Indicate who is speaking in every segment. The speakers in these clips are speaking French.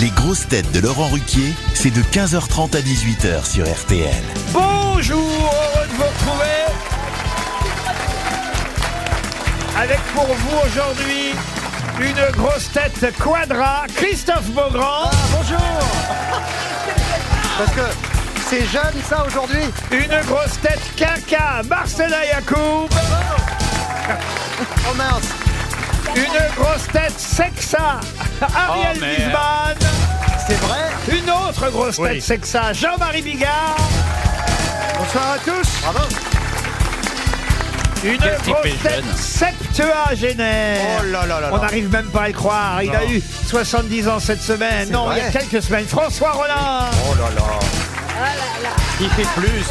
Speaker 1: Les grosses têtes de Laurent Ruquier, c'est de 15h30 à 18h sur RTL.
Speaker 2: Bonjour, heureux de vous retrouver. Avec pour vous aujourd'hui une grosse tête quadra, Christophe Beaugrand. Ah, bonjour. Parce que c'est jeune ça aujourd'hui. Une grosse tête quinca, Marcela Yacoub. Oh mince. Une grosse tête sexa, Ariel
Speaker 3: Oh, merde.
Speaker 2: Wiesmann. C'est vrai. Une autre grosse tête
Speaker 3: Oui.
Speaker 2: sexa, Jean-Marie Bigard. Bonsoir à tous. Bravo. Une
Speaker 3: Quel type
Speaker 2: grosse
Speaker 3: est
Speaker 2: tête
Speaker 3: jeune.
Speaker 2: septuagénaire.
Speaker 3: Oh là là là
Speaker 2: On
Speaker 3: là.
Speaker 2: n'arrive même pas à le croire. Il a
Speaker 3: Non.
Speaker 2: eu 70 ans cette semaine.
Speaker 3: C'est
Speaker 2: Non,
Speaker 3: vrai.
Speaker 2: il y a quelques semaines. François Rollin.
Speaker 3: Oh là là. Il fait plus.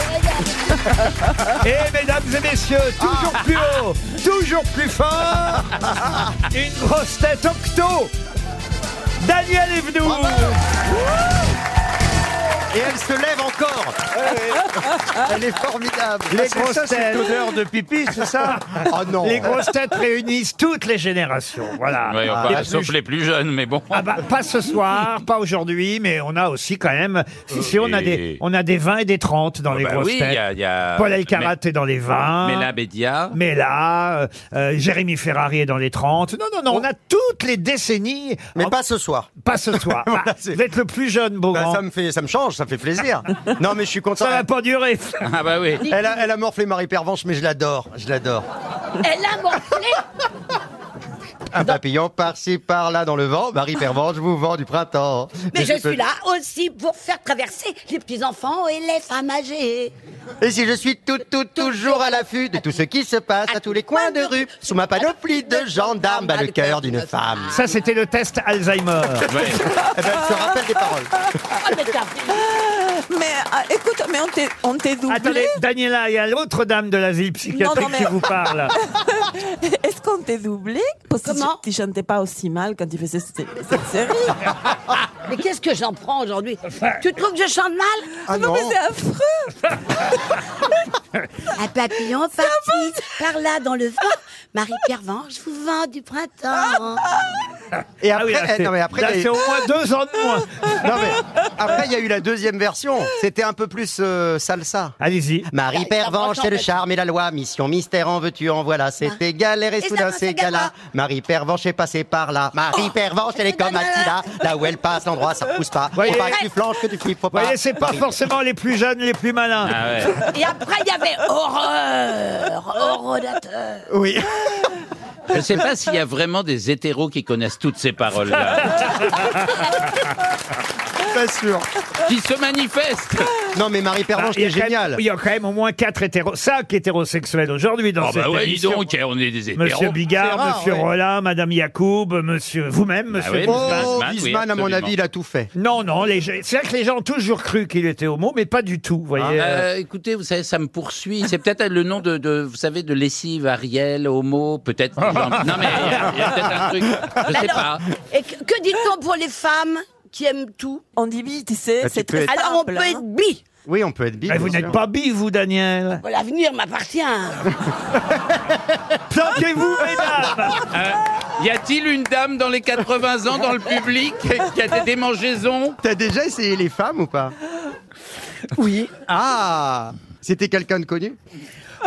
Speaker 2: Et mesdames et messieurs, toujours plus haut, toujours plus fort, Oh. une grosse tête octo, Daniel Evenou.
Speaker 4: Et elle se lève encore. Elle est formidable.
Speaker 2: Les grosses têtes. Ah,
Speaker 4: de pipi, c'est ça Oh non.
Speaker 2: Les grosses têtes réunissent toutes les générations. Voilà.
Speaker 3: Ouais,
Speaker 2: Ah, Et
Speaker 3: enfin,
Speaker 2: plus-
Speaker 3: sauf les plus jeunes, mais bon.
Speaker 2: Ah bah, pas ce soir, pas aujourd'hui, mais on a aussi quand même. Si, si, on a des, on a des 20 et des 30 dans les
Speaker 3: Bah
Speaker 2: grosses
Speaker 3: oui, il
Speaker 2: têtes.
Speaker 3: y a, il y a-
Speaker 2: Paul Elkarat est dans les 20.
Speaker 3: Mais la Bédia.
Speaker 2: Mais là, euh, euh, Jérémy Ferrari est dans les 30. Non, non,
Speaker 3: Oh.
Speaker 2: non, on a toutes les décennies.
Speaker 4: Mais
Speaker 2: En-
Speaker 4: pas ce soir.
Speaker 2: Pas ce soir.
Speaker 4: Voilà,
Speaker 2: Ah, vous
Speaker 4: c'est-
Speaker 2: êtes le plus jeune, Beaugrand.
Speaker 4: Bah, ça me fait, ça me change, ça fait plaisir. non mais je suis content.
Speaker 2: Ça va pas durer.
Speaker 3: Ah bah oui.
Speaker 4: Elle a, elle a morflé Marie Pervenche, mais je l'adore, je l'adore.
Speaker 5: Elle a morflé
Speaker 4: Un papillon par-ci par-là dans le vent, Marie Pervenche vous vend du printemps.
Speaker 5: Mais je
Speaker 4: peux-
Speaker 5: suis là aussi pour faire traverser les petits-enfants et les femmes âgées.
Speaker 4: Et si je suis tout, tout, toujours à l'affût de tout ce qui se passe à tous les coins de rue, sous ma panoplie de gendarmes, bat le cœur d'une femme.
Speaker 2: Ça, c'était le test Alzheimer.
Speaker 3: Ouais.
Speaker 4: Eh ben, elle se rappelle des paroles.
Speaker 5: Oh, mais t'as vu
Speaker 6: Mais ah, écoute, mais on t'est- on t'est doublé.
Speaker 2: Attendez, Daniela, il y a l'autre dame de l'asile psychiatrique
Speaker 6: Non, non, mais-
Speaker 2: qui vous parle.
Speaker 6: Est-ce qu'on t'est doublé Parce que
Speaker 5: Comment
Speaker 6: tu chantais pas aussi mal quand tu faisais cette, cette série.
Speaker 5: Mais qu'est-ce que j'en prends aujourd'hui Tu trouves que je chante mal
Speaker 4: Ah
Speaker 6: non, mais c'est affreux.
Speaker 5: Un papillon parti par là dans le vent. Marie-Pierre Vange vous vend du printemps.
Speaker 4: Et
Speaker 2: Ah oui,
Speaker 4: après,
Speaker 2: là,
Speaker 4: eh,
Speaker 2: c'est-
Speaker 4: non, mais après,
Speaker 2: là,
Speaker 4: il y a-
Speaker 2: c'est au moins deux ans de moins.
Speaker 4: Non mais après il y a eu la deuxième version. C'était un peu plus euh, salsa.
Speaker 2: Allez-y.
Speaker 4: Marie Pervenche, c'est le charme et la loi. Mission mystère, en veux-tu, en voilà. C'était galère Ah. et
Speaker 5: ça
Speaker 4: soudain
Speaker 5: va,
Speaker 4: c'est
Speaker 5: c'est gala.
Speaker 4: gala. Oh, Marie Pervenche est passée par là. Marie Pervenche, elle est comme Attila. Là où elle passe, l'endroit ça repousse pas. Faut
Speaker 2: Voyez.
Speaker 4: pas que tu flanches, que tu flippes, faut
Speaker 2: Vous
Speaker 4: pas.
Speaker 2: voyez, c'est pas
Speaker 4: Marie-
Speaker 2: forcément les plus jeunes, les plus malins.
Speaker 3: Ah ouais.
Speaker 5: Et après, il y avait horreur, horrorateur.
Speaker 4: Oui.
Speaker 3: Je sais pas s'il y a vraiment des hétéros qui connaissent toutes ces
Speaker 2: Ah bah
Speaker 3: paroles-là,
Speaker 4: Pas sûr.
Speaker 3: qui se manifestent.
Speaker 4: Non mais Marie
Speaker 2: Ah,
Speaker 4: Pervenche,
Speaker 2: il, y
Speaker 4: qui
Speaker 2: a quand
Speaker 4: est
Speaker 2: même-
Speaker 4: géniale.
Speaker 2: il y a quand même au moins quatre hétéros, cinq hétérosexuels aujourd'hui dans
Speaker 3: Oh
Speaker 2: cette
Speaker 3: bah ouais, dis
Speaker 2: émission.
Speaker 3: donc, on est des hétéros.
Speaker 2: Monsieur Bigard,
Speaker 4: C'est rare,
Speaker 2: Monsieur
Speaker 4: ouais.
Speaker 2: Rollin, Madame Yacoub, Monsieur vous-même, Monsieur
Speaker 3: oui,
Speaker 2: Bourbon.
Speaker 3: Wiesmann,
Speaker 4: Oh,
Speaker 3: oui,
Speaker 4: Wiesmann, à mon
Speaker 3: absolument.
Speaker 4: avis, il a tout fait.
Speaker 2: Non, non, les... gens- c'est vrai que les gens ont toujours cru qu'il était homo, mais pas du tout, vous voyez. euh.
Speaker 3: Euh, écoutez, vous savez, ça me poursuit. C'est peut-être le nom de, de- vous savez, de lessive, Ariel, Homo, peut-être. Non mais il y a, il y a peut-être un truc. Je sais pas.
Speaker 5: Alors, et que, que dit-on pour les femmes qui aiment tout
Speaker 6: On dit bi, tu sais,
Speaker 4: Bah, tu
Speaker 6: c'est
Speaker 4: peux
Speaker 6: très
Speaker 4: être-
Speaker 6: simple.
Speaker 5: Alors, on peut
Speaker 6: hein.
Speaker 5: être bi.
Speaker 4: Oui, on peut être bi.
Speaker 2: Mais
Speaker 4: bien
Speaker 2: vous
Speaker 4: sûr.
Speaker 2: n'êtes pas bi, vous, Daniel.
Speaker 5: L'avenir m'appartient.
Speaker 2: Planquez-vous, mesdames
Speaker 3: Euh, y a-t-il une dame dans les 80 ans dans le public qui a des démangeaisons
Speaker 4: T'as déjà essayé les femmes ou pas Oui. Ah C'était quelqu'un de connu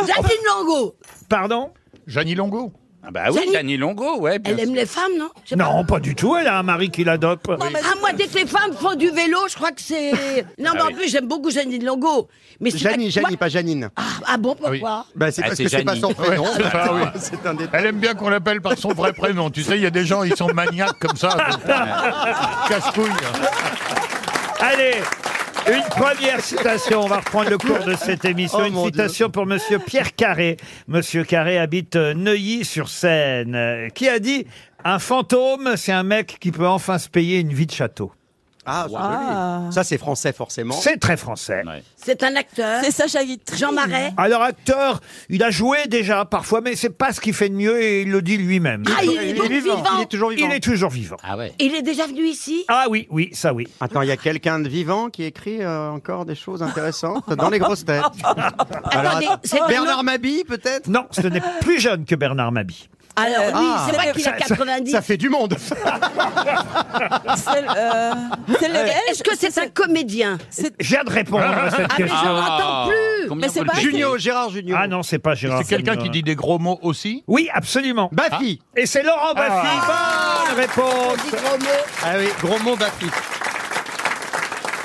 Speaker 5: Jacqueline Lango,
Speaker 2: Pardon
Speaker 7: Jeannie Longo.
Speaker 3: Ah Bah oui,
Speaker 5: Salut.
Speaker 3: Dani Longo, ouais. bien
Speaker 5: elle aime
Speaker 3: sûr.
Speaker 5: les femmes, non Je sais pas.
Speaker 2: Non, pas du tout, elle a un mari qui l'adopte.
Speaker 5: Ah, moi, dès que les femmes font du vélo, je crois que c'est. Non, mais
Speaker 3: Ah
Speaker 5: en
Speaker 3: oui.
Speaker 5: plus, j'aime beaucoup Janine Longo. Mais c'est
Speaker 4: Janine,
Speaker 5: vrai que
Speaker 4: Janine,
Speaker 5: moi-
Speaker 4: pas Janine.
Speaker 5: Ah, ah bon, pourquoi
Speaker 4: Bah, c'est
Speaker 3: Ah,
Speaker 4: parce
Speaker 3: c'est
Speaker 4: que c'est pas
Speaker 3: Janine.
Speaker 4: son prénom.
Speaker 7: Ouais, c'est ça, oui.
Speaker 4: C'est un détail.
Speaker 7: Elle aime bien qu'on l'appelle par son vrai prénom. Tu sais, il y a des gens, ils sont maniaques comme ça. Casse-couille.
Speaker 2: Allez une première citation, on va reprendre le cours de cette émission.
Speaker 4: Oh,
Speaker 2: Une
Speaker 4: mon
Speaker 2: citation pour Monsieur Pierre Carré. Monsieur Carré habite euh, Neuilly-sur-Seine, euh, qui a dit « Un fantôme, c'est un mec qui peut enfin se payer une vie de château
Speaker 4: Ah, c'est
Speaker 6: Ah.
Speaker 4: joli. Ça, c'est français, ». forcément.
Speaker 2: C'est très français.
Speaker 3: Ouais.
Speaker 5: C'est un acteur.
Speaker 6: C'est Sacha Guitry.
Speaker 5: Jean Marais.
Speaker 2: Alors acteur, il a joué déjà parfois, mais c'est pas ce qu'il fait de mieux et il le dit lui-même.
Speaker 5: Ah, il est donc vivant.
Speaker 4: Il est toujours vivant.
Speaker 2: Il est toujours vivant.
Speaker 3: Ah ouais.
Speaker 5: Il est déjà venu ici
Speaker 2: Ah oui, oui, ça oui.
Speaker 4: Attends, il y a quelqu'un de vivant qui écrit euh, encore des choses intéressantes dans les grosses têtes. Alors,
Speaker 5: Attendez, c'est
Speaker 4: Bernard Mabille, peut-être
Speaker 2: Non, ce n'est plus jeune que Bernard Mabie.
Speaker 5: Alors oui,
Speaker 4: Ah.
Speaker 5: c'est vrai
Speaker 6: Ça-
Speaker 5: qu'il a
Speaker 2: ça-
Speaker 5: 90.
Speaker 4: Ça fait du monde.
Speaker 6: C'est le- euh, c'est le belge.
Speaker 5: Est-ce que c'est un comédien
Speaker 2: Je viens de répondre à cette
Speaker 5: Ah mais je
Speaker 2: question.
Speaker 5: n'entends plus
Speaker 3: Combien
Speaker 6: Mais c'est
Speaker 3: vous le
Speaker 6: pas-
Speaker 3: mettez
Speaker 4: Junio, Gérard Junio.
Speaker 2: Ah non, c'est pas Gérard.
Speaker 7: C'est quelqu'un
Speaker 2: Junio.
Speaker 7: qui dit des gros mots aussi Ah.
Speaker 2: Oui, absolument.
Speaker 4: Baffy.
Speaker 2: Et c'est Laurent Baffy. Bonne réponse.
Speaker 4: Ah oui, gros mot Baffy.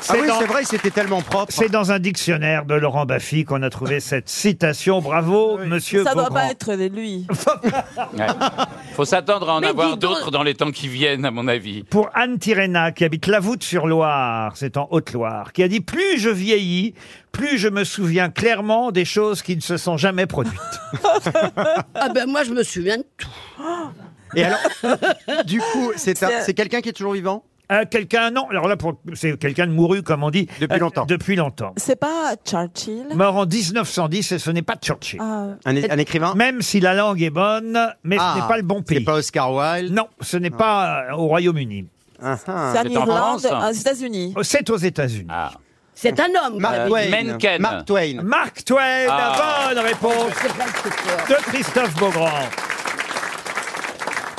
Speaker 4: Ah
Speaker 2: C'est
Speaker 4: oui,
Speaker 2: dans-
Speaker 4: c'est vrai, c'était tellement propre.
Speaker 2: C'est dans un dictionnaire de Laurent Baffy qu'on a trouvé cette citation. Bravo, monsieur
Speaker 6: Ça doit
Speaker 2: Beaugrand.
Speaker 6: pas être de lui.
Speaker 3: Faut s'attendre à en
Speaker 5: Mais dis
Speaker 3: avoir
Speaker 5: donc.
Speaker 3: d'autres dans les temps qui viennent, à mon avis.
Speaker 2: Pour Anne Tirena, qui habite La Voûte-sur-Loire, c'est en Haute-Loire, qui a dit « Plus je vieillis, plus je me souviens clairement des choses qui ne se sont jamais produites.
Speaker 5: Ah ben moi je me souviens de tout.
Speaker 4: Et alors, du coup, c'est un-
Speaker 6: C'est-
Speaker 4: c'est quelqu'un qui est toujours vivant
Speaker 2: Euh, quelqu'un, non, alors là, pour- c'est quelqu'un de mouru, comme on dit. Euh,
Speaker 4: Depuis longtemps.
Speaker 2: Depuis longtemps.
Speaker 6: C'est pas Churchill
Speaker 2: Mort en 1910, et ce n'est pas Churchill.
Speaker 6: Ah,
Speaker 4: un, é- un écrivain
Speaker 2: Même si la langue est bonne, mais
Speaker 4: Ah,
Speaker 2: ce n'est pas le bon
Speaker 4: C'est
Speaker 2: pays.
Speaker 4: pas Oscar Wilde
Speaker 2: Non, ce n'est pas euh, au Royaume-Uni.
Speaker 4: Ah, ah.
Speaker 6: C'est en hein.
Speaker 3: c'est en France
Speaker 6: Irlande, Ah, aux États-Unis.
Speaker 4: Oh,
Speaker 2: C'est aux États-Unis.
Speaker 3: Ah.
Speaker 5: C'est un homme.
Speaker 4: Mark
Speaker 3: Euh,
Speaker 4: Twain.
Speaker 3: Mencken.
Speaker 4: Mark Twain.
Speaker 2: Mark Twain,
Speaker 3: Ah.
Speaker 2: la bonne réponse de Christophe Beaugrand.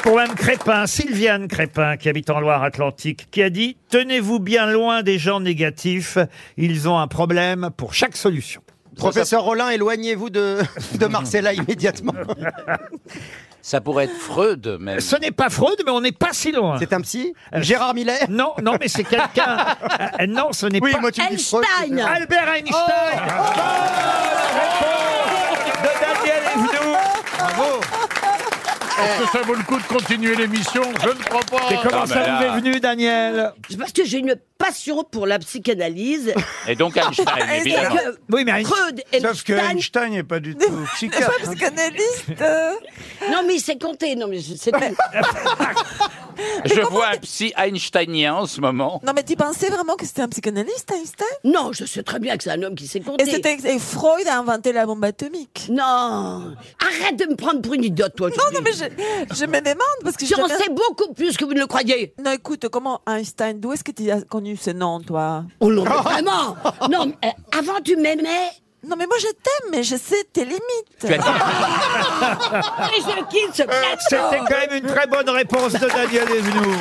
Speaker 2: Pour Mme Crépin, Sylviane Crépin, qui habite en Loire-Atlantique, qui a dit « Tenez-vous bien loin des gens négatifs, ils ont un problème pour chaque solution.
Speaker 4: Professeur Rollin, éloignez-vous de, de Marcella immédiatement.
Speaker 3: Ça pourrait être Freud, » même.
Speaker 2: Ce n'est pas Freud, mais on n'est pas si loin. Euh,
Speaker 4: C'est un psy Gérard Millet
Speaker 2: Non, non, mais c'est quelqu'un... Euh, non, ce n'est pas...
Speaker 4: tu dis Freud,
Speaker 5: Einstein.
Speaker 4: c'est-
Speaker 2: Albert Einstein Bonne réponse de Daniel Evenou.
Speaker 7: Est-ce que ça vaut le coup de continuer l'émission Je ne crois pas. bah
Speaker 2: Et comment
Speaker 3: Ah,
Speaker 2: ça
Speaker 3: mais là.
Speaker 2: vous est venu, Daniel
Speaker 5: Parce que j'ai une passion pour la psychanalyse.
Speaker 3: Et donc Einstein,
Speaker 6: Ah,
Speaker 5: Et
Speaker 3: évidemment.
Speaker 5: Ah, que
Speaker 2: Oui, mais Einstein-
Speaker 5: Freud et Einstein-
Speaker 8: n'est pas du tout
Speaker 6: C'est
Speaker 8: psychiatre.
Speaker 6: pas psychanalyste. euh.
Speaker 5: Non mais il s'est compté. Non mais je- c'est tout.
Speaker 3: Je vois un psy Einsteinien en ce moment.
Speaker 6: Non, mais tu pensais vraiment que c'était un psychanalyste, Einstein
Speaker 5: Non, je sais très bien que c'est un homme qui s'est compté.
Speaker 6: Et, c'était, et Freud a inventé la bombe atomique.
Speaker 5: Non Arrête de me prendre pour une idiote, toi.
Speaker 6: Non, non, mais je, je me demande parce que
Speaker 5: Tu en
Speaker 6: jamais-
Speaker 5: sais beaucoup plus que vous ne le croyez.
Speaker 6: Non, écoute, comment Einstein, d'où est-ce que tu as connu ce nom, toi
Speaker 5: On l'a Oh, vraiment. Non, mais, euh, avant tu m'aimais.
Speaker 6: Non, mais moi je t'aime, mais je sais tes limites.
Speaker 3: Tu as dit-
Speaker 5: Et je quitte ce plateau.
Speaker 2: C'était quand même une très bonne réponse de Daniel Evenou.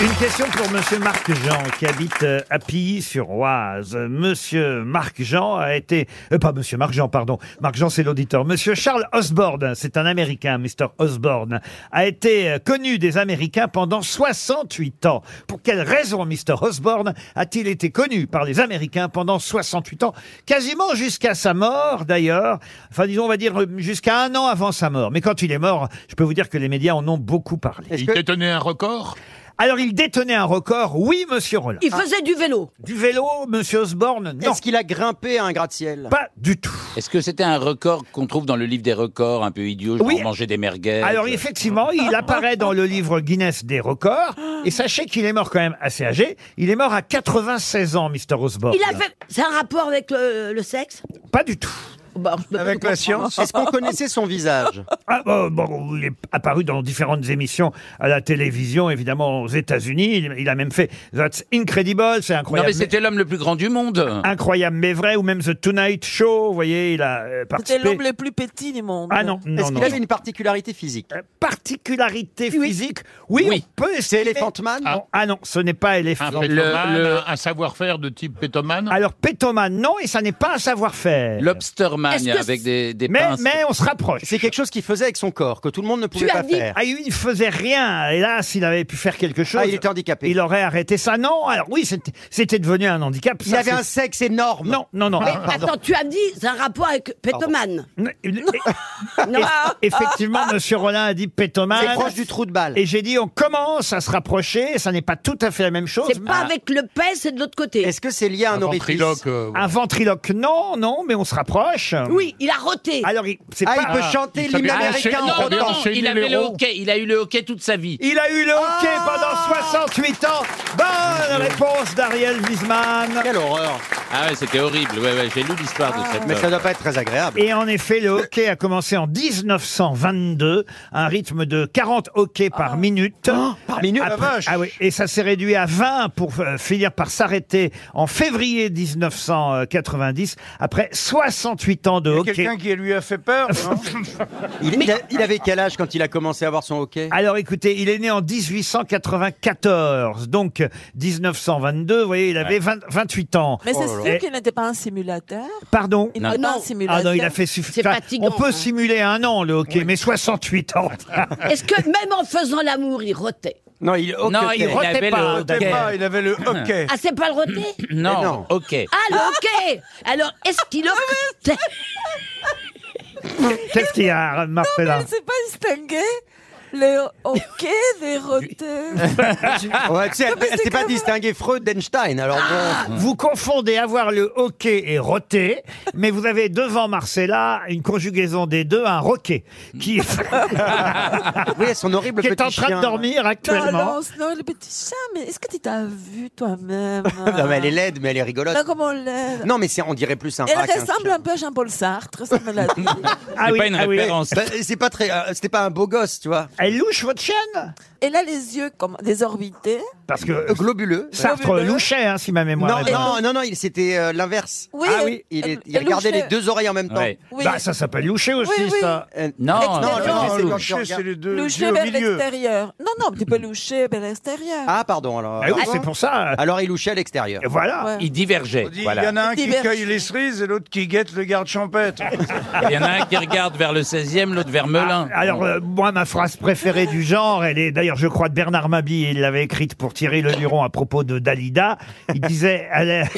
Speaker 2: Une question pour Monsieur Marc Jean qui habite euh, à Pilly-sur-Oise. Monsieur Marc Jean a été, euh, pas Monsieur Marc Jean, pardon. Marc Jean, c'est l'auditeur. Monsieur Charles Osborne, c'est un Américain, Mr Osborne, a été euh, connu des Américains pendant 68 ans. Pour quelle raison Mr Osborne a-t-il été connu par les Américains pendant 68 ans, quasiment jusqu'à sa mort d'ailleurs. Enfin, disons, on va dire euh, jusqu'à un an avant sa mort. Mais quand il est mort, je peux vous dire que les médias en ont beaucoup parlé.
Speaker 7: Il
Speaker 4: que-
Speaker 7: détenait un record
Speaker 2: Alors, il détenait un record, oui, monsieur Rollin.
Speaker 5: Il faisait du vélo.
Speaker 2: Du vélo, monsieur Osborne, non,
Speaker 4: Est-ce qu'il Ah. a grimpé à un gratte-ciel
Speaker 2: pas du tout.
Speaker 3: Est-ce que c'était un record qu'on trouve dans le livre des records, un peu idiot, genre
Speaker 2: Oui.
Speaker 3: manger des merguez
Speaker 2: Alors, effectivement, il apparaît dans le livre Guinness des records. Et sachez qu'il est mort quand même assez âgé. Il est mort à 96 ans, Mr. Osborne.
Speaker 5: Il a fait. C'est un rapport avec le, le sexe
Speaker 2: Pas du tout.
Speaker 5: Bah, je peux pas
Speaker 8: Avec la science
Speaker 4: Est-ce qu'on connaissait son visage
Speaker 2: Ah, bon, bon, il est apparu dans différentes émissions à la télévision, évidemment aux États-Unis. Il, il a même fait That's Incredible, c'est
Speaker 3: Non,
Speaker 2: incroyable.
Speaker 3: mais c'était l'homme le plus grand du monde.
Speaker 2: Incroyable mais vrai, ou même The Tonight Show, vous voyez, il a euh,
Speaker 6: C'était
Speaker 2: participé.
Speaker 6: l'homme le plus petit du monde.
Speaker 2: Ah non, non,
Speaker 4: Est-ce
Speaker 2: non.
Speaker 4: qu'il avait une particularité physique
Speaker 2: Euh, Particularité physique, oui,
Speaker 3: Oui.
Speaker 2: on peut
Speaker 4: C'est
Speaker 2: essayer.
Speaker 4: Elephant Man
Speaker 2: Ah, ah non, ce n'est pas
Speaker 7: Un
Speaker 2: éléphant.
Speaker 7: pétomane,
Speaker 3: le-
Speaker 7: un- un savoir-faire de type pétomane
Speaker 2: Alors, pétomane, non, et ça n'est pas un savoir-faire.
Speaker 5: Est-ce
Speaker 3: Lobsterman
Speaker 5: que
Speaker 3: avec des, des
Speaker 2: Mais,
Speaker 3: pinces.
Speaker 2: mais on se rapproche.
Speaker 4: C'est quelque chose qu'il faisait avec son corps, que tout le monde ne pouvait
Speaker 5: as
Speaker 4: pas
Speaker 5: dit-
Speaker 4: faire.
Speaker 2: Ah, il ne faisait rien. Hélas, il avait pu faire quelque chose.
Speaker 4: Ah, il était handicapé.
Speaker 2: Il aurait arrêté ça. Non, alors oui, c'était- c'était devenu un handicap.
Speaker 4: Il
Speaker 2: ça,
Speaker 4: avait
Speaker 2: c'est-
Speaker 4: un sexe énorme.
Speaker 2: Non, non, non. Ah,
Speaker 5: Mais attends, tu as dit, c'est un rapport avec Pétoman.
Speaker 2: Non, il- et- et- Effectivement, Monsieur Rollin a dit
Speaker 4: C'est
Speaker 2: pétomane.
Speaker 4: proche du trou de balle.
Speaker 2: Et j'ai dit, on commence à se rapprocher. Ça n'est pas tout à fait la même chose.
Speaker 5: C'est pas avec le paix, c'est de l'autre côté.
Speaker 4: Est-ce que c'est lié à un,
Speaker 7: Un
Speaker 4: orifice
Speaker 7: ventriloque. euh,
Speaker 2: Un ventriloque, non, non, mais on se rapproche.
Speaker 5: Oui, il a roté.
Speaker 2: Alors, il- c'est
Speaker 4: Ah,
Speaker 2: pas.
Speaker 4: il peut
Speaker 7: Ah,
Speaker 4: chanter
Speaker 7: il savait-
Speaker 4: l'hymne
Speaker 7: Ah,
Speaker 4: américain
Speaker 7: c'est-
Speaker 4: en
Speaker 3: Non, non,
Speaker 7: bien
Speaker 4: temps.
Speaker 3: non,
Speaker 7: enchaîné
Speaker 3: il avait
Speaker 7: les
Speaker 3: le
Speaker 7: roues.
Speaker 3: hockey. Il a eu le hockey toute sa vie.
Speaker 2: Il a eu le hockey
Speaker 4: Ah
Speaker 2: pendant 68 ans. Bonne réponse d'Ariel Wiesman.
Speaker 4: Quelle horreur
Speaker 3: Ah ouais, c'était horrible. Ouais, ouais, j'ai lu l'histoire
Speaker 6: Ah.
Speaker 5: Ah.
Speaker 3: de cette.
Speaker 4: Mais
Speaker 3: euh,
Speaker 4: ça doit pas être très agréable.
Speaker 2: Et en effet, le hockey a commencé en 1922, à un rythme de 40 hockey
Speaker 6: Ah.
Speaker 2: par minute.
Speaker 4: Oh, par minute,
Speaker 2: Après-
Speaker 4: la vache.
Speaker 2: ah oui, et ça s'est réduit à 20 pour euh, finir par s'arrêter en février 1990, après 68 débutant de
Speaker 8: Il y a
Speaker 2: hockey.
Speaker 8: quelqu'un qui lui a fait peur, non
Speaker 4: Il, il a- il avait quel âge quand il a commencé à avoir son hockey
Speaker 2: Alors écoutez, il est né en 1894, donc 1922, vous voyez, il avait 20 28 ans.
Speaker 6: Mais
Speaker 4: Oh
Speaker 6: c'est
Speaker 2: Oh là.
Speaker 6: sûr qu'il n'était pas un simulateur.
Speaker 2: Pardon
Speaker 6: Il
Speaker 3: Non.
Speaker 6: n'était pas
Speaker 5: Non.
Speaker 6: un simulateur.
Speaker 2: Ah non, il a fait suffi-
Speaker 9: C'est
Speaker 2: enfin,
Speaker 9: fatigant,
Speaker 2: On peut
Speaker 9: hein.
Speaker 2: simuler un an le hockey, mais 68 ans.
Speaker 9: Est-ce que même en faisant l'amour, il rotait
Speaker 4: Non, il hockey.
Speaker 3: Non, il
Speaker 2: Rotez
Speaker 3: avait
Speaker 2: pas,
Speaker 3: le
Speaker 2: rotez
Speaker 3: hockey.
Speaker 8: Ah, il avait le hockey.
Speaker 9: Ah, c'est pas le roté
Speaker 3: Non,
Speaker 4: non.
Speaker 3: ok.
Speaker 9: Ah, le hockey Alors, est-ce qu'il
Speaker 6: Ah
Speaker 9: rotait
Speaker 2: Qu'est-ce qu'il y a, Marcella
Speaker 6: ne s'est pas distingué le hockey des rotés.
Speaker 4: Ouais, tu sais, elle-
Speaker 6: mais
Speaker 4: elle
Speaker 6: c'est
Speaker 4: s'est pas
Speaker 6: comme-
Speaker 4: distinguée Freud d'Einstein. Alors bon.
Speaker 2: Vous confondez avoir le hockey et roté, mais vous avez devant Marcella une conjugaison des deux, un roquet, qui,
Speaker 4: Oui, son horrible
Speaker 2: qui est
Speaker 4: petit
Speaker 2: en train
Speaker 4: chien.
Speaker 2: de dormir hein,
Speaker 6: Non,
Speaker 2: actuellement.
Speaker 6: non, non, le petit chat, mais est-ce que tu t'as vu toi-même euh,
Speaker 4: Non, mais elle est laide, mais elle est rigolote.
Speaker 6: Ah. Non, comment on l'aide
Speaker 4: Non, mais c'est- on dirait plus un rat
Speaker 6: Elle
Speaker 4: qu'un
Speaker 6: ressemble
Speaker 4: chien.
Speaker 6: un peu à Jean-Paul Sartre, ça me l'a dit.
Speaker 2: Ah
Speaker 3: C'est
Speaker 2: oui,
Speaker 3: pas une
Speaker 2: ah oui.
Speaker 3: référence.
Speaker 4: Bah, c'est pas très. euh, C'était pas un beau gosse, tu vois.
Speaker 2: Elle louche votre chaîne
Speaker 6: Elle a les yeux comme désorbités.
Speaker 2: Parce que
Speaker 4: Euh, globuleux.
Speaker 2: Sartre louchait, hein, si ma mémoire
Speaker 4: Non,
Speaker 2: est bonne.
Speaker 4: non, non, non, il- c'était euh, l'inverse.
Speaker 6: Oui,
Speaker 4: ah
Speaker 6: elle-
Speaker 4: oui, il, est-
Speaker 6: elle-
Speaker 4: il
Speaker 6: elle
Speaker 4: regardait les
Speaker 6: louchait.
Speaker 4: deux oreilles en même temps.
Speaker 3: Ouais.
Speaker 6: Oui.
Speaker 2: Bah, ça s'appelle loucher aussi,
Speaker 6: Oui, oui.
Speaker 2: ça.
Speaker 4: Euh,
Speaker 3: Non,
Speaker 6: Non,
Speaker 4: non,
Speaker 6: non,
Speaker 4: non,
Speaker 8: Non,
Speaker 4: c'est
Speaker 8: le
Speaker 4: quand tu
Speaker 8: chien, c'est
Speaker 4: regardes-
Speaker 8: les deux yeux
Speaker 6: Loucher
Speaker 8: au
Speaker 6: vers
Speaker 8: milieu.
Speaker 6: l'extérieur. Non, non, tu peux loucher vers l'extérieur.
Speaker 4: Ah, pardon, alors.
Speaker 2: Ah oui,
Speaker 4: alors,
Speaker 2: c'est pour ça.
Speaker 4: alors, il louchait à l'extérieur.
Speaker 2: Et Voilà.
Speaker 6: Ouais.
Speaker 3: Il divergeait.
Speaker 8: On dit, Il y
Speaker 3: voilà.
Speaker 8: en a un qui
Speaker 6: Divergent.
Speaker 8: cueille les cerises et l'autre qui guette le garde champêtre.
Speaker 3: Il y en a un qui regarde vers le 16e, l'autre vers Melun.
Speaker 2: Alors, euh, moi, ma phrase préférée du genre, elle est d'ailleurs, je crois, de Bernard Mabie, il l'avait écrite pour Thierry Leluron à propos de Dalida. Il disait elle, est-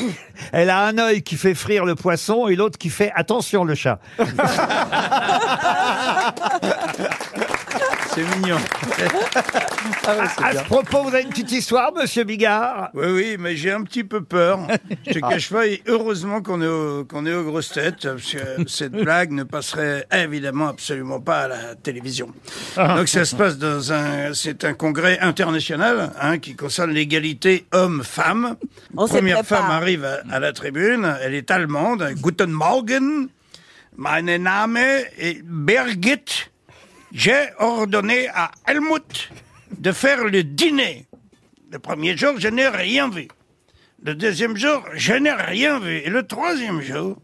Speaker 2: elle a un œil qui fait frire le poisson et l'autre qui fait attention le chat.
Speaker 8: C'est mignon.
Speaker 2: À, à ce propos, vous avez une petite histoire, monsieur Bigard
Speaker 8: bah, Oui, oui, mais j'ai un petit peu peur. Je te cache pas, et heureusement qu'on est, au- qu'on est aux grosses têtes, parce que cette blague ne passerait évidemment absolument pas à la télévision. Donc ça se passe dans un... C'est un congrès international hein, qui concerne l'égalité homme-femme.
Speaker 6: On se
Speaker 8: Première
Speaker 6: prépare.
Speaker 8: femme arrive à, à la tribune, elle est allemande. Guten Morgen, mein Name est Birgit. J'ai ordonné à Helmut de faire le dîner. Le premier jour, je n'ai rien vu. Le deuxième jour, je n'ai rien vu. Et le troisième jour,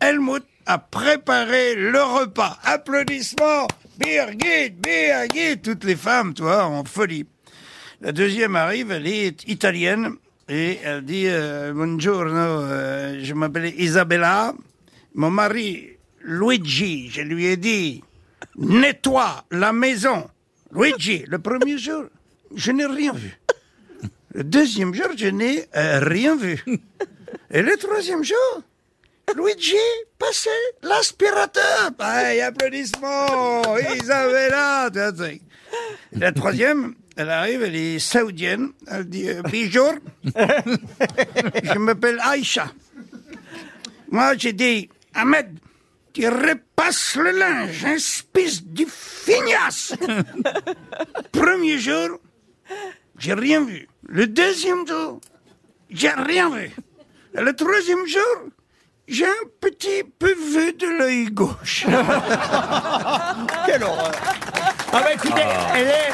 Speaker 8: Helmut a préparé le repas. Applaudissements, Birgit, Birgit, toutes les femmes, toi, en folie. La deuxième arrive, elle est italienne et elle dit euh, Bonjour, je m'appelle Isabella. Mon mari, Luigi, je lui ai dit Nettoie la maison. Luigi, le premier jour, je n'ai rien vu. Le deuxième jour, je n'ai euh, rien vu. Et le troisième jour, Luigi passait l'aspirateur. Aïe, applaudissements, Isabella. tu vois, c'est- La troisième, elle arrive, elle est saoudienne. Elle dit euh, Bonjour, je m'appelle Aïcha. Moi, j'ai dit Ahmed, tu repasses le linge, un spice du fignasse. Premier jour, j'ai rien vu. Le deuxième jour, j'ai rien vu. Et le troisième jour, j'ai un petit peu vu de l'œil gauche.
Speaker 4: Quelle horreur.
Speaker 2: Ah bah écoutez, elle est...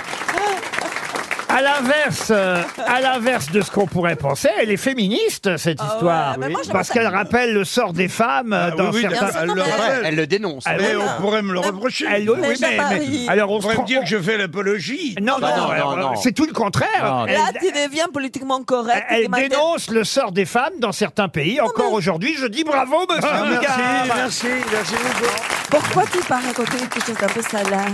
Speaker 2: À l'inverse, euh, à l'inverse de ce qu'on pourrait penser, elle est féministe cette
Speaker 6: Ah ouais,
Speaker 2: histoire,
Speaker 6: mais moi, je
Speaker 2: parce
Speaker 6: pense-
Speaker 2: qu'elle rappelle le sort des femmes euh, dans
Speaker 8: Ah oui,
Speaker 2: certains.
Speaker 8: elle
Speaker 6: Non,
Speaker 8: le
Speaker 6: mais-
Speaker 8: rappelle.
Speaker 4: Elle le dénonce.
Speaker 2: Ah,
Speaker 8: Mais
Speaker 2: oui.
Speaker 8: on pourrait me le reprocher.
Speaker 2: Elle- oui,
Speaker 6: Mais
Speaker 2: mais-
Speaker 6: Jean
Speaker 2: mais-
Speaker 6: Paris.
Speaker 2: alors on
Speaker 8: On
Speaker 2: se
Speaker 8: pourrait me
Speaker 2: prend-
Speaker 8: dire que je fais l'apologie.
Speaker 2: Non,
Speaker 4: Bah
Speaker 2: Ah non,
Speaker 4: non,
Speaker 2: alors,
Speaker 4: non, non.
Speaker 2: c'est tout le contraire.
Speaker 3: Non.
Speaker 2: Elle,
Speaker 6: Ah, Là, tu deviens politiquement correct.
Speaker 2: elle
Speaker 6: tu m'appelles-
Speaker 2: dénonce le sort des femmes dans certains pays. Encore aujourd'hui, je dis bravo, monsieur
Speaker 8: Ah, merci,
Speaker 2: Bigard.
Speaker 8: merci, merci beaucoup.
Speaker 6: Pourquoi tu pars raconter quelque chose d'un peu salace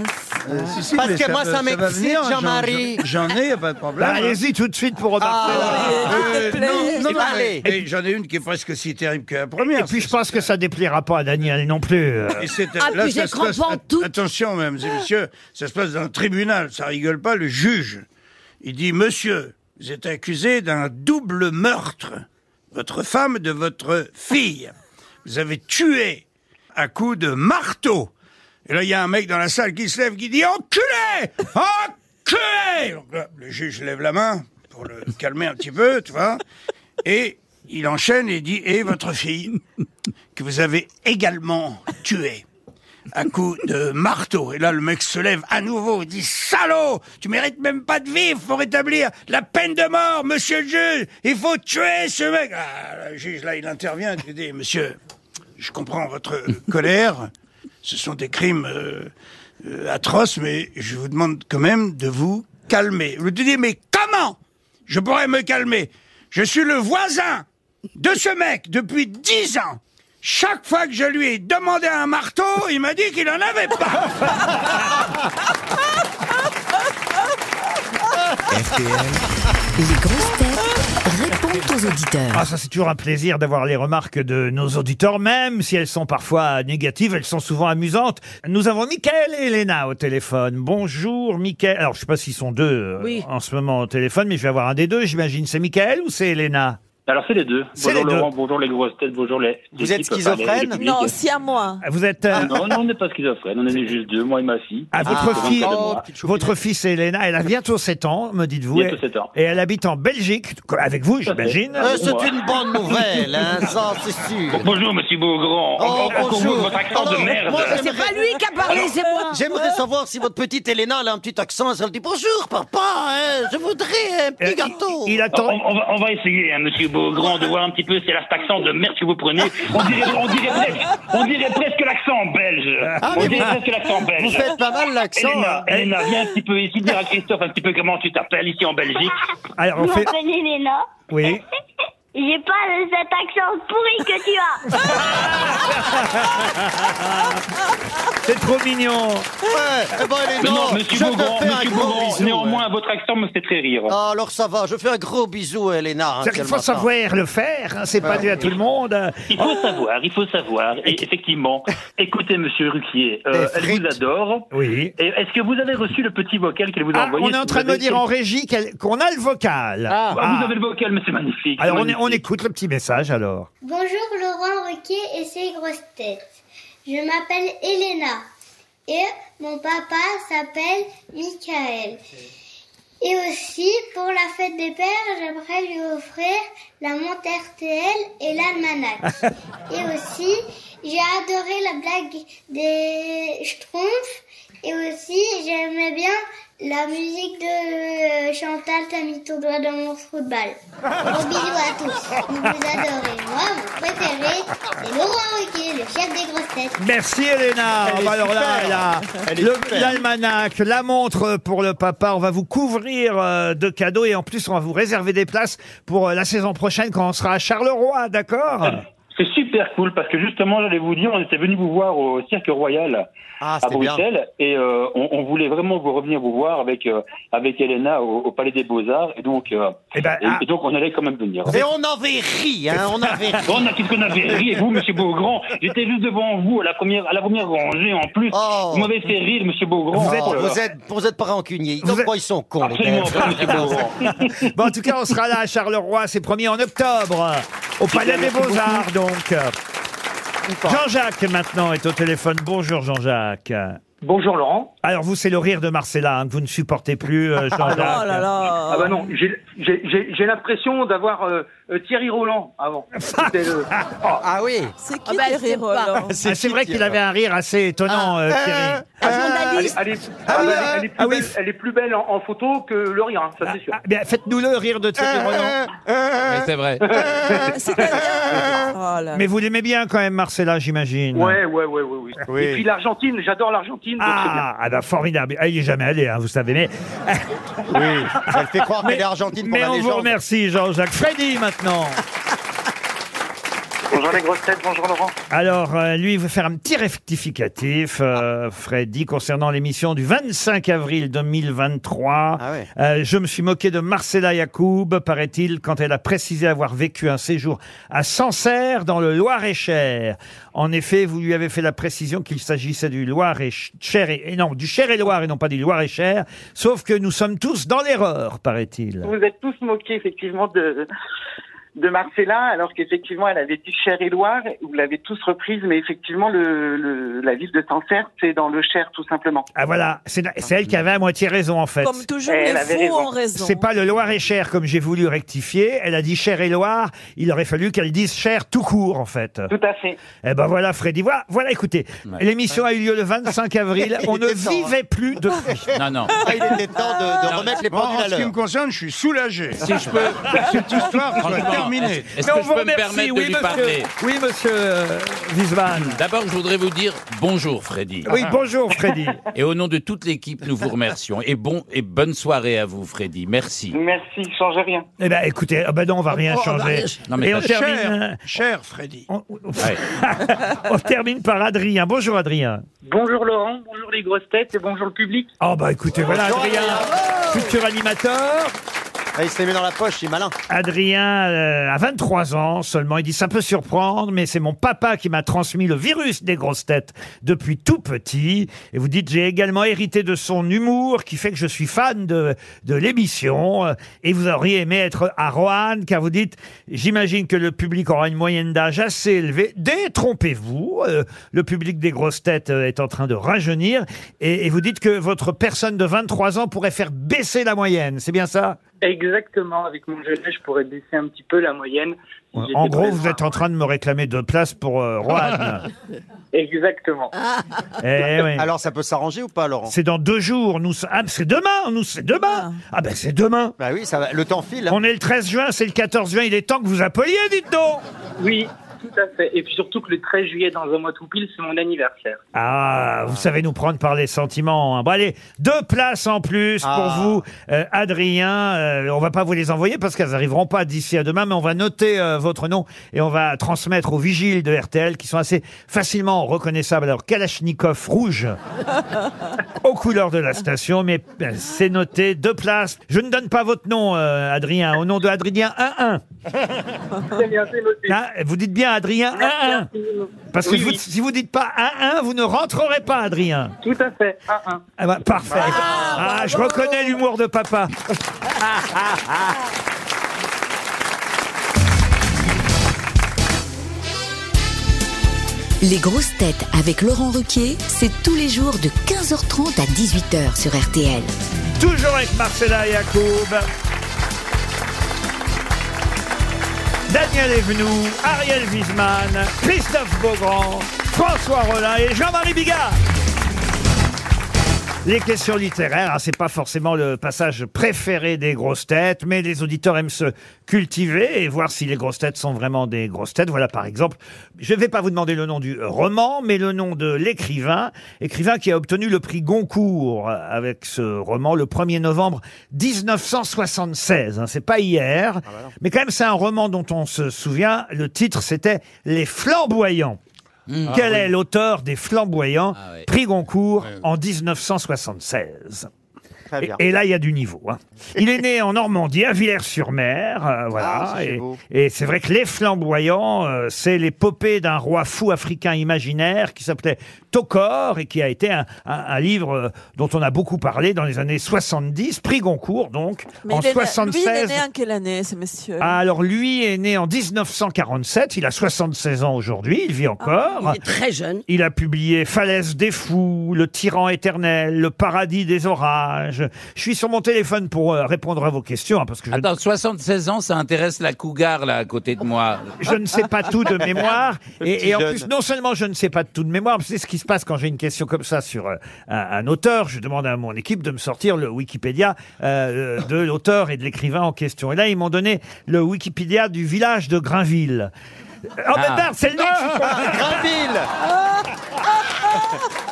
Speaker 8: Euh, Si, si,
Speaker 4: Parce
Speaker 8: mais
Speaker 4: que moi,
Speaker 8: va-
Speaker 4: ça
Speaker 8: va
Speaker 4: m'excite,
Speaker 8: venir, j'en-
Speaker 4: Jean-Marie.
Speaker 8: J'en j'en ai, y a pas de
Speaker 2: Bah,
Speaker 8: problème.
Speaker 2: Allez-y tout de suite pour repartir.
Speaker 8: Euh,
Speaker 6: S'il te plaît.
Speaker 8: non, non,
Speaker 4: Et
Speaker 8: non,
Speaker 4: parlez.
Speaker 8: mais- mais j'en ai une qui est presque si terrible que la
Speaker 2: Et
Speaker 8: première.
Speaker 2: puis je pense que ça déplaira pas à Daniel non plus. Euh,
Speaker 8: Et c'est-
Speaker 9: Ah,
Speaker 8: là,
Speaker 9: puis
Speaker 8: ça
Speaker 9: j'ai
Speaker 8: se passe-
Speaker 9: crampant
Speaker 8: att-
Speaker 9: tout.
Speaker 8: Attention, mesdames et messieurs, ça se passe dans le tribunal, ça rigole pas, le juge. Il dit, monsieur, vous êtes accusé d'un double meurtre, votre femme et de votre fille. Vous avez tué à coups de marteau. Et là, il y a un mec dans la salle qui se lève, qui dit, enculé! Enculé! Donc là, le juge lève la main pour le calmer un petit peu, tu vois. Et il enchaîne et dit, et votre fille? que vous avez également tué à coup de marteau. Et là, le mec se lève à nouveau et dit Salaud Tu mérites même pas de vivre pour établir la peine de mort, monsieur le juge Il faut tuer ce mec ah, Le juge, là, il intervient et il dit Monsieur, je comprends votre colère. Ce sont des crimes euh, euh, atroces, mais je vous demande quand même de vous calmer. Vous dites, mais comment je pourrais me calmer Je suis le voisin de ce mec depuis dix ans. Chaque fois que je lui ai demandé un marteau, il m'a dit qu'il en avait pas.
Speaker 1: RTL,
Speaker 10: Les grosses têtes répondent aux auditeurs.
Speaker 2: Ah, ça c'est toujours un plaisir d'avoir les remarques de nos auditeurs, même si elles sont parfois négatives, elles sont souvent amusantes. Nous avons Mickaël et Elena au téléphone. Bonjour Mickaël. Alors je sais pas s'ils sont deux euh,
Speaker 9: Oui.
Speaker 2: en ce moment au téléphone, mais je vais avoir un des deux, j'imagine. C'est Mickaël ou c'est Elena
Speaker 11: Alors c'est les deux.
Speaker 2: C'est
Speaker 11: Bonjour
Speaker 2: les deux.
Speaker 11: Laurent, bonjour les grosses têtes, bonjour les.
Speaker 4: Vous êtes
Speaker 11: l'équipe, enfin, les- les
Speaker 4: schizophrène
Speaker 11: publics.
Speaker 6: Non, si à moi.
Speaker 2: Vous êtes... euh,
Speaker 11: Ah non, non, on n'est pas schizophrène, on est juste deux, moi et ma fille.
Speaker 2: Ah, votre
Speaker 11: Ah.
Speaker 2: fille,
Speaker 11: Oh,
Speaker 2: votre fils Elena, elle a bientôt 7 ans, me dites-vous.
Speaker 11: Bientôt
Speaker 2: et-
Speaker 11: 7 ans.
Speaker 2: Et elle habite en Belgique, avec vous,
Speaker 11: à fait.
Speaker 2: j'imagine.
Speaker 4: Euh, c'est une bonne nouvelle, hein, ça, c'est sûr.
Speaker 11: Oh, Bonjour Monsieur Beaugrand.
Speaker 4: Oh,
Speaker 11: Encore pour
Speaker 4: bonjour.
Speaker 11: vous, votre accent
Speaker 4: Alors,
Speaker 11: de merde.
Speaker 4: moi, j'aime-
Speaker 9: C'est pas lui qui a parlé, c'est moi.
Speaker 4: J'aimerais savoir si votre petite Elena elle a un petit accent, elle dit bonjour papa, hein, je voudrais un
Speaker 2: Euh,
Speaker 4: petit gâteau.
Speaker 2: il, il
Speaker 11: Alors,
Speaker 2: attend.
Speaker 11: Ah, on, on va, on va essayer, hein, Monsieur Beaugrand, de voir un petit peu c'est cet accent de merde que vous prenez. On dirait, on dirait presque, on dirait presque l'accent belge.
Speaker 4: Ah, mais
Speaker 11: on dirait
Speaker 4: vous-
Speaker 11: presque l'accent belge.
Speaker 4: Vous faites pas mal l'accent.
Speaker 11: Elena,
Speaker 4: hein.
Speaker 11: Elena, viens un petit peu ici dire à Christophe un petit peu comment tu t'appelles ici en Belgique.
Speaker 2: Alors, on
Speaker 12: Je
Speaker 2: fait.
Speaker 12: m'appelle Elena.
Speaker 2: Oui.
Speaker 12: J'ai pas cet accent pourri que tu as.
Speaker 2: C'est trop mignon.
Speaker 4: Ouais, eh ben, Elena,
Speaker 11: Non, non,
Speaker 4: je
Speaker 11: Monsieur
Speaker 4: te
Speaker 11: Beaugrand,
Speaker 4: fais un
Speaker 11: Monsieur
Speaker 4: gros
Speaker 11: Beaugrand,
Speaker 4: bisou.
Speaker 11: néanmoins,
Speaker 4: hein.
Speaker 11: votre accent me fait très rire.
Speaker 4: Ah, alors ça va, je fais un gros bisou à Elena. hein,
Speaker 2: C'est-à-dire qu'il
Speaker 4: qu'elle
Speaker 2: faut
Speaker 4: m'attend.
Speaker 2: savoir le faire, hein, c'est pas dû à tout le monde.
Speaker 11: Il faut savoir, il faut savoir. Et effectivement, écoutez, Monsieur Ruquier, euh,
Speaker 4: Des
Speaker 11: elle vous
Speaker 4: frites.
Speaker 11: adore.
Speaker 2: Oui.
Speaker 11: Et Est-ce que vous avez reçu le petit vocal qu'elle vous a
Speaker 2: Ah,
Speaker 11: envoyé
Speaker 2: on est en train de me dire en régie qu'elle- qu'on a le vocal. Ah.
Speaker 11: Ah, Vous avez le vocal, mais c'est magnifique.
Speaker 2: Alors
Speaker 11: c'est
Speaker 2: on, est- on
Speaker 11: magnifique.
Speaker 2: écoute le petit message alors.
Speaker 12: Bonjour Laurent Ruquier et ses grosses têtes. Je m'appelle Elena et mon papa s'appelle Michael. Et aussi, pour la fête des pères, j'aimerais lui offrir la montre RTL et l'almanach. et aussi, j'ai adoré la blague des schtroumpfs. Et aussi, j'aimais bien la musique de Chantal, t'as mis ton doigt dans mon trou de balle. Gros bisous à tous. Vous vous adorez. Moi, mon préféré, c'est Laurent Ruquier, le chef des grosses têtes.
Speaker 2: Merci Elena.
Speaker 4: Elle
Speaker 2: Ah,
Speaker 4: est
Speaker 2: bah, alors là,
Speaker 4: super.
Speaker 2: elle a
Speaker 4: Elle est
Speaker 2: le-
Speaker 4: super.
Speaker 2: l'almanach, la montre pour le papa. On va vous couvrir euh, de cadeaux et en plus on va vous réserver des places pour euh, la saison prochaine quand on sera à Charleroi, d'accord
Speaker 11: C'est super cool parce que justement, j'allais vous dire, on était venu vous voir au Cirque Royal
Speaker 4: Ah,
Speaker 11: à
Speaker 4: c'était bien.
Speaker 11: Bruxelles et euh, on, on voulait vraiment vous revenir vous voir avec euh, avec Elena au, au Palais des Beaux Arts et donc euh,
Speaker 2: Eh ben,
Speaker 11: et-
Speaker 2: ah.
Speaker 11: et donc on allait quand même venir.
Speaker 4: Et on avait ri, hein, on avait ri.
Speaker 11: Oh, on a qu'est-ce qu'on avait ri, et vous, monsieur Beaugrand, j'étais juste devant vous, à la première, à la première rangée, en plus.
Speaker 4: Oh.
Speaker 11: Vous m'avez fait rire, monsieur Beaugrand.
Speaker 4: Vous
Speaker 11: Oh
Speaker 4: êtes,
Speaker 11: là
Speaker 4: vous
Speaker 11: là.
Speaker 4: êtes, vous êtes pas rancunier. Ils,
Speaker 2: Vous
Speaker 4: ont-
Speaker 2: êtes-
Speaker 4: ils sont cons, les gars.
Speaker 11: Absolument pas, monsieur Beaugrand.
Speaker 2: Bon, en tout cas, on sera là à Charleroi, c'est promis en octobre, au Palais des
Speaker 11: merci
Speaker 2: Beaux-Arts, donc. Jean-Jacques, maintenant, est au téléphone. Bonjour, Jean-Jacques.
Speaker 11: Bonjour, Laurent.
Speaker 2: Alors, vous, c'est le rire de Marcella, hein, que vous ne supportez plus, euh,
Speaker 6: Oh
Speaker 2: Jean-Jacques.
Speaker 6: là là.
Speaker 11: bah non, j'ai l'impression d'avoir euh, Thierry Roland avant. Oh.
Speaker 4: Ah oui.
Speaker 6: C'est
Speaker 9: Ah
Speaker 6: qui
Speaker 9: bah,
Speaker 6: les
Speaker 9: je sais
Speaker 6: rires,
Speaker 9: pas.
Speaker 6: alors
Speaker 2: Ah, c'est vrai qu'il avait un rire assez étonnant, euh, Thierry.
Speaker 9: Un journaliste.
Speaker 11: Elle est,
Speaker 4: Ah oui, ah,
Speaker 11: elle est
Speaker 2: ah
Speaker 11: plus
Speaker 2: oui.
Speaker 11: belle, elle est plus belle en, en photo que le rire, hein, ça c'est sûr.
Speaker 2: Ah, bien, faites-nous le rire de Thierry
Speaker 11: Euh,
Speaker 2: Roland.
Speaker 3: c'est vrai.
Speaker 6: C'est-à-dire- Oh
Speaker 4: Ah.
Speaker 6: là
Speaker 2: Mais vous l'aimez bien quand même, Marcella, j'imagine.
Speaker 11: Ouais, ouais, ouais, ouais, oui.
Speaker 4: Oui.
Speaker 11: Et puis l'Argentine, j'adore l'Argentine. donc c'est bien.
Speaker 2: Ah, ah bah, formidable. Ah, il est jamais allé, hein, vous savez. Mais,
Speaker 4: Oui, elle fait croire qu'elle est argentine pour
Speaker 2: mais
Speaker 4: la
Speaker 2: on vous
Speaker 4: légende.
Speaker 2: remercie, Jean-Jacques. Freddy, maintenant.
Speaker 11: Bonjour les grosses têtes, bonjour Laurent.
Speaker 2: Alors, euh, lui, il veut faire un petit rectificatif, euh, Freddy, concernant l'émission du 25 avril 2023.
Speaker 4: Ah ouais.
Speaker 2: Euh, je me suis moqué de Marcella Yacoub, paraît-il, quand elle a précisé avoir vécu un séjour à Sancerre, dans le Loir-et-Cher. En effet, vous lui avez fait la précision qu'il s'agissait du Loir-et-Cher, et, et non, du Cher-et-Loir, et non pas du Loir-et-Cher, sauf que nous sommes tous dans l'erreur, paraît-il.
Speaker 11: Vous êtes tous moqués effectivement de, de Marcella, alors qu'effectivement elle avait dit Cher et Loire, vous l'avez tous reprise, mais effectivement le, le- la ville de Sancerre, c'est dans le Cher tout simplement.
Speaker 2: Ah voilà, c'est c'est elle qui avait à moitié raison, en fait.
Speaker 6: Comme toujours,
Speaker 11: Elle
Speaker 6: les
Speaker 11: avait
Speaker 6: fous
Speaker 11: raison.
Speaker 6: ont raison.
Speaker 2: C'est pas le Loir-et-Cher comme j'ai voulu rectifier. Elle a dit Cher et Loire. Il aurait fallu qu'elle dise Cher tout court, en fait.
Speaker 11: Tout à fait.
Speaker 2: Eh ben voilà, Freddy. Voilà, voilà écoutez. L'émission a eu lieu le 25 avril.
Speaker 4: Il
Speaker 2: On ne
Speaker 4: était temps, hein.
Speaker 2: vivait plus de.
Speaker 3: Non, non.
Speaker 4: Ah, il était temps de, de remettre les
Speaker 8: Moi,
Speaker 4: pendules
Speaker 8: en
Speaker 4: à
Speaker 8: ce qui
Speaker 4: l'heure.
Speaker 8: me concerne, je suis soulagé.
Speaker 7: Si je peux, cette histoire,
Speaker 3: Franchement,
Speaker 8: dominé.
Speaker 3: Est-ce- Est-ce que je peux me permettre de lui parler
Speaker 2: Oui, monsieur euh,
Speaker 3: D'abord, je voudrais vous dire bonjour, Freddy.
Speaker 2: Oui, bonjour, Freddy.
Speaker 3: Et au nom de toute l'équipe, nous vous remercions. Et, bon, et bonne soirée à vous, Freddy. Merci.
Speaker 11: Merci, ne changez rien.
Speaker 2: Eh ben, écoutez, ah ben non, on va rien
Speaker 3: bon, on va
Speaker 2: changer.
Speaker 3: rien- Non, mais
Speaker 2: Et on
Speaker 3: cher,
Speaker 2: termine, euh,
Speaker 8: Cher Freddy.
Speaker 3: Ouais.
Speaker 2: on termine par Adrien. Bonjour, Adrien.
Speaker 11: Bonjour Laurent, bonjour les grosses têtes et bonjour le public.
Speaker 2: Oh bah écoutez, voilà Adrien, futur animateur.
Speaker 4: Ah, il se les met dans la poche, il est malin.
Speaker 2: Adrien euh, a 23 ans seulement. Il dit ça peut surprendre, mais c'est mon papa qui m'a transmis le virus des grosses têtes depuis tout petit. Et vous dites j'ai également hérité de son humour qui fait que je suis fan de de l'émission. Euh, Et vous auriez aimé être à Roanne car vous dites j'imagine que le public aura une moyenne d'âge assez élevée. Détrompez-vous, euh, le public des grosses têtes euh, est en train de rajeunir. Et, et vous dites que votre personne de 23 ans pourrait faire baisser la moyenne. C'est bien ça?
Speaker 11: Exactement, avec mon gelé, je pourrais baisser un petit peu la moyenne. si j'étais
Speaker 2: En gros,
Speaker 11: présent.
Speaker 2: vous êtes en train de me réclamer deux places pour euh, Roanne.
Speaker 11: Exactement.
Speaker 4: Ah.
Speaker 2: Eh oui.
Speaker 4: Alors ça peut s'arranger ou pas, Laurent
Speaker 2: C'est dans deux jours. Nous, ah, c'est demain. Nous, c'est demain. Ah ben, c'est demain.
Speaker 4: Bah oui, ça va. le temps file. hein.
Speaker 2: On est le 13 juin, c'est le 14 juin. Il est temps que vous appeliez, dites donc.
Speaker 11: Oui, tout à fait. Et puis surtout que le 13 juillet, dans un mois tout pile, c'est mon anniversaire.
Speaker 2: Ah, vous savez nous prendre par les sentiments. hein. Bon, allez, deux places en plus pour
Speaker 11: Ah.
Speaker 2: vous, euh, Adrien. Euh, on va pas vous les envoyer parce qu'elles arriveront pas d'ici à demain, mais on va noter euh, votre nom et on va transmettre aux vigiles de RTL qui sont assez facilement reconnaissables. Alors, Kalachnikov rouge aux couleurs de la station, mais euh, c'est noté. Deux places. Je ne donne pas votre nom, euh, Adrien, au nom de Adrien 1-1.
Speaker 11: Très bien, c'est noté.
Speaker 2: Hein, vous dites bien Adrien 1-1. Parce que
Speaker 11: Oui,
Speaker 2: vous-
Speaker 11: oui.
Speaker 2: si vous dites pas 1-1, vous ne rentrerez pas, Adrien.
Speaker 11: Tout à fait. Un, un.
Speaker 2: Ah bah, parfait. Ah, je reconnais l'humour de papa.
Speaker 10: Les grosses têtes avec Laurent Ruquier, c'est tous les jours de 15h30 à 18h sur RTL.
Speaker 2: Toujours avec Marcella Yacoub. Daniel Evenou, Ariel Wiesman, Christophe Beaugrand, François Rollin et Jean-Marie Bigard. Les questions littéraires, hein, c'est pas forcément le passage préféré des grosses têtes, mais les auditeurs aiment se cultiver et voir si les grosses têtes sont vraiment des grosses têtes. Voilà par exemple, je vais pas vous demander le nom du roman, mais le nom de l'écrivain, écrivain qui a obtenu le prix Goncourt euh, avec ce roman le 1er novembre 1976. hein, c'est pas hier,
Speaker 7: Ah,
Speaker 2: mais quand même c'est un roman dont on se souvient. Le titre c'était Les Flamboyants. Quel
Speaker 7: Ah oui.
Speaker 2: est l'auteur des Flamboyants,
Speaker 7: Ah ouais.
Speaker 2: prix Goncourt en 1976
Speaker 4: Très
Speaker 2: et,
Speaker 4: bien.
Speaker 2: et là, il y a du niveau. hein. Il est né en Normandie, à Villers-sur-Mer. euh, voilà.
Speaker 4: Ah, c'est
Speaker 2: et
Speaker 4: beau.
Speaker 2: et c'est vrai que les flamboyants, euh, c'est l'épopée d'un roi fou africain imaginaire qui s'appelait Tokor et qui a été un, un- un livre euh, dont on a beaucoup parlé dans les années 70, prix Goncourt donc,
Speaker 6: Mais
Speaker 2: en
Speaker 6: il est né-
Speaker 2: 76.
Speaker 6: Lui, il est né en quelle année, ce monsieur
Speaker 2: Ah, Alors lui est né en 1947, il a 76 ans aujourd'hui, il vit encore.
Speaker 9: Ah, il est très jeune.
Speaker 2: Il a publié Falaise des fous, Le tyran éternel, Le paradis des orages. Je suis sur mon téléphone pour euh, répondre à vos questions hein, parce que je,
Speaker 3: Attends, 76 Ah, ans, ça intéresse la cougar, là, à côté de moi.
Speaker 2: je ne sais pas tout de mémoire
Speaker 3: Le
Speaker 2: et,
Speaker 3: petit
Speaker 2: et en
Speaker 3: jeune.
Speaker 2: plus non seulement je ne sais pas de tout de mémoire, mais c'est ce qui se passe quand j'ai une question comme ça sur euh, un, un auteur, je demande à mon équipe de me sortir le Wikipédia euh, de l'auteur et de l'écrivain en question. Et là ils m'ont donné le Wikipédia du village de Grainville. Oh, mais
Speaker 3: Ah.
Speaker 2: merde, c'est le nom que je suis pas-
Speaker 4: Grinville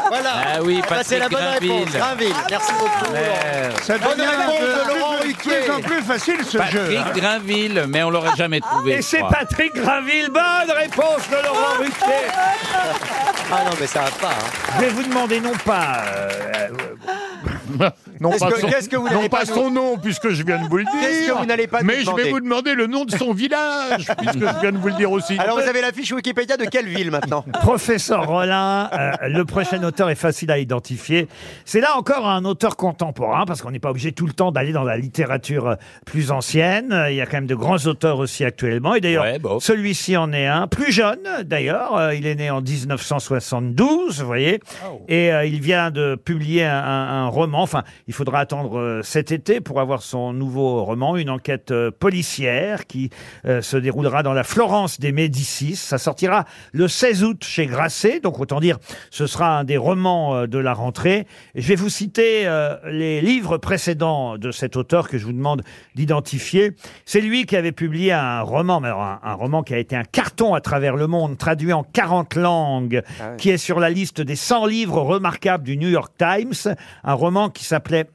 Speaker 4: Voilà
Speaker 3: Ah oui,
Speaker 4: Bah,
Speaker 3: Patrick
Speaker 4: C'est la bonne réponse,
Speaker 3: Grinville.
Speaker 4: Grinville. Merci beaucoup.
Speaker 3: Ouais.
Speaker 8: Ça
Speaker 4: Ah. Bonne
Speaker 8: devient
Speaker 4: réponse de Laurent
Speaker 8: de plus,
Speaker 4: Ruquier.
Speaker 8: en plus facile ce jeu. hein.
Speaker 3: Patrick Grinville, mais on l'aurait jamais trouvé.
Speaker 2: Et
Speaker 3: je
Speaker 2: c'est
Speaker 3: crois.
Speaker 2: Patrick Graville. Bonne réponse de Laurent Ruquier.
Speaker 4: Ah non, mais ça va pas. hein.
Speaker 2: Je vais vous demander non pas. euh, euh,
Speaker 7: Non,
Speaker 4: Qu'est-ce
Speaker 7: pas,
Speaker 4: que-
Speaker 7: son,
Speaker 4: qu'est-ce que vous
Speaker 7: non
Speaker 4: n'allez
Speaker 7: pas
Speaker 4: pas nous-
Speaker 7: son nom, puisque je viens de vous le dire.
Speaker 4: Qu'est-ce que vous n'allez pas nous
Speaker 7: Mais je
Speaker 4: demander
Speaker 7: vais vous demander le nom de son village, puisque je viens de vous le dire aussi.
Speaker 4: Alors vous avez la fiche Wikipédia de quelle ville maintenant
Speaker 2: professeur Rollin, euh, le prochain auteur est facile à identifier. C'est là encore un auteur contemporain, parce qu'on n'est pas obligé tout le temps d'aller dans la littérature euh, plus ancienne. Euh, Il y a quand même de grands auteurs aussi actuellement. Et d'ailleurs,
Speaker 3: Ouais, bof.
Speaker 2: celui-ci en est un. Plus jeune, d'ailleurs. Euh, il est né en 1972, vous voyez. Et euh, il vient de publier un, un- un roman Enfin, il faudra attendre euh, cet été pour avoir son nouveau roman, une enquête euh, policière qui euh, se déroulera dans la Florence des Médicis. Ça sortira le 16 août chez Grasset, donc autant dire ce sera un des romans euh, de la rentrée. Et je vais vous citer euh, les livres précédents de cet auteur que je vous demande d'identifier. C'est lui qui avait publié un roman, mais alors un, un roman qui a été un carton à travers le monde, traduit en 40 langues, qui est sur la liste des 100 livres remarquables du New York Times, un roman qui s'appelait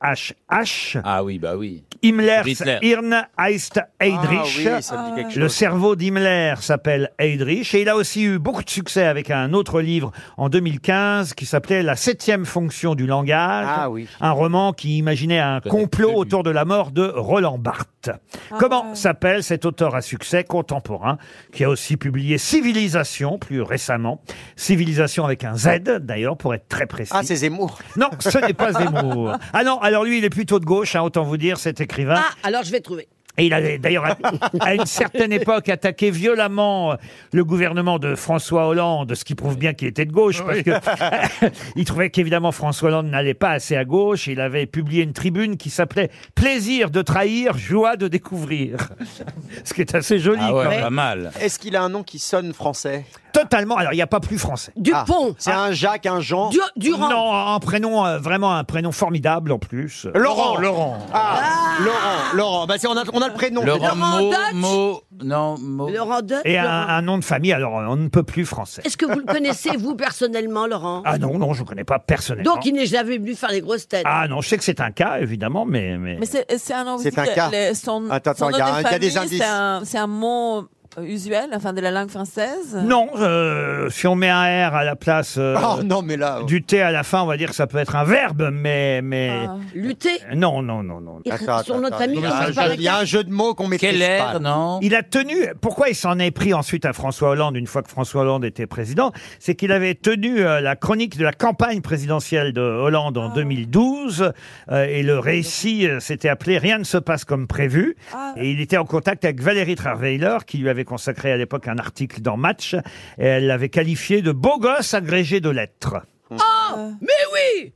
Speaker 2: HHHH.
Speaker 3: Ah oui, bah oui.
Speaker 2: Himmlers
Speaker 3: Hitler.
Speaker 2: Hirn Heist Heydrich.
Speaker 3: Ah oui, ça me dit quelque
Speaker 2: le
Speaker 3: chose.
Speaker 2: cerveau d'Himmler s'appelle Heydrich et il a aussi eu beaucoup de succès avec un autre livre en 2015 qui s'appelait La septième fonction du langage.
Speaker 4: Ah oui.
Speaker 2: Un roman qui imaginait un
Speaker 4: connais
Speaker 2: complot autour de la mort de Roland Barthes. Comment s'appelle cet auteur à succès contemporain qui a aussi publié Civilisation plus récemment. Civilisation avec un Z d'ailleurs pour être très précis.
Speaker 4: Ah, c'est Zemmour.
Speaker 2: Non, ce n'est pas Zemmour. Ah non, alors lui, il est plutôt de gauche, hein, autant vous dire, cet écrivain.
Speaker 9: Ah,
Speaker 5: Ah,
Speaker 9: Alors je vais trouver.
Speaker 2: Et il avait d'ailleurs, à- à une certaine époque, attaqué violemment euh, le gouvernement de François Hollande, ce qui prouve bien qu'il était de gauche, parce
Speaker 13: Oui.
Speaker 2: que il trouvait qu'évidemment François Hollande n'allait pas assez à gauche. Il avait publié une tribune qui s'appelait Plaisir de trahir, joie de découvrir. Ce qui est assez joli.
Speaker 3: Ah ouais,
Speaker 2: quand même.
Speaker 3: pas mal.
Speaker 4: Est-ce qu'il a un nom qui sonne français
Speaker 2: Totalement. Alors, il n'y a pas plus français.
Speaker 4: Dupont. Ah, c'est un Jacques, un Jean.
Speaker 2: Non, un prénom, euh, vraiment un prénom formidable en plus.
Speaker 4: Laurent. Ah, Laurent. Laurent. Bah, c'est- on, a, on a le prénom.
Speaker 2: Laurent Mo-
Speaker 3: Mo- non, Mo-
Speaker 9: Laurent Deutsch.
Speaker 2: Et un,
Speaker 9: Laurent.
Speaker 2: un nom de famille, alors on ne peut plus français.
Speaker 9: Est-ce que vous le connaissez, vous, personnellement, Laurent
Speaker 2: Ah non, non, je ne connais pas personnellement.
Speaker 9: Donc il n'est jamais venu faire les grosses têtes.
Speaker 2: Ah non, je sais que c'est un cas, évidemment, mais... mais...
Speaker 6: Mais c'est c'est un nom. vous
Speaker 2: C'est
Speaker 6: dites
Speaker 2: un
Speaker 6: que
Speaker 2: cas.
Speaker 6: les- son,
Speaker 2: Attends,
Speaker 6: son
Speaker 2: attends,
Speaker 6: nom
Speaker 2: il y a
Speaker 6: de
Speaker 2: un- il y a des
Speaker 6: famille,
Speaker 2: indices.
Speaker 6: C'est un, c'est un mot euh, usuel, enfin de la langue française.
Speaker 2: Non, euh, si on met un R à la place euh,
Speaker 6: Oh,
Speaker 4: non, mais là,
Speaker 2: du T à la fin, on va dire que ça peut être un verbe, mais... mais...
Speaker 9: Ah. Lutter
Speaker 2: Non, non, non, non.
Speaker 9: Il- Attends, sur notre attends, famille, attends. il parle
Speaker 4: Il y a un jeu de mots qu'on maîtrise
Speaker 2: air,
Speaker 4: pas.
Speaker 2: Il a tenu. Pourquoi il s'en est pris ensuite à François Hollande une fois que François Hollande était président, c'est qu'il avait tenu euh, la chronique de la campagne présidentielle de Hollande
Speaker 9: Ah.
Speaker 2: en 2012 euh, et le récit euh, s'était appelé Rien ne se passe comme prévu.
Speaker 9: Ah.
Speaker 2: Et il était en contact avec Valérie Traveiller qui lui avait consacré à l'époque un article dans Match. Et elle l'avait qualifié de beau gosse agrégé de lettres.
Speaker 9: Oh Mais oui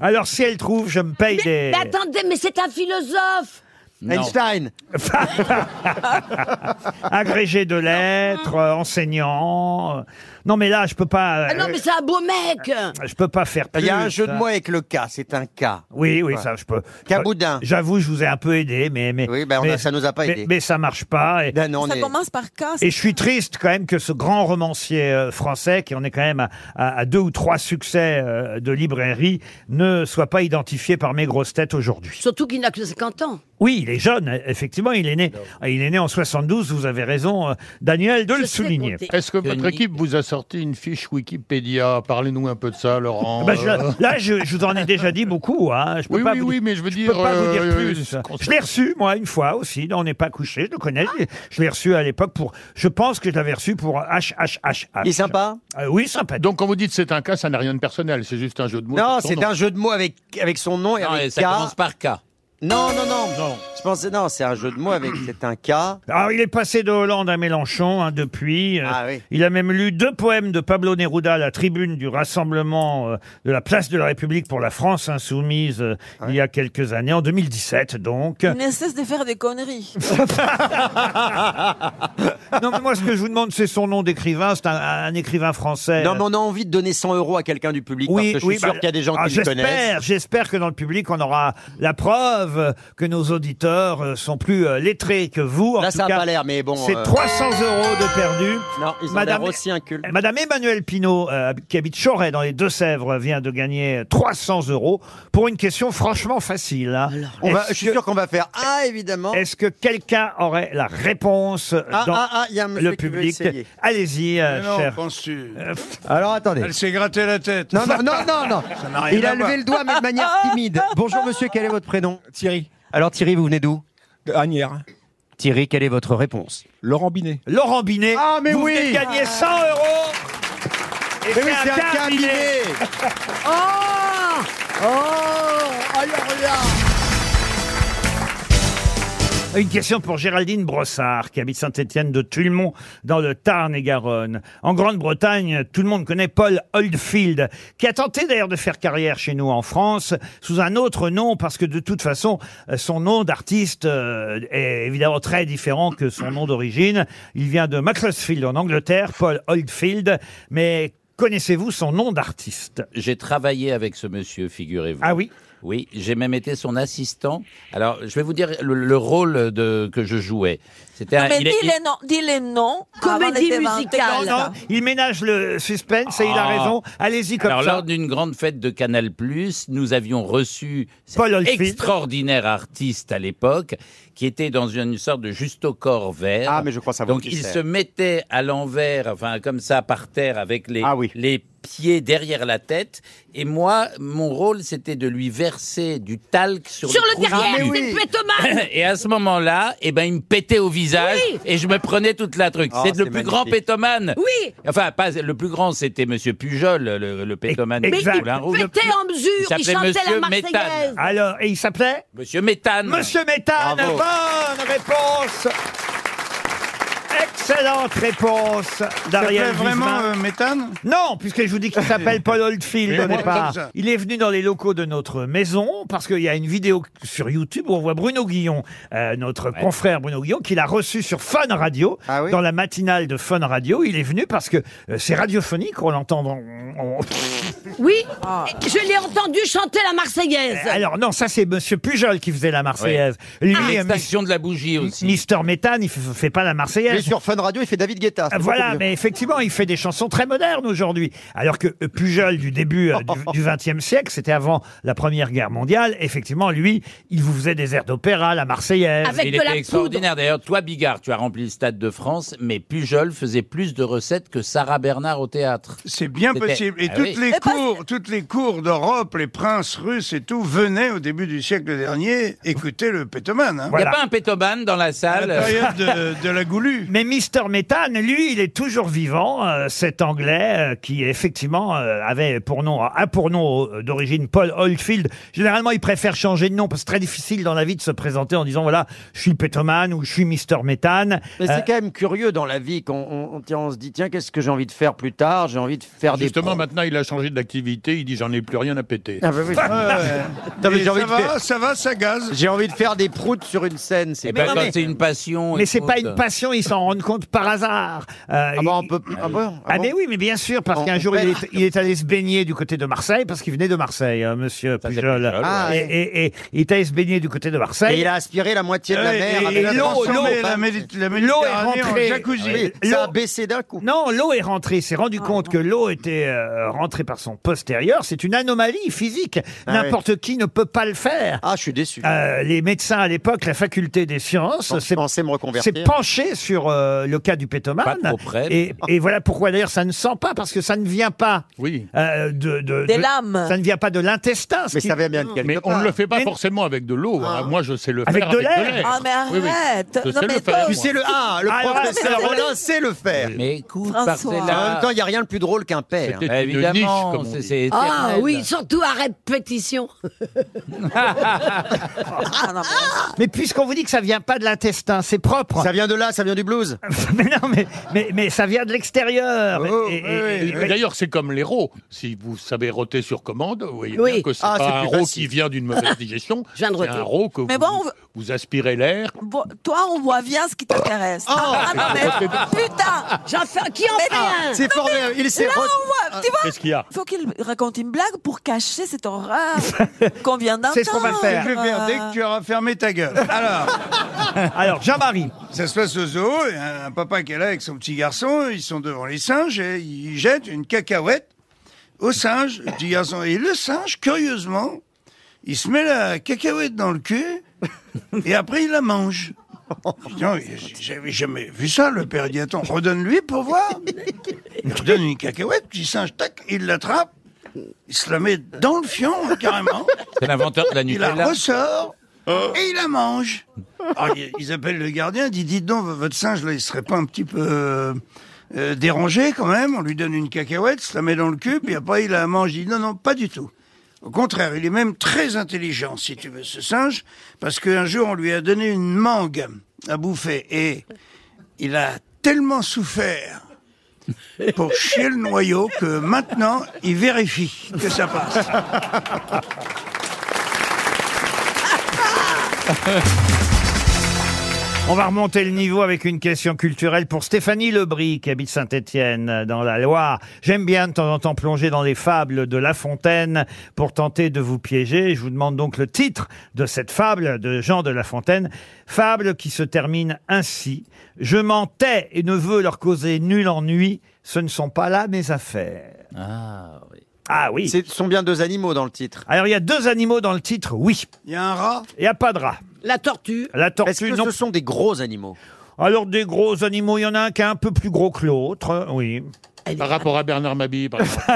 Speaker 2: Alors si elle trouve, je me paye des.
Speaker 9: Mais attendez, mais c'est un philosophe
Speaker 4: Einstein.
Speaker 2: Agrégé de lettres, euh, enseignant. euh, Non mais là, je peux pas. euh,
Speaker 9: Ah non, mais c'est un beau mec
Speaker 2: Je peux pas faire plus.
Speaker 4: Il y a un jeu de
Speaker 2: ça.
Speaker 4: mots avec le cas, c'est un cas.
Speaker 2: Oui, oui, ça, je peux.
Speaker 4: Caboudin.
Speaker 2: J'avoue, je vous ai un peu aidé, mais mais.
Speaker 4: Oui, ben, on a-
Speaker 2: mais-
Speaker 4: ça nous a pas
Speaker 2: mais-
Speaker 4: aidé.
Speaker 2: Mais, ça marche pas. Et,
Speaker 6: ça commence par
Speaker 9: Ah,
Speaker 6: K.
Speaker 2: Et je suis triste quand même que ce grand romancier euh, français, qui en est quand même à, à- à deux ou trois succès euh, de librairie, ne soit pas identifié par mes grosses têtes aujourd'hui.
Speaker 9: Surtout qu'il n'a que 50 ans.
Speaker 2: Oui, il est jeune, euh, effectivement, il est né, il est né en 72, vous avez raison, euh, Daniel, de le souligner.
Speaker 7: Est-ce que votre équipe vous a sorti une fiche Wikipédia Parlez-nous un peu de ça, Laurent.
Speaker 2: Ah bah, je-
Speaker 7: Euh,
Speaker 2: là, je, je vous en ai déjà dit beaucoup. Hein. Je peux
Speaker 7: Oui,
Speaker 2: pas
Speaker 7: oui,
Speaker 2: vous
Speaker 7: oui,
Speaker 2: dire-
Speaker 7: mais je veux
Speaker 2: peux
Speaker 7: dire,
Speaker 2: pas vous dire
Speaker 7: euh,
Speaker 2: plus.
Speaker 7: euh,
Speaker 2: Je l'ai reçu, moi, une fois aussi. On n'est pas couché, je le connais. Je l'ai- Je l'ai reçu à l'époque pour. Je pense que je l'avais reçu pour HHH.
Speaker 4: Il est sympa
Speaker 2: Ah Oui, sympa.
Speaker 7: Donc, quand vous dites c'est un cas, ça n'a rien de personnel, c'est juste un jeu de mots.
Speaker 4: Non, c'est un jeu de mots avec, avec son nom et avec
Speaker 7: ça
Speaker 4: K.
Speaker 7: commence
Speaker 3: par K.
Speaker 4: Non, non, non. Je pensais, non, c'est un jeu de mots avec, c'est un cas.
Speaker 2: Alors, Ah, il est passé de Hollande à Mélenchon hein, depuis. Euh,
Speaker 4: Ah
Speaker 2: Il a même lu deux poèmes de Pablo Neruda à la tribune du rassemblement euh, de la place de la République pour la France insoumise euh,
Speaker 4: Ah
Speaker 2: il y a quelques années, en 2017 donc.
Speaker 6: Il ne cesse de faire des conneries.
Speaker 2: non, mais moi, ce que je vous demande, c'est son nom d'écrivain. C'est un, un écrivain français.
Speaker 4: Non, mais on a envie de donner 100 euros à quelqu'un du public parce que je suis sûr
Speaker 2: bah,
Speaker 4: qu'il y a des gens
Speaker 2: ah,
Speaker 4: qui le connaissent.
Speaker 2: J'espère, j'espère que dans le public, on aura la preuve euh, que nos auditeurs euh, sont plus euh, lettrés que vous. En
Speaker 4: Là,
Speaker 2: tout
Speaker 4: ça a
Speaker 2: cas,
Speaker 4: pas l'air, mais bon,
Speaker 2: C'est
Speaker 4: euh,
Speaker 2: 300 euros de perdus.
Speaker 4: Non, ils ont
Speaker 2: Madame-
Speaker 4: l'air aussi incultes.
Speaker 2: Euh, Madame Emmanuelle Pinault, euh, qui habite Choret dans les Deux-Sèvres, vient de gagner 300 euros pour une question franchement facile. hein.
Speaker 4: On va-
Speaker 2: Est-ce
Speaker 4: je suis
Speaker 2: que-
Speaker 4: sûr qu'on va faire Ah, évidemment.
Speaker 2: Est-ce que quelqu'un aurait la réponse
Speaker 4: Ah,
Speaker 2: dans
Speaker 4: ah, ah, il y a un monsieur
Speaker 2: le
Speaker 4: qui veut
Speaker 2: public
Speaker 4: essayer.
Speaker 2: Allez-y, euh,
Speaker 8: Mais non,
Speaker 2: cher. euh,
Speaker 8: penses-tu
Speaker 4: Alors attendez.
Speaker 8: Elle s'est grattée la tête.
Speaker 4: Non, non, non, non, non.
Speaker 8: Ça n'a rien
Speaker 4: Il
Speaker 8: à
Speaker 4: a
Speaker 8: voir.
Speaker 4: levé le doigt, mais de manière timide. Bonjour, monsieur, quel est votre prénom Thierry. Alors, Thierry, vous venez d'où De Agnières. Thierry, quelle est votre réponse Laurent Binet.
Speaker 2: Laurent Binet.
Speaker 4: Ah, mais
Speaker 2: vous
Speaker 4: oui
Speaker 2: venez de gagner 100 euros. Et
Speaker 4: Mais oui,
Speaker 2: c'est
Speaker 4: c'est
Speaker 2: un
Speaker 4: un
Speaker 2: cas
Speaker 4: cabinet.
Speaker 2: Binet.
Speaker 9: Oh Oh Alors là
Speaker 2: Une question pour Géraldine Brossard, qui habite Saint-Étienne de Tulmont, dans le Tarn-et-Garonne. En Grande-Bretagne, tout le monde connaît Paul Oldfield, qui a tenté d'ailleurs de faire carrière chez nous en France, sous un autre nom, parce que de toute façon, euh, son nom d'artiste euh, est évidemment très différent que son nom d'origine. Il vient de Macclesfield, en Angleterre, Paul Oldfield, mais connaissez-vous son nom d'artiste
Speaker 3: J'ai travaillé avec ce monsieur, figurez-vous.
Speaker 2: Ah oui
Speaker 3: Oui, j'ai même été son assistant. Alors, je vais vous dire le, le rôle de, que je jouais. C'était un-
Speaker 6: Ah, Mais
Speaker 3: il
Speaker 6: dis
Speaker 3: est- il-
Speaker 6: les noms, dis les noms.
Speaker 2: Comédie
Speaker 6: avant d'être
Speaker 2: musicale.
Speaker 6: intégrante.
Speaker 2: Non, non, Il ménage le suspense et il a
Speaker 3: Ah.
Speaker 2: raison. Allez-y comme
Speaker 3: Alors,
Speaker 2: ça.
Speaker 3: lors d'une grande fête de Canal+, nous avions reçu cet
Speaker 2: Paul Oldfield.
Speaker 3: extraordinaire artiste à l'époque, qui était dans une sorte de justo corps vert.
Speaker 4: Ah, mais je crois savoir
Speaker 3: Donc,
Speaker 4: qui
Speaker 3: il
Speaker 4: c'est.
Speaker 3: se mettait à l'envers, enfin, comme ça, par terre, avec
Speaker 4: Ah
Speaker 3: les, les pieds derrière la tête. Et moi, mon rôle, c'était de lui verser du talc sur,
Speaker 9: Sur le
Speaker 3: trou du
Speaker 2: Ah,
Speaker 9: derrière,
Speaker 3: cul.
Speaker 9: c'est une pétomane
Speaker 3: Et à ce moment-là, eh ben, il me pétait au visage et je me prenais toute la truc.
Speaker 9: Oh,
Speaker 3: c'est le
Speaker 9: c'est
Speaker 3: plus grand
Speaker 9: magnifique.
Speaker 3: pétomane.
Speaker 9: Oui.
Speaker 3: Enfin, pas, le plus grand, c'était Monsieur Pujol, le, le pétomane
Speaker 9: Mais
Speaker 3: de
Speaker 9: il
Speaker 3: Moulin Rouge.
Speaker 9: pétait en mesure,
Speaker 3: Il
Speaker 9: il
Speaker 3: s'appelait
Speaker 9: chantait la
Speaker 3: Monsieur
Speaker 9: Marseillaise.
Speaker 3: Méthane.
Speaker 2: Alors, et il s'appelait
Speaker 3: Monsieur Méthane.
Speaker 2: Monsieur Méthane,
Speaker 3: Bravo.
Speaker 2: bonne réponse Excellente réponse d'Ariel
Speaker 8: s'appelait vraiment, euh,
Speaker 2: Méthane Non, puisque je vous dis qu'il s'appelle Paul Oldfield
Speaker 8: Mais
Speaker 2: au
Speaker 8: moi,
Speaker 2: départ.
Speaker 8: comme ça.
Speaker 2: Il est venu dans les locaux de notre maison, parce qu'il y a une vidéo sur YouTube où on voit Bruno Guillon, euh, notre confrère Bruno Guillon, qu'il a reçu sur Fun Radio,
Speaker 8: Ah
Speaker 2: dans la matinale de Fun Radio. Il est venu parce que euh, c'est radiophonique, on l'entend... dans- on-
Speaker 9: Oui,
Speaker 2: Ah.
Speaker 9: je l'ai entendu chanter la Marseillaise.
Speaker 2: Euh, Alors non, ça c'est Monsieur Pujol qui faisait la Marseillaise. Lui, euh,
Speaker 3: L'extinction Ah, de la bougie aussi.
Speaker 2: Mister Méthane, il ne fait pas la Marseillaise. Ah,
Speaker 4: Mais sur Fun Radio, il fait David Guetta. c'est beaucoup
Speaker 2: Voilà,
Speaker 4: mieux.
Speaker 2: mais effectivement, il fait des chansons très modernes aujourd'hui. Alors que euh, Pujol du début euh, du XXe siècle, c'était avant la Première Guerre mondiale, effectivement, lui, il vous faisait des airs d'opéra, la Marseillaise.
Speaker 3: il était extraordinaire. D'ailleurs, toi, Bigard, tu as rempli le Stade de France, mais Pujol faisait plus de recettes que Sarah Bernard au théâtre. Ah
Speaker 8: C'est bien possible. Et toutes les cours, toutes les cours d'Europe, les princes russes et tout venaient au début du siècle dernier écouter le pétoman. hein.
Speaker 3: Il n'y a pas un pétomane dans la salle.
Speaker 8: La période de-
Speaker 2: la goulue. Mais Mister Méthane, lui, il est toujours vivant, euh, cet Anglais euh, qui effectivement euh, avait pour nom, a pour nom euh, d'origine Paul Oldfield. Généralement, il préfère changer de nom parce que c'est très difficile dans la vie de se présenter en disant voilà, je suis Pétoman ou je suis Mister Méthane.
Speaker 4: Mais
Speaker 2: Euh,
Speaker 4: c'est quand même curieux dans la vie quand on, on- tiens, on se dit tiens qu'est-ce que j'ai envie de faire plus tard j'ai envie de faire des
Speaker 7: Justement, maintenant, il a changé d'activité. Il dit J'en ai plus rien à péter.
Speaker 4: Ah bah oui. Non, mais
Speaker 7: Et
Speaker 4: j'ai envie
Speaker 7: ça
Speaker 4: de
Speaker 7: va,
Speaker 4: faire-
Speaker 8: ça va ça gaze
Speaker 4: j'ai envie de faire des proutes sur une scène c'est
Speaker 3: Eh ben, quand c'est une passion.
Speaker 2: Mais c'est
Speaker 3: écoute.
Speaker 2: pas une passion, ils s'en rendent compte par hasard. Euh, il-
Speaker 4: ah bon, ah
Speaker 2: Ah,
Speaker 4: bon
Speaker 2: mais oui, mais bien sûr, parce
Speaker 4: On-
Speaker 2: qu'un
Speaker 4: on
Speaker 2: jour il
Speaker 4: perd.
Speaker 2: est, il est allé se baigner du côté de Marseille, parce qu'il venait de Marseille, euh, Monsieur Pujol.
Speaker 4: Ah,
Speaker 2: et,
Speaker 4: ouais.
Speaker 2: et- et il est allé se baigner du côté de Marseille.
Speaker 4: Et il a aspiré la moitié de la
Speaker 2: Ouais,
Speaker 4: mer
Speaker 2: et-
Speaker 4: avec
Speaker 2: et
Speaker 4: la
Speaker 2: l'eau,
Speaker 4: transformée,
Speaker 2: l'eau,
Speaker 4: la-
Speaker 2: l'eau est
Speaker 4: Méditerranée en
Speaker 2: rentrée.
Speaker 4: jacuzzi. Oui, ça a baissé d'un coup.
Speaker 2: Non, l'eau est rentrée. Il s'est rendu compte que l'eau était euh, rentrée par son postérieur. C'est une anomalie physique.
Speaker 4: Ah
Speaker 2: N'importe qui ne peut pas le faire. Euh,
Speaker 4: Ah, je suis déçu.
Speaker 2: les médecins à l'époque, la faculté des sciences, s'est- s'est penché sur euh, le cas du pétomane.
Speaker 3: Pas trop près.
Speaker 2: Et, et voilà pourquoi d'ailleurs ça ne sent pas parce que ça ne vient pas euh,
Speaker 7: oui.
Speaker 2: de, de-
Speaker 7: Des
Speaker 2: de-
Speaker 7: lames.
Speaker 2: Ça ne vient pas de l'intestin. ce
Speaker 7: Mais
Speaker 2: qui-
Speaker 7: ça vient bien de quelque Mais on part. ne le fait pas forcément avec de l'eau, hein. Moi, je sais le
Speaker 2: avec
Speaker 7: faire
Speaker 2: De
Speaker 7: avec de
Speaker 2: l'air.
Speaker 7: l'air. Ah, mais Oui, oui. arrête. Je Non, sais mais le faire, toi
Speaker 4: Tu
Speaker 7: aussi.
Speaker 4: sais le ah, le
Speaker 7: Ah, ouais,
Speaker 4: professeur
Speaker 7: mais c'est-
Speaker 4: Rollin sait le faire.
Speaker 3: Mais écoute,
Speaker 4: en
Speaker 3: François. Marcella.
Speaker 4: même temps, il n'y a rien de plus drôle qu'un père.
Speaker 3: C'était une Évidemment, niche, comme on c'est- dit. c'est
Speaker 9: Ah oui, surtout à répétition.
Speaker 2: Mais puisqu'on vous dit que ça vient pas de l'intestin, c'est propre.
Speaker 4: Ça vient de là, ça vient du blues.
Speaker 2: mais non, mais, mais, mais ça vient de l'extérieur. Et- et- et-
Speaker 7: Et Oh, D'ailleurs, c'est comme les rots. Si vous savez rôter sur commande, vous voyez
Speaker 2: Oui.
Speaker 7: bien que c'est
Speaker 2: Ah, c'est
Speaker 7: pas un
Speaker 2: plus
Speaker 7: rot
Speaker 2: facile.
Speaker 7: qui vient d'une mauvaise digestion. c'est un
Speaker 6: rôter.
Speaker 7: rot que
Speaker 6: Mais
Speaker 7: vous,
Speaker 6: bon, on veut-
Speaker 7: vous aspirez l'air.
Speaker 6: Bon, toi, on voit bien ce qui t'intéresse.
Speaker 2: Oh.
Speaker 6: Ah, non, mais putain
Speaker 9: J'en fais... Qui en
Speaker 6: Mais
Speaker 9: fait
Speaker 6: non.
Speaker 9: un
Speaker 6: Non, mais Là, on voit, tu vois
Speaker 7: Qu'est-ce qu'il y a
Speaker 6: faut qu'il raconte une blague pour cacher cette horreur qu'on vient d'entendre.
Speaker 8: C'est ce qu'on va faire. Je vais faire dès que tu auras fermé ta gueule. Alors,
Speaker 2: Alors Jean-Marie.
Speaker 8: Ça se passe au zoo, et un, un papa qui est là avec son petit garçon, ils sont devant les singes et ils jettent une cacahuète au singe, le petit garçon. Et le singe, curieusement, il se met la cacahuète dans le cul et après il la mange. Je dis, Non, j'avais jamais vu ça, le père dit attends, redonne-lui pour voir. Il redonne une cacahuète, petit singe, tac, il l'attrape, il se la met dans le fion hein, carrément.
Speaker 3: C'est l'inventeur de la
Speaker 8: Il la
Speaker 3: Nutella.
Speaker 8: ressort et il la mange. Alors, ils- ils appellent le gardien, ils disent Dites donc, votre singe, là, il serait pas un petit peu euh, euh, dérangé quand même On lui donne une cacahuète, se la met dans le cul, puis après il la mange. Il dit Non, non, pas du tout. Au contraire, il est même très intelligent, si tu veux, ce singe, parce qu'un jour, on lui a donné une mangue à bouffer et il a tellement souffert pour chier le noyau que maintenant, il vérifie que ça passe.
Speaker 2: On va remonter le niveau avec une question culturelle pour Stéphanie Lebris, qui habite Saint-Étienne, dans la Loire. J'aime bien de temps en temps plonger dans les fables de La Fontaine pour tenter de vous piéger. Je vous demande donc le titre de cette fable de Jean de La Fontaine, fable qui se termine ainsi. Je m'en tais et ne veux leur causer nul ennui, ce ne sont pas là mes affaires.
Speaker 3: Ah oui.
Speaker 2: Ah oui. Ce
Speaker 4: sont bien deux animaux dans le titre.
Speaker 2: Alors il y a deux animaux dans le titre, oui.
Speaker 8: Il y a un rat
Speaker 2: Il n'y a pas de rat.
Speaker 9: La tortue.
Speaker 2: La tortue,
Speaker 4: Est-ce que
Speaker 2: non.
Speaker 4: ce sont des gros animaux
Speaker 2: Alors des gros animaux, il y en a un qui est un peu plus gros que l'autre, euh, oui.
Speaker 7: Par rapport à Bernard Mabille, par exemple.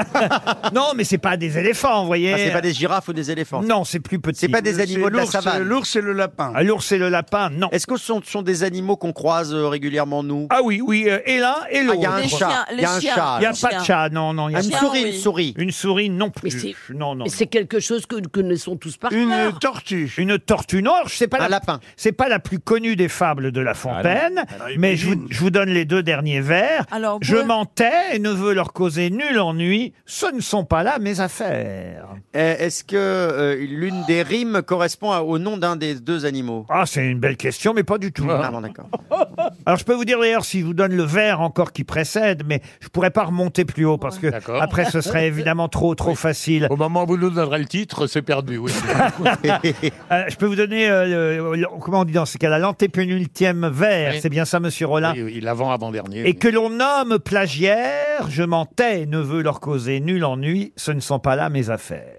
Speaker 2: non, mais c'est pas des éléphants, vous voyez.
Speaker 4: Ah, c'est pas des girafes ou des éléphants
Speaker 2: Non, c'est plus petit.
Speaker 4: C'est pas des
Speaker 2: C'est
Speaker 4: animaux de la
Speaker 2: l'ours,
Speaker 4: savane
Speaker 8: L'ours et le lapin.
Speaker 2: Ah, L'ours et le lapin, non.
Speaker 4: Est-ce que ce sont, sont des animaux qu'on croise euh, régulièrement, nous
Speaker 2: Ah oui, oui, euh, et l'un et l'autre.
Speaker 4: Il y a un
Speaker 2: Les
Speaker 4: chat.
Speaker 2: chiens,
Speaker 4: Il
Speaker 2: les
Speaker 4: y a un
Speaker 2: chiens,
Speaker 4: chat.
Speaker 2: Il y a pas de chat, non, non. il y a
Speaker 4: Une
Speaker 2: pas.
Speaker 4: souris, une souris.
Speaker 2: Une souris, non
Speaker 9: c'est-
Speaker 2: plus. Non, non.
Speaker 9: Mais c'est quelque chose que nous connaissons tous par cœur.
Speaker 8: tortue.
Speaker 2: Une tortue noire, c'est pas
Speaker 4: Un
Speaker 2: la,
Speaker 4: lapin.
Speaker 2: C'est pas la plus connue des fables de La Fontaine,
Speaker 8: Ah, non.
Speaker 2: mais je vous, je vous donne les deux derniers vers.
Speaker 6: Alors,
Speaker 2: je
Speaker 6: ouais.
Speaker 2: m'en tais et ne veux leur causer nul ennui. Ce ne sont pas là mes affaires.
Speaker 4: Euh, Est-ce que euh, l'une des rimes correspond à- au nom d'un des deux animaux
Speaker 2: Ah, c'est une belle question, mais pas du tout.
Speaker 4: Ah non, d'accord.
Speaker 2: Alors, je peux vous dire d'ailleurs, si je vous donne le verre encore qui précède, mais je pourrais pas remonter plus haut parce que
Speaker 7: D'accord.
Speaker 2: après, ce serait évidemment trop, trop facile.
Speaker 7: Au moment où vous nous donnerez le titre, c'est perdu. Oui.
Speaker 2: Euh, je peux vous donner, euh, le- le- comment on dit dans ces cas-là, l'antépénultième verre.
Speaker 7: Oui.
Speaker 2: C'est bien ça, monsieur Rollin.
Speaker 7: Oui, oui, l'avant avant dernier.
Speaker 2: Et que l'on nomme plagiaire, je m'en tais et ne veux leur causer nul ennui, ce ne sont pas là mes affaires.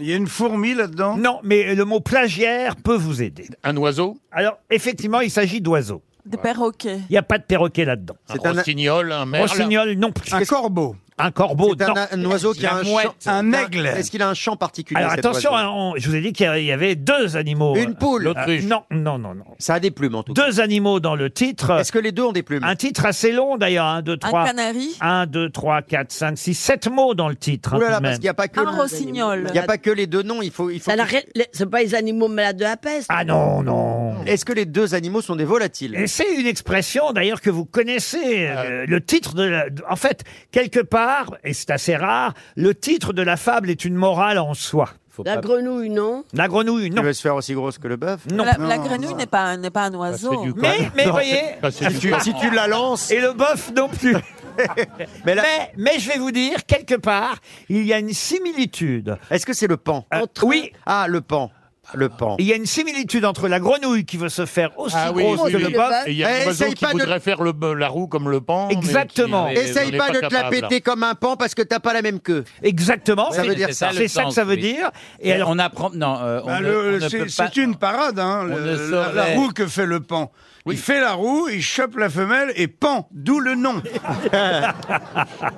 Speaker 8: Il y a une fourmi là-dedans
Speaker 2: Non, mais le mot plagiaire peut vous aider.
Speaker 7: Un oiseau,
Speaker 2: Alors, effectivement, il s'agit d'oiseaux.
Speaker 6: Des perroquets.
Speaker 2: Il n'y a pas de perroquet là-dedans.
Speaker 7: un
Speaker 4: C'est un-
Speaker 7: rossignol, un merle.
Speaker 2: Rossignol, non plus.
Speaker 8: Un corbeau.
Speaker 2: Un corbeau,
Speaker 4: C'est un,
Speaker 2: non.
Speaker 4: un oiseau qui a
Speaker 7: La
Speaker 4: un
Speaker 7: mouette.
Speaker 4: chant.
Speaker 8: Un aigle.
Speaker 4: Est-ce qu'il a un chant particulier
Speaker 2: Alors
Speaker 4: cet
Speaker 2: attention,
Speaker 4: oiseau
Speaker 2: hein, on- je vous ai dit qu'il y avait- il y avait deux animaux. euh,
Speaker 4: Une poule.
Speaker 7: L'autruche.
Speaker 2: non, non, non, non.
Speaker 4: Ça a des plumes en tout cas.
Speaker 2: Deux animaux dans le titre.
Speaker 4: Est-ce que les deux ont des plumes
Speaker 2: Un titre assez long d'ailleurs, 1, 2,
Speaker 6: Un
Speaker 2: 3.
Speaker 6: canari.
Speaker 2: 1, 2, 3, 4, 5, 6, 7 mots dans le titre. hein,
Speaker 4: Ouh là là,
Speaker 2: tout de
Speaker 4: parce
Speaker 2: même.
Speaker 4: qu'il n'y a pas que
Speaker 6: Un
Speaker 4: le-
Speaker 6: rossignol.
Speaker 4: Il n'y a pas que les deux noms. Il faut. Il faut
Speaker 9: Ça n'a rien- les- C'est pas les animaux malades de la peste.
Speaker 2: Ah non, non.
Speaker 4: Est-ce que les deux animaux sont des volatiles
Speaker 2: Et c'est une expression d'ailleurs que vous connaissez. euh, le titre de, la- de- En fait, quelque part, et c'est assez rare, le titre de la fable est une morale en soi.
Speaker 3: Faut
Speaker 9: La
Speaker 3: pas-
Speaker 9: grenouille, non
Speaker 2: La grenouille,
Speaker 4: Tu
Speaker 2: non.
Speaker 4: veux se faire aussi grosse que le bœuf
Speaker 2: Non.
Speaker 6: la, la grenouille n'est pas, un- n'est pas un
Speaker 7: c'est
Speaker 6: oiseau.
Speaker 7: du con.
Speaker 2: Mais, mais
Speaker 4: Non,
Speaker 2: voyez,
Speaker 7: Ah, c'est
Speaker 4: Si
Speaker 7: du
Speaker 4: tu,
Speaker 7: con.
Speaker 4: si tu la lances,
Speaker 2: et le bœuf non plus.
Speaker 4: mais là-
Speaker 2: Mais, mais je vais vous dire, quelque part, il y a une similitude.
Speaker 4: est-ce que c'est le pan
Speaker 2: Euh, oui,
Speaker 4: Ah, le pan. Le pan.
Speaker 2: il y a une similitude entre la grenouille qui veut se faire aussi
Speaker 7: Ah oui,
Speaker 2: grosse
Speaker 7: oui,
Speaker 2: que
Speaker 7: oui.
Speaker 2: le bœuf.
Speaker 7: Et il y a un
Speaker 4: Eh,
Speaker 7: oiseau
Speaker 4: essaye
Speaker 7: qui
Speaker 4: pas de-
Speaker 7: voudrait faire le- la roue comme le pan. mais qui-
Speaker 2: Exactement.
Speaker 7: mais on
Speaker 4: Essaye
Speaker 7: n'est
Speaker 4: pas de te la
Speaker 7: capable, là.
Speaker 4: péter comme un pan parce que t'as pas la même queue.
Speaker 2: Exactement.
Speaker 4: Ça
Speaker 2: c'est-
Speaker 4: veut dire
Speaker 2: c'est ça,
Speaker 3: Ah, le
Speaker 2: c'est ça que
Speaker 3: sens,
Speaker 2: ça veut
Speaker 3: oui.
Speaker 2: dire.
Speaker 3: Et
Speaker 2: Et alors,
Speaker 3: on apprend. Non, euh, on
Speaker 8: Bah,
Speaker 3: ne-
Speaker 8: le-
Speaker 3: on ne
Speaker 8: c'est
Speaker 3: peut pas.
Speaker 8: c'est une parade, hein,
Speaker 3: On
Speaker 8: le-
Speaker 3: ne
Speaker 8: la, la
Speaker 3: saurait-
Speaker 8: roue que fait le pan. Il fait la roue, il chope la femelle et pend, d'où le nom.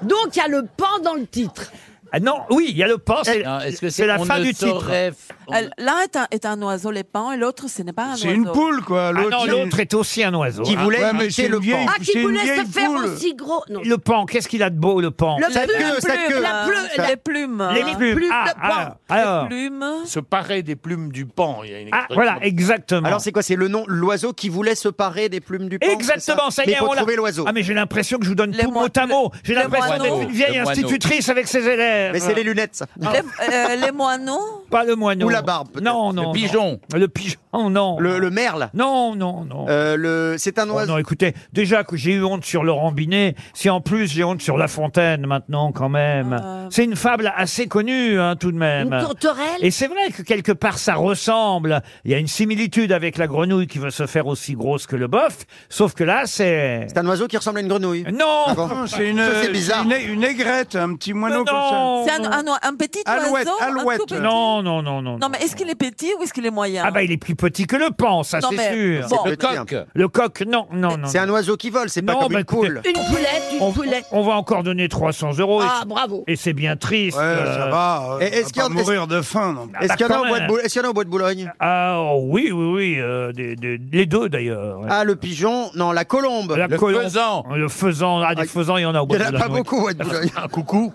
Speaker 9: Donc il y a le pan dans le titre.
Speaker 2: ah non, oui, il y a le pan. C'est
Speaker 3: Non, Est-ce que
Speaker 2: c'est la
Speaker 3: on
Speaker 2: fin
Speaker 3: ne
Speaker 2: du titre.
Speaker 3: saurait f- on-
Speaker 6: Elle- L'un est un, est un oiseau, les pans, et l'autre, ce n'est pas un oiseau.
Speaker 8: C'est une poule, quoi.
Speaker 2: Ah non,
Speaker 8: c'est-
Speaker 2: l'autre est aussi un oiseau.
Speaker 4: Qui
Speaker 2: hein.
Speaker 4: voulait
Speaker 8: Ouais, mais
Speaker 4: imiter
Speaker 8: c'est
Speaker 4: le
Speaker 8: une vieille-
Speaker 4: pan.
Speaker 9: Ah, qui
Speaker 8: c'est une
Speaker 9: voulait se
Speaker 8: vieille
Speaker 9: faire
Speaker 8: poule.
Speaker 9: aussi gros. Non.
Speaker 2: Le pan, qu'est-ce qu'il a de beau, le pan
Speaker 9: Le
Speaker 4: Sa
Speaker 9: plume,
Speaker 4: queue, sa
Speaker 9: plume,
Speaker 4: queue.
Speaker 9: la pleu-
Speaker 4: Ça-
Speaker 9: les plumes.
Speaker 2: Les
Speaker 9: hein.
Speaker 2: plumes.
Speaker 9: de
Speaker 2: Ah,
Speaker 9: pan.
Speaker 2: alors, alors.
Speaker 6: Plume.
Speaker 7: Se parer des plumes du pan. il y a une
Speaker 2: Ah,
Speaker 7: expression.
Speaker 2: voilà, exactement.
Speaker 4: Alors c'est quoi C'est le nom l'oiseau qui voulait se parer des plumes du pan.
Speaker 2: Exactement, ça y
Speaker 4: Mais
Speaker 2: est,
Speaker 4: faut
Speaker 2: on l'a.
Speaker 4: trouver l'oiseau.
Speaker 2: Ah, mais j'ai l'impression que je vous donne
Speaker 6: Les
Speaker 2: tout mot
Speaker 6: moine-
Speaker 2: à mot. J'ai
Speaker 6: les
Speaker 2: l'impression
Speaker 6: moineaux.
Speaker 2: d'être une vieille
Speaker 3: Le moineau.
Speaker 2: institutrice avec ses élèves. Ah.
Speaker 4: Mais c'est les lunettes. ça.
Speaker 9: Ah.
Speaker 6: Les, euh, les moineaux.
Speaker 2: Pas le moineau.
Speaker 4: Ou la barbe, peut-être.
Speaker 2: Non, non.
Speaker 3: Le
Speaker 2: non.
Speaker 3: pigeon.
Speaker 2: Le pigeon, non.
Speaker 4: Le, le merle.
Speaker 2: Non, non, non.
Speaker 4: Euh, le... C'est un
Speaker 2: Oh
Speaker 4: oiseau.
Speaker 2: non, écoutez, déjà que j'ai eu honte sur Laurent Binet, si en plus j'ai honte sur La Fontaine maintenant, quand même.
Speaker 6: Euh.
Speaker 2: C'est une fable assez connue, hein, tout de même.
Speaker 9: Une tourterelle.
Speaker 2: Et c'est vrai que quelque part ça ressemble. Il y a une similitude avec la grenouille qui veut se faire aussi grosse que le bœuf, sauf que là c'est.
Speaker 4: C'est un oiseau qui ressemble à une grenouille.
Speaker 2: Non.
Speaker 4: Ah bon
Speaker 8: Non, C'est une,
Speaker 4: Ça, c'est bizarre.
Speaker 8: une, une aigrette, un petit
Speaker 2: Mais
Speaker 8: moineau comme ça.
Speaker 2: non,
Speaker 6: C'est un, un, oi- un petit
Speaker 8: Alouette,
Speaker 6: oiseau. un
Speaker 8: alouette.
Speaker 6: tout petit.
Speaker 2: non, Non, non, non, non.
Speaker 6: Non, mais est-ce qu'il est petit ou est-ce qu'il est moyen
Speaker 2: Ah bah il est plus petit que le pan, ça
Speaker 6: Non,
Speaker 2: c'est
Speaker 6: mais
Speaker 2: sûr.
Speaker 6: bon. C'est
Speaker 2: Le
Speaker 6: petit, hein.
Speaker 2: coq. Le coq, non, non, non.
Speaker 4: C'est un oiseau qui vole, c'est pas
Speaker 2: Non,
Speaker 4: comme
Speaker 2: bah,
Speaker 4: une
Speaker 2: écoutez,
Speaker 4: poule.
Speaker 9: Une poulette, une
Speaker 2: on,
Speaker 9: poulette.
Speaker 2: on va encore donner 300 euros. et-
Speaker 9: Ah, bravo.
Speaker 2: Et c'est bien triste.
Speaker 8: Ouais, ça
Speaker 2: euh.
Speaker 8: va. euh,
Speaker 2: Et
Speaker 8: on va pas mourir de faim non plus.
Speaker 2: Ah, bah, quand même.
Speaker 4: Est-ce qu'il y en a au bois de Boulogne
Speaker 2: Ah oh, oui, oui, oui. euh, des- des- les deux d'ailleurs. ouais.
Speaker 4: Ah, le pigeon Non, la colombe.
Speaker 2: La colombe. Le faisan. Ah, des
Speaker 4: Ah,
Speaker 2: faisans, il y en a au bois
Speaker 4: il y en a
Speaker 2: de Boulogne,
Speaker 4: pas
Speaker 2: oui.
Speaker 4: beaucoup au bois de Boulogne.
Speaker 2: Un coucou.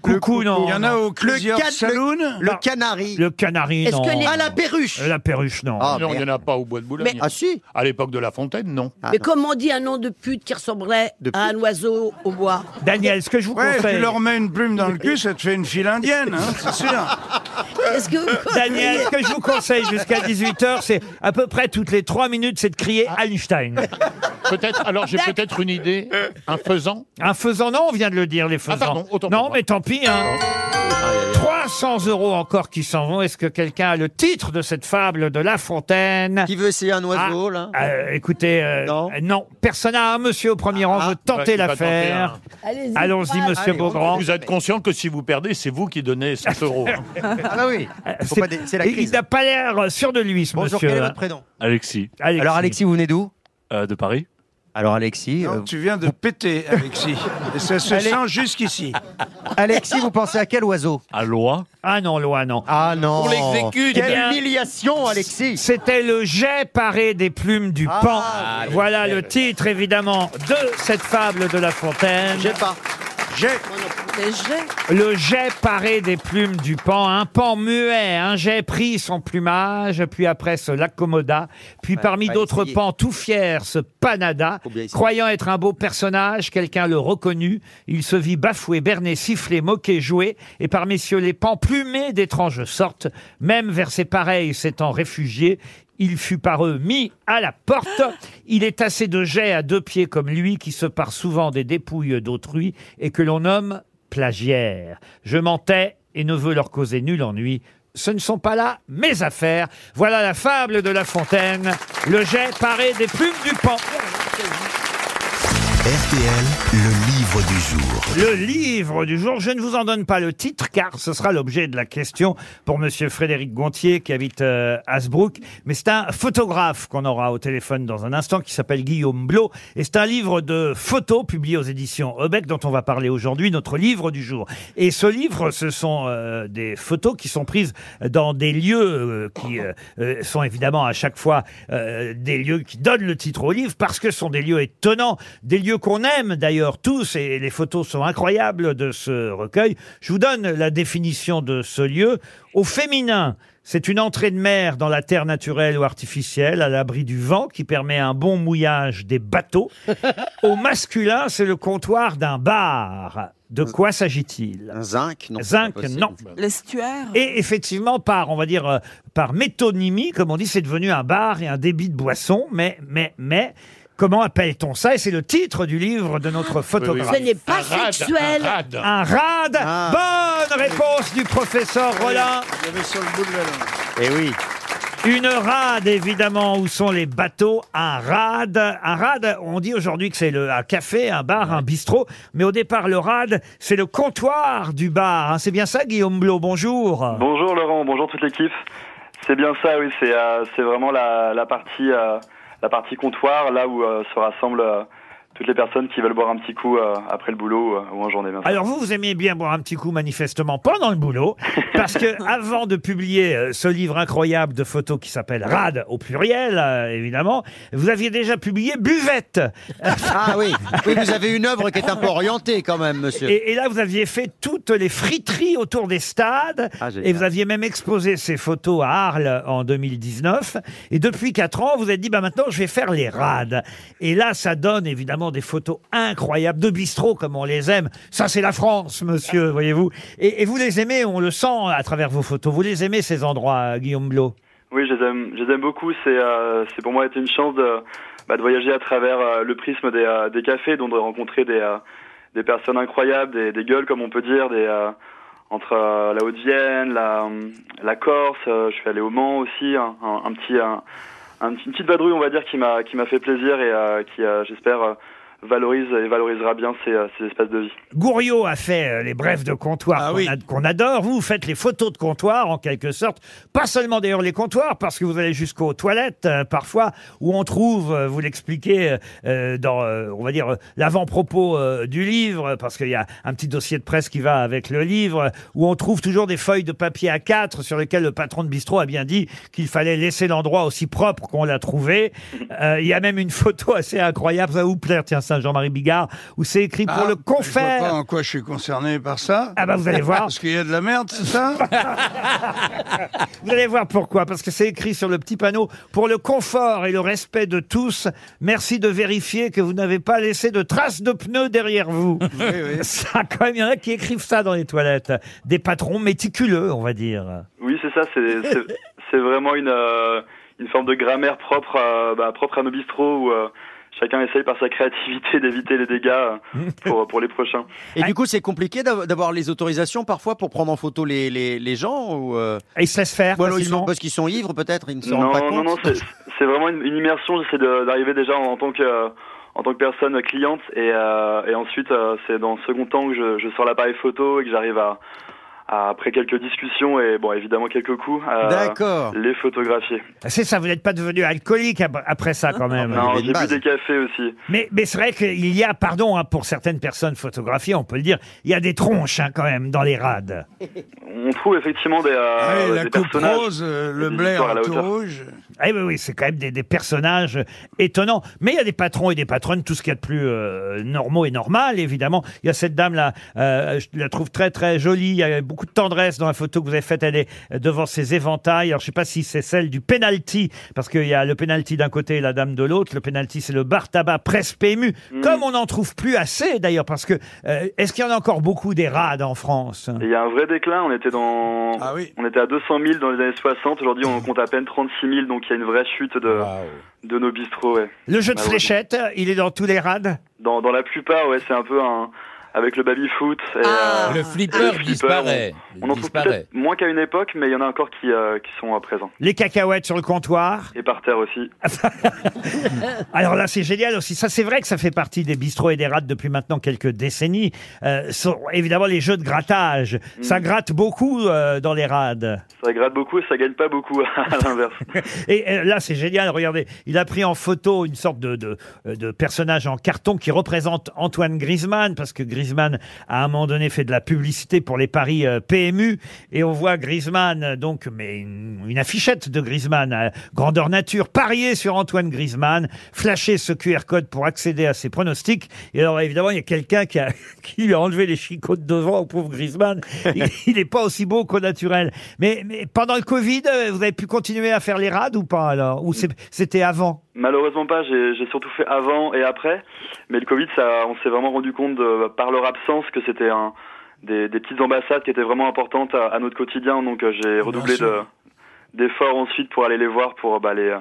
Speaker 2: Coucou, non.
Speaker 4: Il y en a
Speaker 2: non.
Speaker 4: au Clusier Le cat- Saloon. le- le
Speaker 2: Non.
Speaker 4: canari.
Speaker 2: Le canari,
Speaker 4: Est-ce
Speaker 2: non. Euh,
Speaker 4: que les- Ah, la perruche. Ah,
Speaker 2: La perruche, non.
Speaker 7: non, il n'y en a pas au bois de Boulogne.
Speaker 9: Mais- Ah,
Speaker 4: si Ah,
Speaker 7: À l'époque de La Fontaine, non.
Speaker 2: Ah,
Speaker 9: Mais comme on dit un nom de pute qui ressemblerait
Speaker 7: De
Speaker 9: à un oiseau au bois.
Speaker 2: Daniel, ce que je vous
Speaker 8: Ouais,
Speaker 2: conseille-
Speaker 8: tu leur mets une plume dans le cul, ça te fait une file indienne, hein, c'est sûr.
Speaker 9: Est-ce que vous
Speaker 2: Daniel, ce que je vous conseille jusqu'à 18h, c'est à peu près toutes les 3 minutes, c'est de crier Einstein.
Speaker 7: Ah. Peut-être, alors j'ai
Speaker 2: D'accord.
Speaker 7: peut-être une idée. Un faisan
Speaker 2: Un faisant, non, on vient de le dire, les faisans.
Speaker 7: pardon, autant pour
Speaker 2: non,
Speaker 7: moi.
Speaker 2: mais tant pis. hein. 300 euros encore qui s'en vont. Est-ce que quelqu'un a le titre de cette fable de La Fontaine
Speaker 4: Qui veut essayer un oiseau, là
Speaker 2: Euh, écoutez, euh, non. personne n'a un monsieur au premier
Speaker 4: Ah,
Speaker 2: rang veut tenter
Speaker 7: Bah, il va
Speaker 2: l'affaire.
Speaker 7: tenter un-
Speaker 9: Allez-y,
Speaker 2: Allons-y,
Speaker 9: passe.
Speaker 2: monsieur Beaugrand.
Speaker 7: Vous êtes conscient que si vous perdez, c'est vous qui donnez 100 euros. hein. Ah
Speaker 4: Ah, bah oui. Faut pas dé- C'est la
Speaker 2: il-
Speaker 4: crise.
Speaker 2: Il n'a pas l'air sûr de lui, ce
Speaker 4: Bonjour,
Speaker 2: monsieur.
Speaker 4: quel est
Speaker 2: hein.
Speaker 4: votre prénom
Speaker 13: Alexis. Euh,
Speaker 4: Alors, Alexis, vous venez d'où
Speaker 13: de Paris.
Speaker 4: Alors, Alexis. euh,
Speaker 8: Tu viens de péter, Alexis. Et ça se
Speaker 4: Allez.
Speaker 8: sent jusqu'ici.
Speaker 4: Alexis, vous pensez à quel oiseau
Speaker 13: À Loa.
Speaker 2: Ah non, loi, non.
Speaker 4: Ah non.
Speaker 2: On l'exécute.
Speaker 4: Quelle
Speaker 2: Eh bien,
Speaker 4: humiliation, Alexis.
Speaker 2: C'était le jet paré des plumes du
Speaker 4: Ah,
Speaker 2: pan.
Speaker 4: oui.
Speaker 2: voilà
Speaker 4: Oui,
Speaker 2: le
Speaker 4: oui.
Speaker 2: titre, évidemment, de cette fable de La Fontaine.
Speaker 4: J'ai pas.
Speaker 8: J'ai.
Speaker 6: Les jets.
Speaker 2: Le jet paré des plumes du pan, un pan muet, un jet prit son plumage, puis après se l'accommoda, puis
Speaker 4: Ouais,
Speaker 2: parmi
Speaker 4: faut
Speaker 2: d'autres
Speaker 4: essayer.
Speaker 2: pans tout fier se panada,
Speaker 4: bien essayer.
Speaker 2: croyant être un beau personnage, quelqu'un le reconnut, il se vit bafoué, berné, sifflé, moqué, joué, et par messieurs les pans plumés d'étranges sortes, même vers ses pareils s'étant réfugié, il fut par eux mis à la porte. Il est assez de jets à deux pieds comme lui qui se part souvent des dépouilles d'autrui et que l'on nomme plagiaire. Je mentais et ne veux leur causer nul ennui. Ce ne sont pas là mes affaires. Voilà la fable de La Fontaine. Le jet paré des plumes du pan.
Speaker 1: RTL, le livre du jour.
Speaker 2: Le livre du jour, je ne vous en donne pas le titre car ce sera l'objet de la question pour monsieur Frédéric Gontier qui habite euh, Hasbrook. Mais c'est un photographe qu'on aura au téléphone dans un instant qui s'appelle Guillaume Blot. Et c'est un livre de photos publié aux éditions Obec dont on va parler aujourd'hui, notre livre du jour. Et ce livre, ce sont euh, des photos qui sont prises dans des lieux euh, qui euh, euh, sont évidemment à chaque fois euh, des lieux qui donnent le titre au livre parce que ce sont des lieux étonnants, des lieux qu'on aime d'ailleurs tous et les photos sont incroyables de ce recueil. Je vous donne la définition de ce lieu au féminin. C'est une entrée de mer dans la terre naturelle ou artificielle, à l'abri du vent, qui permet un bon mouillage des bateaux. Au masculin, c'est le comptoir d'un bar. De quoi s'agit-il
Speaker 4: Un zinc Non.
Speaker 2: Zinc,
Speaker 4: c'est pas possible.
Speaker 2: non.
Speaker 6: L'estuaire.
Speaker 2: Bah. Et effectivement, par, on va dire, euh, par métonymie, comme on dit, c'est devenu un bar et un débit de boisson, mais, mais, mais, comment appelle-t-on ça Et c'est le titre du livre de notre photographe.
Speaker 9: Ce n'est pas sexuel.
Speaker 2: Un rad.
Speaker 4: Ah.
Speaker 2: Bonne réponse du professeur Rollin.
Speaker 8: Il y avait sur le bout de la langue.
Speaker 4: Eh oui.
Speaker 2: Une rade, évidemment, où sont les bateaux Un rade, un rade, on dit aujourd'hui que c'est le- un café, un bar, un bistrot, mais au départ, le rade, c'est le comptoir du bar. hein. C'est bien ça, Guillaume Blot, bonjour.
Speaker 14: Bonjour Laurent, bonjour toute l'équipe. C'est bien ça, oui, c'est euh, c'est vraiment la, la partie euh, la partie comptoir, là où euh, se rassemblent euh, toutes les personnes qui veulent boire un petit coup euh, après le boulot euh, ou en journée. Bien sûr.
Speaker 2: Alors vous, vous aimiez bien boire un petit coup manifestement pendant le boulot, parce que avant de publier euh, ce livre incroyable de photos qui s'appelle Rad au pluriel, euh, évidemment, vous aviez déjà publié Buvette.
Speaker 4: Ah oui. Oui, vous avez une œuvre qui est un peu orientée quand même, monsieur.
Speaker 2: Et, et là, vous aviez fait toutes les friteries autour des stades,
Speaker 4: Ah, génial.
Speaker 2: et vous aviez même exposé ces photos à Arles en 2019. Et depuis quatre ans, vous vous êtes dit, bah maintenant, je vais faire les rades. Et là, ça donne évidemment des photos incroyables de bistrot comme on les aime. Ça, c'est la France, monsieur, voyez-vous. Et, et vous les aimez, on le sent à travers vos photos. Vous les aimez ces endroits, Guillaume Blot.
Speaker 14: Oui, je les aime, je les aime beaucoup. C'est euh, c'est pour moi été une chance de, bah, de voyager à travers euh, le prisme des, euh, des cafés, donc de rencontrer des, euh, des personnes incroyables, des, des gueules comme on peut dire, des, euh, entre euh, la Haute-Vienne, la, hum, la Corse. euh, je suis allé au Mans aussi, un, un- un petit, un, un petit- une petite vadrouille, on va dire, qui m'a qui m'a fait plaisir et euh, qui, euh, j'espère, euh, valorise et valorisera bien ces, euh, ces espaces de vie.
Speaker 2: Gouriot a fait euh, les brèves de comptoir qu'on ad- qu'on adore. Vous, vous faites les photos de comptoir, en quelque sorte. Pas seulement d'ailleurs les comptoirs, parce que vous allez jusqu'aux toilettes, euh, parfois, où on trouve, euh, vous l'expliquez, euh, euh, dans, euh, on va dire, euh, l'avant-propos euh, du livre, parce qu'il y a un petit dossier de presse qui va avec le livre, euh, où on trouve toujours des feuilles de papier à 4 sur lesquelles le patron de bistrot a bien dit qu'il fallait laisser l'endroit aussi propre qu'on l'a trouvé. Euh, Il y a même une photo assez incroyable, ça va vous plaire, tiens, ça, Jean-Marie Bigard, où c'est écrit pour
Speaker 8: Ah,
Speaker 2: le
Speaker 8: Je vois pas
Speaker 2: confère.
Speaker 8: en quoi je suis concerné par ça.
Speaker 2: Ah bah, vous allez voir.
Speaker 8: Parce qu'il y a de la merde, c'est ça
Speaker 2: Vous allez voir pourquoi, parce que c'est écrit sur le petit panneau pour le confort et le respect de tous. Merci de vérifier que vous n'avez pas laissé de traces de pneus derrière vous. Ça, quand même, il y en a qui écrivent ça dans les toilettes. Des patrons méticuleux, on va dire.
Speaker 14: Oui, c'est ça. C'est c'est- c'est vraiment une euh, une forme de grammaire propre euh, bah, propre à nos bistrots où euh, chacun essaye par sa créativité d'éviter les dégâts euh, pour pour les prochains.
Speaker 4: Et du coup, c'est compliqué d'av- d'avoir les autorisations parfois pour prendre en photo les, les, les gens ou euh,
Speaker 2: Et ils se laissent faire
Speaker 4: ou alors ils
Speaker 14: facilement.
Speaker 4: sont, Parce qu'ils sont ivres peut-être, ils ne se rendent
Speaker 14: Non,
Speaker 4: pas compte.
Speaker 14: non, non, c'est c'est vraiment une, une immersion. J'essaie de- d'arriver déjà en, en tant que euh, en tant que personne cliente et, euh, et ensuite euh, c'est dans le second temps que je, je sors l'appareil photo et que j'arrive à, à, après quelques discussions et bon évidemment quelques coups à
Speaker 2: D'accord.
Speaker 14: les photographier.
Speaker 2: Ah, C'est ça, vous n'êtes pas devenu alcoolique ap- après ça, quand même.
Speaker 14: Non, j'ai bu des cafés aussi.
Speaker 2: Mais, mais c'est vrai qu'il y a, pardon, hein, pour certaines personnes photographiées, on peut le dire, il y a des tronches hein, quand même dans les rades.
Speaker 14: On trouve effectivement des, euh,
Speaker 2: Ouais, la
Speaker 14: des
Speaker 2: coupe
Speaker 14: personnages,
Speaker 2: rose, euh, le
Speaker 14: des
Speaker 2: blé
Speaker 14: histoires
Speaker 2: en
Speaker 14: à la
Speaker 2: tout
Speaker 14: hauteur.
Speaker 2: rouge. Eh oui, oui, c'est quand même des, des personnages étonnants. Mais il y a des patrons et des patronnes, tout ce qu'il y a de plus euh, normaux et normal, évidemment. Il y a cette dame-là, euh, je la trouve très, très jolie. Il y a beaucoup de tendresse dans la photo que vous avez faite. Elle est devant ses éventails. Alors, je sais pas si c'est celle du penalty, parce qu'il y a le penalty d'un côté et la dame de l'autre. Le penalty, c'est le bar tabac presque ému,
Speaker 14: Mm.
Speaker 2: comme on n'en trouve plus assez, d'ailleurs, parce que euh, est-ce qu'il y en a encore beaucoup des rades en France
Speaker 14: Et il y a un vrai déclin. On était dans,
Speaker 2: Ah
Speaker 14: on était à 200 000 dans les années 60. Aujourd'hui, on compte à peine 36 000. Donc, il y a une vraie chute de, de nos bistrots. ouais.
Speaker 2: Le jeu de
Speaker 14: Malheureusement.
Speaker 2: fléchettes, il est dans tous les rades
Speaker 14: Dans, dans la plupart, ouais, c'est un peu un. Avec le baby foot. Et, euh,
Speaker 3: Le flipper
Speaker 14: on-
Speaker 3: disparaît.
Speaker 14: On, en trouve
Speaker 3: Disparaît.
Speaker 14: peut-être moins qu'à une époque, mais il y en a encore qui, euh, qui sont à présent.
Speaker 2: Les cacahuètes sur le comptoir
Speaker 14: Et par terre aussi.
Speaker 2: Ah. Alors là, c'est génial aussi. Ça, c'est vrai que ça fait partie des bistrots et des rades depuis maintenant quelques décennies. Euh, sont évidemment les jeux de grattage. Ça gratte beaucoup euh, dans les rades.
Speaker 14: Ça gratte beaucoup et ça gagne pas beaucoup, à l'inverse.
Speaker 2: Et euh, là, c'est génial. Regardez, il a pris en photo une sorte de, de, euh, de personnage en carton qui représente Antoine Griezmann, parce que Griezmann, à un moment donné, fait de la publicité pour les paris euh, PMU. Et on voit Griezmann, euh, donc, mais une, une affichette de Griezmann, à grandeur nature, parier sur Antoine Griezmann, flasher ce QR code pour accéder à ses pronostics. Et alors, évidemment, il y a quelqu'un qui, a- qui lui a enlevé les chicots de devant au pauvre Griezmann. Il- Il n'est pas aussi beau qu'au naturel. Mais, mais pendant le Covid, euh, vous avez pu continuer à faire les rades ou pas alors Ou c'est- c'était avant
Speaker 14: Malheureusement pas, j'ai j'ai surtout fait avant et après, mais le Covid, ça, on s'est vraiment rendu compte de- par leur absence que c'était un, des, des petites ambassades qui étaient vraiment importantes à, à notre quotidien, donc euh, j'ai redoublé de-
Speaker 2: sûr.
Speaker 14: d'efforts ensuite pour aller les voir, pour bah, les, euh,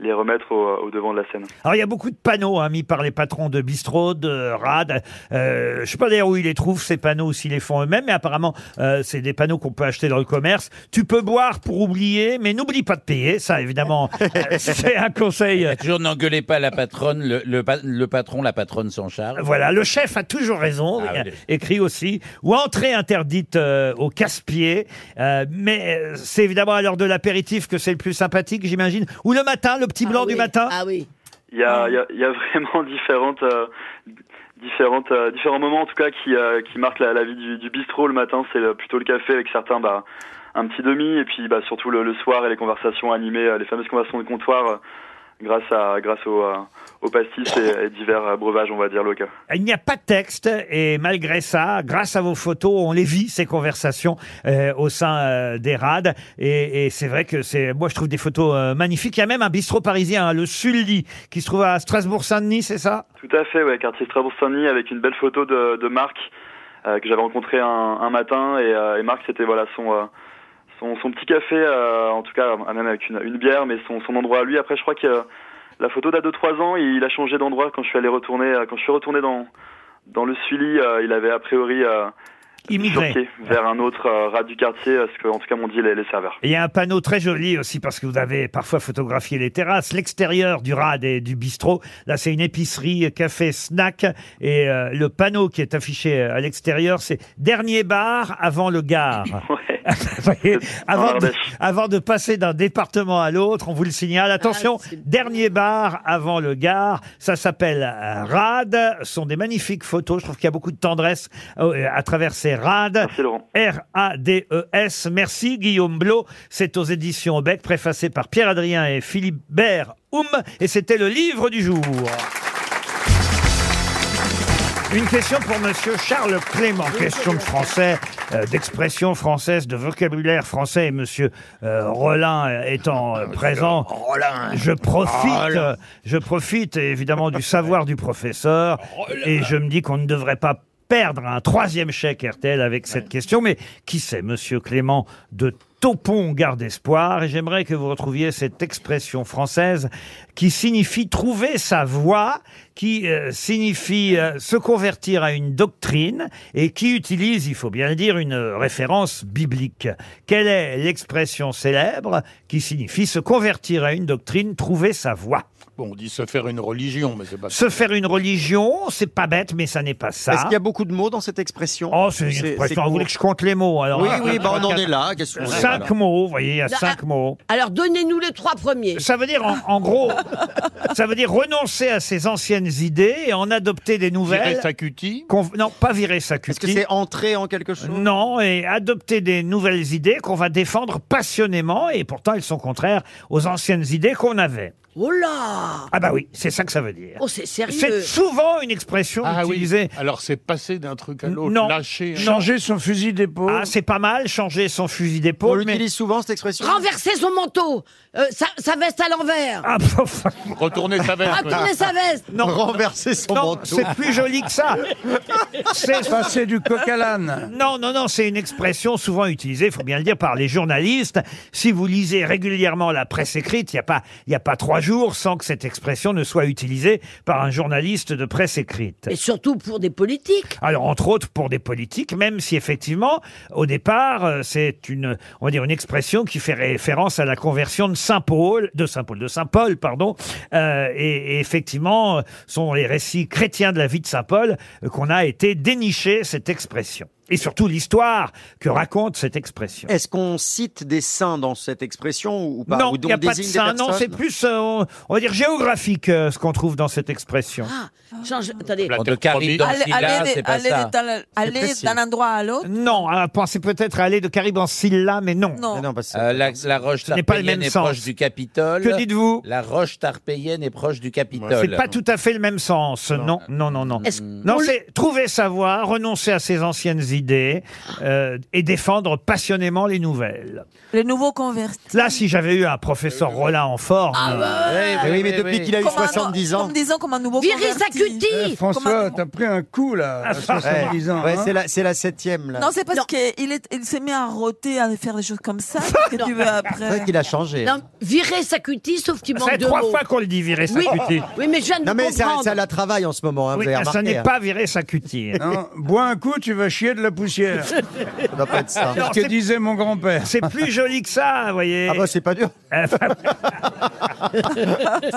Speaker 14: les remettre au, au devant de la scène.
Speaker 2: Alors, il y a beaucoup de panneaux hein, mis par les patrons de bistrots, de rades. Euh, je ne sais pas d'ailleurs où ils les trouvent, ces panneaux, s'ils les font eux-mêmes, mais apparemment, euh, c'est des panneaux qu'on peut acheter dans le commerce. Tu peux boire pour oublier, mais n'oublie pas de payer. Ça, évidemment, euh, c'est un conseil.
Speaker 3: Toujours n'engueulez pas la patronne, le, le pa- le patron, la patronne s'en charge.
Speaker 2: Voilà, le chef a toujours raison,
Speaker 3: Ah,
Speaker 2: il y a
Speaker 3: oui.
Speaker 2: écrit aussi. Ou entrée interdite euh, au casse-pied. Euh, mais euh, c'est évidemment à l'heure de l'apéritif que c'est le plus sympathique, j'imagine. Ou le matin, le petit blanc du matin.
Speaker 9: Ah oui.
Speaker 14: Il y a, il y a- il y a vraiment différentes, euh, différentes, euh, différents moments en tout cas qui, euh, qui marquent la, la vie du, du bistrot. Le matin, c'est le- plutôt le café avec certains, bah, un petit demi, et puis bah, surtout le, le soir et les conversations animées, euh, les fameuses conversations de comptoir, euh, grâce à, grâce au, euh, au pastis et, et divers euh, breuvages, on va dire locaux.
Speaker 2: Il n'y a pas de texte et malgré ça, grâce à vos photos, on les vit ces conversations euh, au sein euh, des rades. Et, et c'est vrai que c'est, moi je trouve des photos euh, magnifiques. Il y a même un bistrot parisien, hein, le Sully, qui se trouve à Strasbourg-Saint-Denis, c'est ça
Speaker 14: Tout à fait, ouais, quartier Strasbourg-Saint-Denis avec une belle photo de, de Marc euh, que j'avais rencontré un, un matin et, euh, et Marc c'était voilà son, euh, son son petit café euh, en tout cas euh, même avec une, une bière mais son, son endroit à lui après je crois que euh, la photo date de trois ans et il a changé d'endroit quand je suis allé retourner euh, quand je suis retourné dans dans le Sully euh, il avait a priori euh,
Speaker 2: Immigré.
Speaker 14: Turquie, vers un autre euh, rat du quartier, euh, ce que, en tout cas m'ont dit les, les serveurs.
Speaker 2: Et Il y a un panneau très joli aussi parce que vous avez parfois photographié les terrasses, l'extérieur du rad et du bistrot. Là, c'est une épicerie, café, snack. Et euh, le panneau qui est affiché euh, à l'extérieur, c'est dernier bar avant le gare. Vous voyez, avant, de, avant de passer d'un département à l'autre, on vous le signale. Attention, dernier bar avant le gare. Ça s'appelle euh, rad. Ce sont des magnifiques photos. Je trouve qu'il y a beaucoup de tendresse euh, à travers ces rad. R-A-D-E-S. E Merci Guillaume Blot. C'est aux éditions Beck, préfacé par Pierre Adrien et Philippe Bert Houm. Et c'était le livre du jour. Une question pour Monsieur Charles Clément, question de français, euh, d'expression française, de vocabulaire français. Et Monsieur euh, Rollin euh, étant euh, présent, je profite,
Speaker 13: Rollin.
Speaker 2: euh, je profite évidemment du savoir du professeur et je me dis qu'on ne devrait pas perdre un troisième chèque RTL avec cette question. Mais qui c'est, Monsieur Clément de Taupon garde espoir et j'aimerais que vous retrouviez cette expression française qui signifie trouver sa voie, qui euh, signifie euh, se convertir à une doctrine et qui utilise, il faut bien le dire, une référence biblique. Quelle est l'expression célèbre qui signifie se convertir à une doctrine, trouver sa voie
Speaker 7: Bon, on dit se faire une religion, mais c'est pas
Speaker 2: se faire une religion, c'est pas bête, mais ça n'est pas ça.
Speaker 7: Est-ce qu'il y a
Speaker 2: beaucoup de mots dans cette expression Oh, c'est une
Speaker 4: C'est- c'est
Speaker 2: expression.
Speaker 4: court.
Speaker 2: Vous voulez que je compte les mots alors
Speaker 4: Oui,
Speaker 2: Un,
Speaker 4: oui,
Speaker 2: deux,
Speaker 4: bah, on
Speaker 2: trois,
Speaker 4: en
Speaker 2: quatre.
Speaker 4: est là, qu'est-ce qu'on est,
Speaker 2: Cinq
Speaker 4: voilà.
Speaker 2: mots, vous voyez, il y a
Speaker 9: Là,
Speaker 2: cinq mots.
Speaker 9: Alors donnez-nous les trois premiers.
Speaker 2: Ça veut dire en, en gros, ça veut dire renoncer à ses anciennes idées et en adopter des nouvelles.
Speaker 7: Virer sa cutie
Speaker 2: Qu'on- Non, pas virer sa cutie.
Speaker 4: Est-ce que c'est entrer en quelque chose
Speaker 2: Non, et adopter des nouvelles idées qu'on va défendre passionnément et pourtant elles sont contraires aux anciennes idées qu'on avait.
Speaker 9: Oh là
Speaker 2: Ah bah oui, c'est ça que ça veut dire.
Speaker 9: Oh, c'est sérieux.
Speaker 2: C'est souvent une expression
Speaker 7: Ah oui.
Speaker 2: utilisée.
Speaker 7: Alors c'est passer d'un truc à l'autre,
Speaker 2: Non.
Speaker 7: lâcher.
Speaker 2: Changer son fusil d'épaule. Ah, c'est pas mal, changer son fusil d'épaule. On l'utilise
Speaker 4: souvent, cette expression
Speaker 9: Renverser son manteau, euh, sa, sa veste à l'envers.
Speaker 2: Ah,
Speaker 7: Retourner sa veste.
Speaker 9: Retourner sa veste.
Speaker 4: Non. Renverser son
Speaker 2: Non,
Speaker 4: manteau.
Speaker 2: c'est plus joli que ça. C'est
Speaker 4: Passer
Speaker 2: du coq à l'âne. Non, non, non, c'est une expression souvent utilisée, il faut bien le dire, par les journalistes. Si vous lisez régulièrement la presse écrite, il n'y a, pas- il y a pas trois jours sans que cette expression ne soit utilisée par un journaliste de presse écrite.
Speaker 9: Et surtout pour des politiques.
Speaker 2: Alors, entre autres, pour des politiques, même si effectivement, au départ, euh, c'est une, on va dire, une expression qui fait référence à la conversion de Saint Paul, de Saint Paul, de Saint Paul, pardon. Euh, et, et effectivement, euh, sont les récits chrétiens de la vie de Saint Paul euh, qu'on a été dénicher cette expression. Et surtout l'histoire que raconte cette expression.
Speaker 4: Est-ce qu'on cite des saints dans cette expression ou pas
Speaker 2: non,
Speaker 4: Ou
Speaker 2: il
Speaker 4: donc
Speaker 2: n'y a
Speaker 4: désigne
Speaker 2: pas de ça.
Speaker 4: des
Speaker 2: Non,
Speaker 4: personnes
Speaker 2: c'est plus, euh, on, on va dire, géographique euh, ce qu'on trouve dans cette expression.
Speaker 9: Ah, change. Attendez.
Speaker 2: de Caribe
Speaker 6: Aller, aller, de- aller de- dans le- aller d'un endroit à l'autre.
Speaker 2: Non, alors, pensez peut-être à aller de Caribe en Silla, mais non.
Speaker 6: Non. Mais
Speaker 3: Euh, la, la roche
Speaker 2: n'est pas le
Speaker 3: tarpéienne
Speaker 2: même
Speaker 3: est
Speaker 2: sens.
Speaker 3: proche du Capitole.
Speaker 2: Que dites-vous
Speaker 3: La roche tarpéienne est proche du Capitole.
Speaker 2: C'est pas tout à fait le même sens. Non, non, non, non. Non, c'est trouver sa voie, renoncer à ses anciennes idées euh, et défendre passionnément les nouvelles.
Speaker 6: Les nouveaux convertis.
Speaker 2: Là, si j'avais eu un professeur Rollin en forme.
Speaker 6: Ah bah ouais,
Speaker 4: Eh oui, mais depuis qu'il a eu
Speaker 6: Comme un-
Speaker 4: 70 ans. Eh,
Speaker 6: Comme disons, comme un nouveau
Speaker 9: Virer sa
Speaker 6: converti.
Speaker 9: cutie.
Speaker 4: François, t'as pris un coup là,
Speaker 2: Ah,
Speaker 6: à 70 ans, hein.
Speaker 4: c'est la, c'est la septième là.
Speaker 6: Non, c'est parce qu'il est- il s'est mis à roter, à faire des choses comme ça, que tu veux
Speaker 4: C'est vrai
Speaker 6: après.
Speaker 4: qu'il a changé.
Speaker 9: Non, virer sa cutie, sauf qu'il
Speaker 4: Ça
Speaker 9: manque
Speaker 4: fait
Speaker 9: de
Speaker 4: trois
Speaker 9: mots.
Speaker 4: fois qu'on le dit, virer sa
Speaker 9: Oui.
Speaker 4: cutie.
Speaker 9: Oui, mais je viens de
Speaker 4: Non mais ça,
Speaker 9: comprendre.
Speaker 4: ça la travaille en ce moment, hein,
Speaker 2: Oui, ah,
Speaker 4: vous avez
Speaker 2: ça
Speaker 4: remarqué.
Speaker 2: n'est
Speaker 4: hein.
Speaker 2: pas virer sa cutie.
Speaker 8: hein.
Speaker 4: Non,
Speaker 2: bois un coup, tu vas chier de la poussière.
Speaker 4: Ça doit pas être ça.
Speaker 2: Non,
Speaker 4: Ce que
Speaker 2: c'est-
Speaker 4: disait
Speaker 2: mon grand-père. C'est plus joli que ça, vous voyez.
Speaker 4: Ah bah c'est pas dur.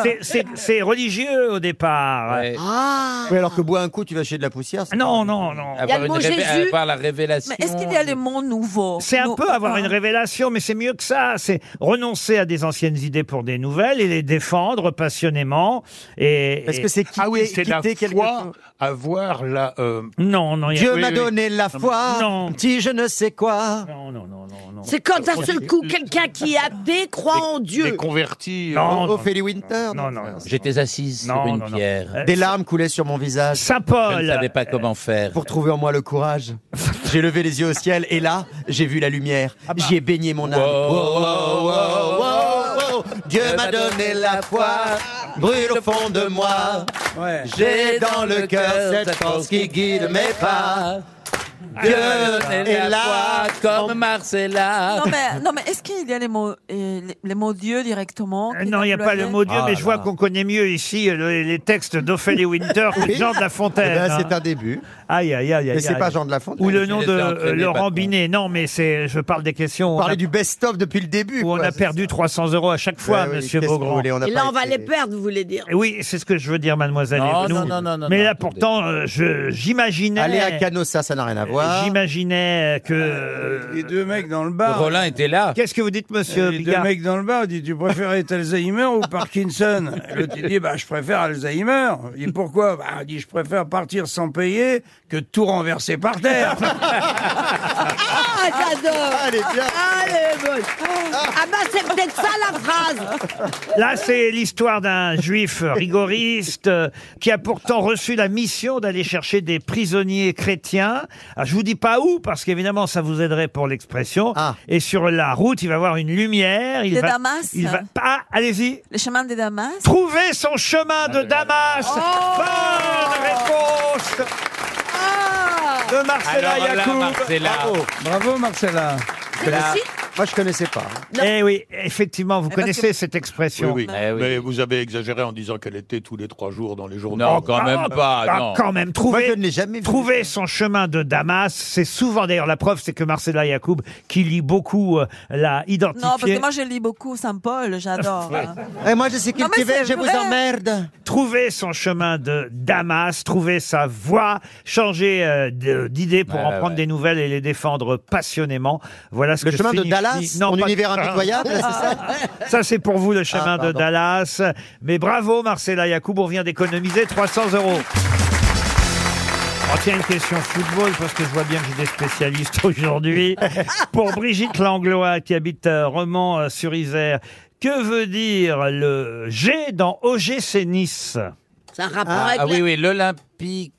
Speaker 2: C'est- c'est- C'est religieux au départ.
Speaker 9: Ah.
Speaker 4: Oui, alors que bois un coup, tu vas chier de la poussière.
Speaker 2: Non, non, non.
Speaker 3: Avoir une révé- avoir la révélation.
Speaker 6: Mais est-ce qu'il y a les mots nouveaux
Speaker 2: C'est un
Speaker 6: Nous-
Speaker 2: peu avoir
Speaker 6: Ah.
Speaker 2: une révélation, mais c'est mieux que ça. C'est renoncer à des anciennes idées pour des nouvelles et les défendre passionnément. Et,
Speaker 4: Est-ce que c'est quitter-
Speaker 2: ah oui,
Speaker 7: C'est la foi, avoir la... euh,
Speaker 2: Non, non. il y a-
Speaker 4: Dieu
Speaker 2: oui,
Speaker 4: m'a
Speaker 2: oui.
Speaker 4: donné la
Speaker 2: Non,
Speaker 4: foi,
Speaker 2: mais- Non.
Speaker 4: petit je ne sais quoi.
Speaker 2: Non, non, non, non.
Speaker 9: C'est quand d'un seul coup, quelqu'un qui est athée croit en Dieu.
Speaker 7: converti.
Speaker 4: Non, Ophélie Winter.
Speaker 2: Non, non.
Speaker 3: J'étais assise sur
Speaker 4: Non,
Speaker 3: une
Speaker 4: non, non.
Speaker 3: pierre.
Speaker 4: Des larmes coulaient sur mon visage.
Speaker 2: Saint
Speaker 3: Je ne savais pas comment faire.
Speaker 4: Pour trouver en moi le courage, j'ai levé les yeux au ciel et là, j'ai vu la lumière. J'y ai baigné mon âme. Ah bah. Wow, wow, wow, wow, wow. Oh, Dieu m'a donné la foi, brûle au fond de moi. J'ai dans le cœur cette force qui guide mes pas.
Speaker 3: Dieu est là comme Marcella.
Speaker 6: Non mais, non, mais est-ce qu'il y a les mots, et les, les mots Dieu directement
Speaker 2: Euh, Non, il n'y a pas le mot Dieu,
Speaker 4: Ah
Speaker 2: mais je vois qu'on connaît mieux ici euh, le- les textes d'Ophélie Winter que de Jean de La Fontaine. hein.
Speaker 4: Eh ben, c'est
Speaker 2: un début. Aïe, aïe, aïe, aïe.
Speaker 4: Mais c'est
Speaker 2: aïe.
Speaker 4: pas Jean de La Fontaine.
Speaker 2: Ou le
Speaker 4: Il
Speaker 2: nom
Speaker 4: les
Speaker 2: de
Speaker 4: a
Speaker 2: euh,
Speaker 4: entraînés,
Speaker 2: Laurent
Speaker 4: patron.
Speaker 2: Binet. Non, mais c'est, je parle des questions.
Speaker 4: parlait
Speaker 2: du
Speaker 4: best-of depuis le début.
Speaker 2: Où on a perdu 300 euros à chaque fois,
Speaker 4: Ouais, Bah oui,
Speaker 2: monsieur
Speaker 4: qu'est-ce que vous
Speaker 2: Beaugrand.
Speaker 4: voulez,
Speaker 9: Et là, on va les perdre, vous voulez dire.
Speaker 2: Et Oui, c'est ce que je veux dire, mademoiselle.
Speaker 4: Non,
Speaker 2: Evenou.
Speaker 4: non, non, non, non,
Speaker 2: Mais
Speaker 4: non,
Speaker 2: là,
Speaker 4: attendez.
Speaker 2: pourtant, euh, je, j'imaginais.
Speaker 4: Aller à Canossa, ça n'a rien à voir.
Speaker 2: J'imaginais que. euh,
Speaker 8: Les deux mecs dans le bar.
Speaker 2: Roland était
Speaker 3: là.
Speaker 2: Qu'est-ce que vous dites, monsieur
Speaker 8: Les deux
Speaker 2: Bigard
Speaker 8: mecs dans le bar, dit Tu préfères être Alzheimer ou Parkinson L'autre, il dit bah, Je préfère Alzheimer. Il dit Pourquoi bah, Il dit Je préfère partir sans payer que tout renverser par terre.
Speaker 9: Ah, j'adore Elle est bien Elle est bonne Ah bah, c'est peut-être ça, la phrase
Speaker 2: Là, c'est l'histoire d'un juif rigoriste euh, qui a pourtant reçu la mission d'aller chercher des prisonniers chrétiens. Ah, je vous dis pas où, parce qu'évidemment, ça vous aiderait pour l'expression.
Speaker 4: Ah.
Speaker 2: Et sur la route, il va voir une lumière. Il
Speaker 6: Des
Speaker 2: va,
Speaker 6: Damas
Speaker 2: Il va, ah, allez-y.
Speaker 6: Le chemin de Damas
Speaker 2: Trouver son chemin de Damas.
Speaker 6: Oh
Speaker 2: Bonne réponse
Speaker 6: Ah
Speaker 2: de Marcella
Speaker 4: Alors là,
Speaker 2: Yacoub.
Speaker 4: Marcella.
Speaker 2: Bravo.
Speaker 8: Bravo, Marcella.
Speaker 4: Là,
Speaker 2: Merci.
Speaker 4: moi, je connaissais pas.
Speaker 2: Eh oui, effectivement,
Speaker 6: ben,
Speaker 2: vous
Speaker 7: Eh, parce
Speaker 2: connaissez
Speaker 7: que-
Speaker 2: cette
Speaker 7: Oui,
Speaker 2: expression.
Speaker 7: oui.
Speaker 6: Eh Ah
Speaker 7: Mais vous avez exagéré en disant qu'elle était tous les trois jours dans les journaux.
Speaker 2: Oh, ah, ah, Quand même, trouver, trouver son chemin de Damas, c'est souvent d'ailleurs la preuve, c'est que Marcella Yacoub, qui lit beaucoup, euh, l'a identifié.
Speaker 6: Non, parce que moi, je lis beaucoup Saint-Paul, j'adore. hein.
Speaker 4: Et moi, je sais
Speaker 6: Non, mais c'est vrai.
Speaker 2: Trouver son chemin de Damas, trouver sa voie, changer euh, de- d'idée pour
Speaker 4: Ouais,
Speaker 2: en
Speaker 4: ouais,
Speaker 2: prendre
Speaker 4: ouais.
Speaker 2: des nouvelles et les défendre passionnément. Voilà ce
Speaker 4: Le
Speaker 2: que
Speaker 4: chemin de
Speaker 2: signifie-
Speaker 4: Dallas,
Speaker 2: Non,
Speaker 4: mon
Speaker 2: pas-
Speaker 4: univers impitoyable, c'est ça
Speaker 2: Ça, c'est pour vous, le chemin de
Speaker 4: pardon.
Speaker 2: Dallas. Mais bravo, Marcella Yacoub, on vient d'économiser 300 euros. On tient une question football parce que je vois bien que j'ai des spécialistes aujourd'hui. Pour Brigitte Langlois qui habite à Romans euh, sur Isère, que veut dire le G dans OGC Nice
Speaker 9: C'est un rapport
Speaker 3: Ah,
Speaker 9: avec
Speaker 3: ah
Speaker 9: la-
Speaker 3: oui, oui, l'Olympique.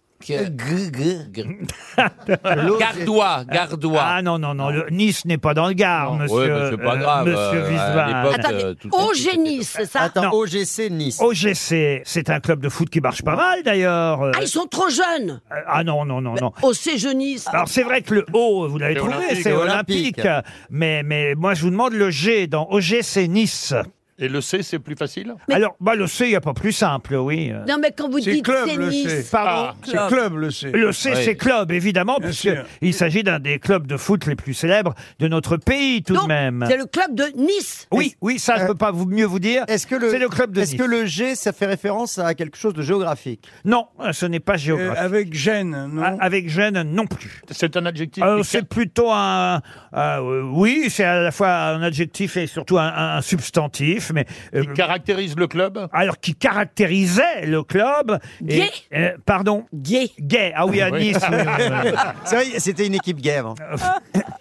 Speaker 3: Gardois, Gardois.
Speaker 2: Ah non, non, non, le- Nice n'est pas dans le Gard,
Speaker 3: Non,
Speaker 2: monsieur,
Speaker 3: ouais, mais c'est pas
Speaker 2: euh,
Speaker 3: grave,
Speaker 2: monsieur
Speaker 3: euh, à
Speaker 2: Wiesmann.
Speaker 3: l'époque, Attendez, euh, tout
Speaker 9: Au génie, c'est ça
Speaker 2: Non.
Speaker 4: OGC Nice.
Speaker 2: OGC, c'est un club de foot qui marche pas mal d'ailleurs. Euh,
Speaker 9: Ah, ils sont trop jeunes
Speaker 2: euh, ah non, non, non, non.
Speaker 9: Au Génis
Speaker 2: Alors c'est vrai que le O, vous l'avez
Speaker 9: C'est
Speaker 2: trouvé,
Speaker 9: olympique,
Speaker 2: c'est olympique.
Speaker 9: olympique.
Speaker 2: Mais, mais moi je vous demande le G dans OGC Nice.
Speaker 7: Et le C, c'est plus facile
Speaker 2: Alors, bah, le C, il n'y a pas plus simple, oui.
Speaker 9: Non, mais quand vous
Speaker 7: C'est
Speaker 9: dites
Speaker 7: club,
Speaker 9: c'est
Speaker 7: le
Speaker 9: Nice...
Speaker 7: C. Pardon
Speaker 9: Ah,
Speaker 7: C'est club, le C.
Speaker 2: Le C,
Speaker 7: Oui.
Speaker 2: c'est club, évidemment,
Speaker 7: sûr.
Speaker 2: puisqu'il s'agit d'un des clubs de foot les plus célèbres de notre pays, tout de même.
Speaker 9: C'est le club de Nice
Speaker 2: Oui, oui, ça, je peux pas vous, mieux vous dire.
Speaker 4: euh, Est-ce que le,
Speaker 2: C'est le club de
Speaker 4: Est-ce
Speaker 2: Nice.
Speaker 4: que le G, ça fait référence à quelque chose de géographique
Speaker 2: Non, ce n'est pas géographique.
Speaker 8: Euh,
Speaker 2: Ah,
Speaker 8: avec Gênes, non
Speaker 2: Avec Gênes, non plus.
Speaker 7: C'est un adjectif
Speaker 2: Euh,
Speaker 7: qui-
Speaker 2: c'est plutôt un. euh, oui, c'est à la fois un adjectif et surtout un, un- un substantif, mais. euh,
Speaker 7: qui caractérise le club
Speaker 2: Alors, qui caractérisait le club. et-
Speaker 4: Gay
Speaker 2: euh, Pardon
Speaker 9: Gay.
Speaker 2: Gay, ah oui, à
Speaker 4: Oui.
Speaker 2: Nice. oui, oui, Euh, oui.
Speaker 4: C'est vrai, c'était une équipe guerre. avant.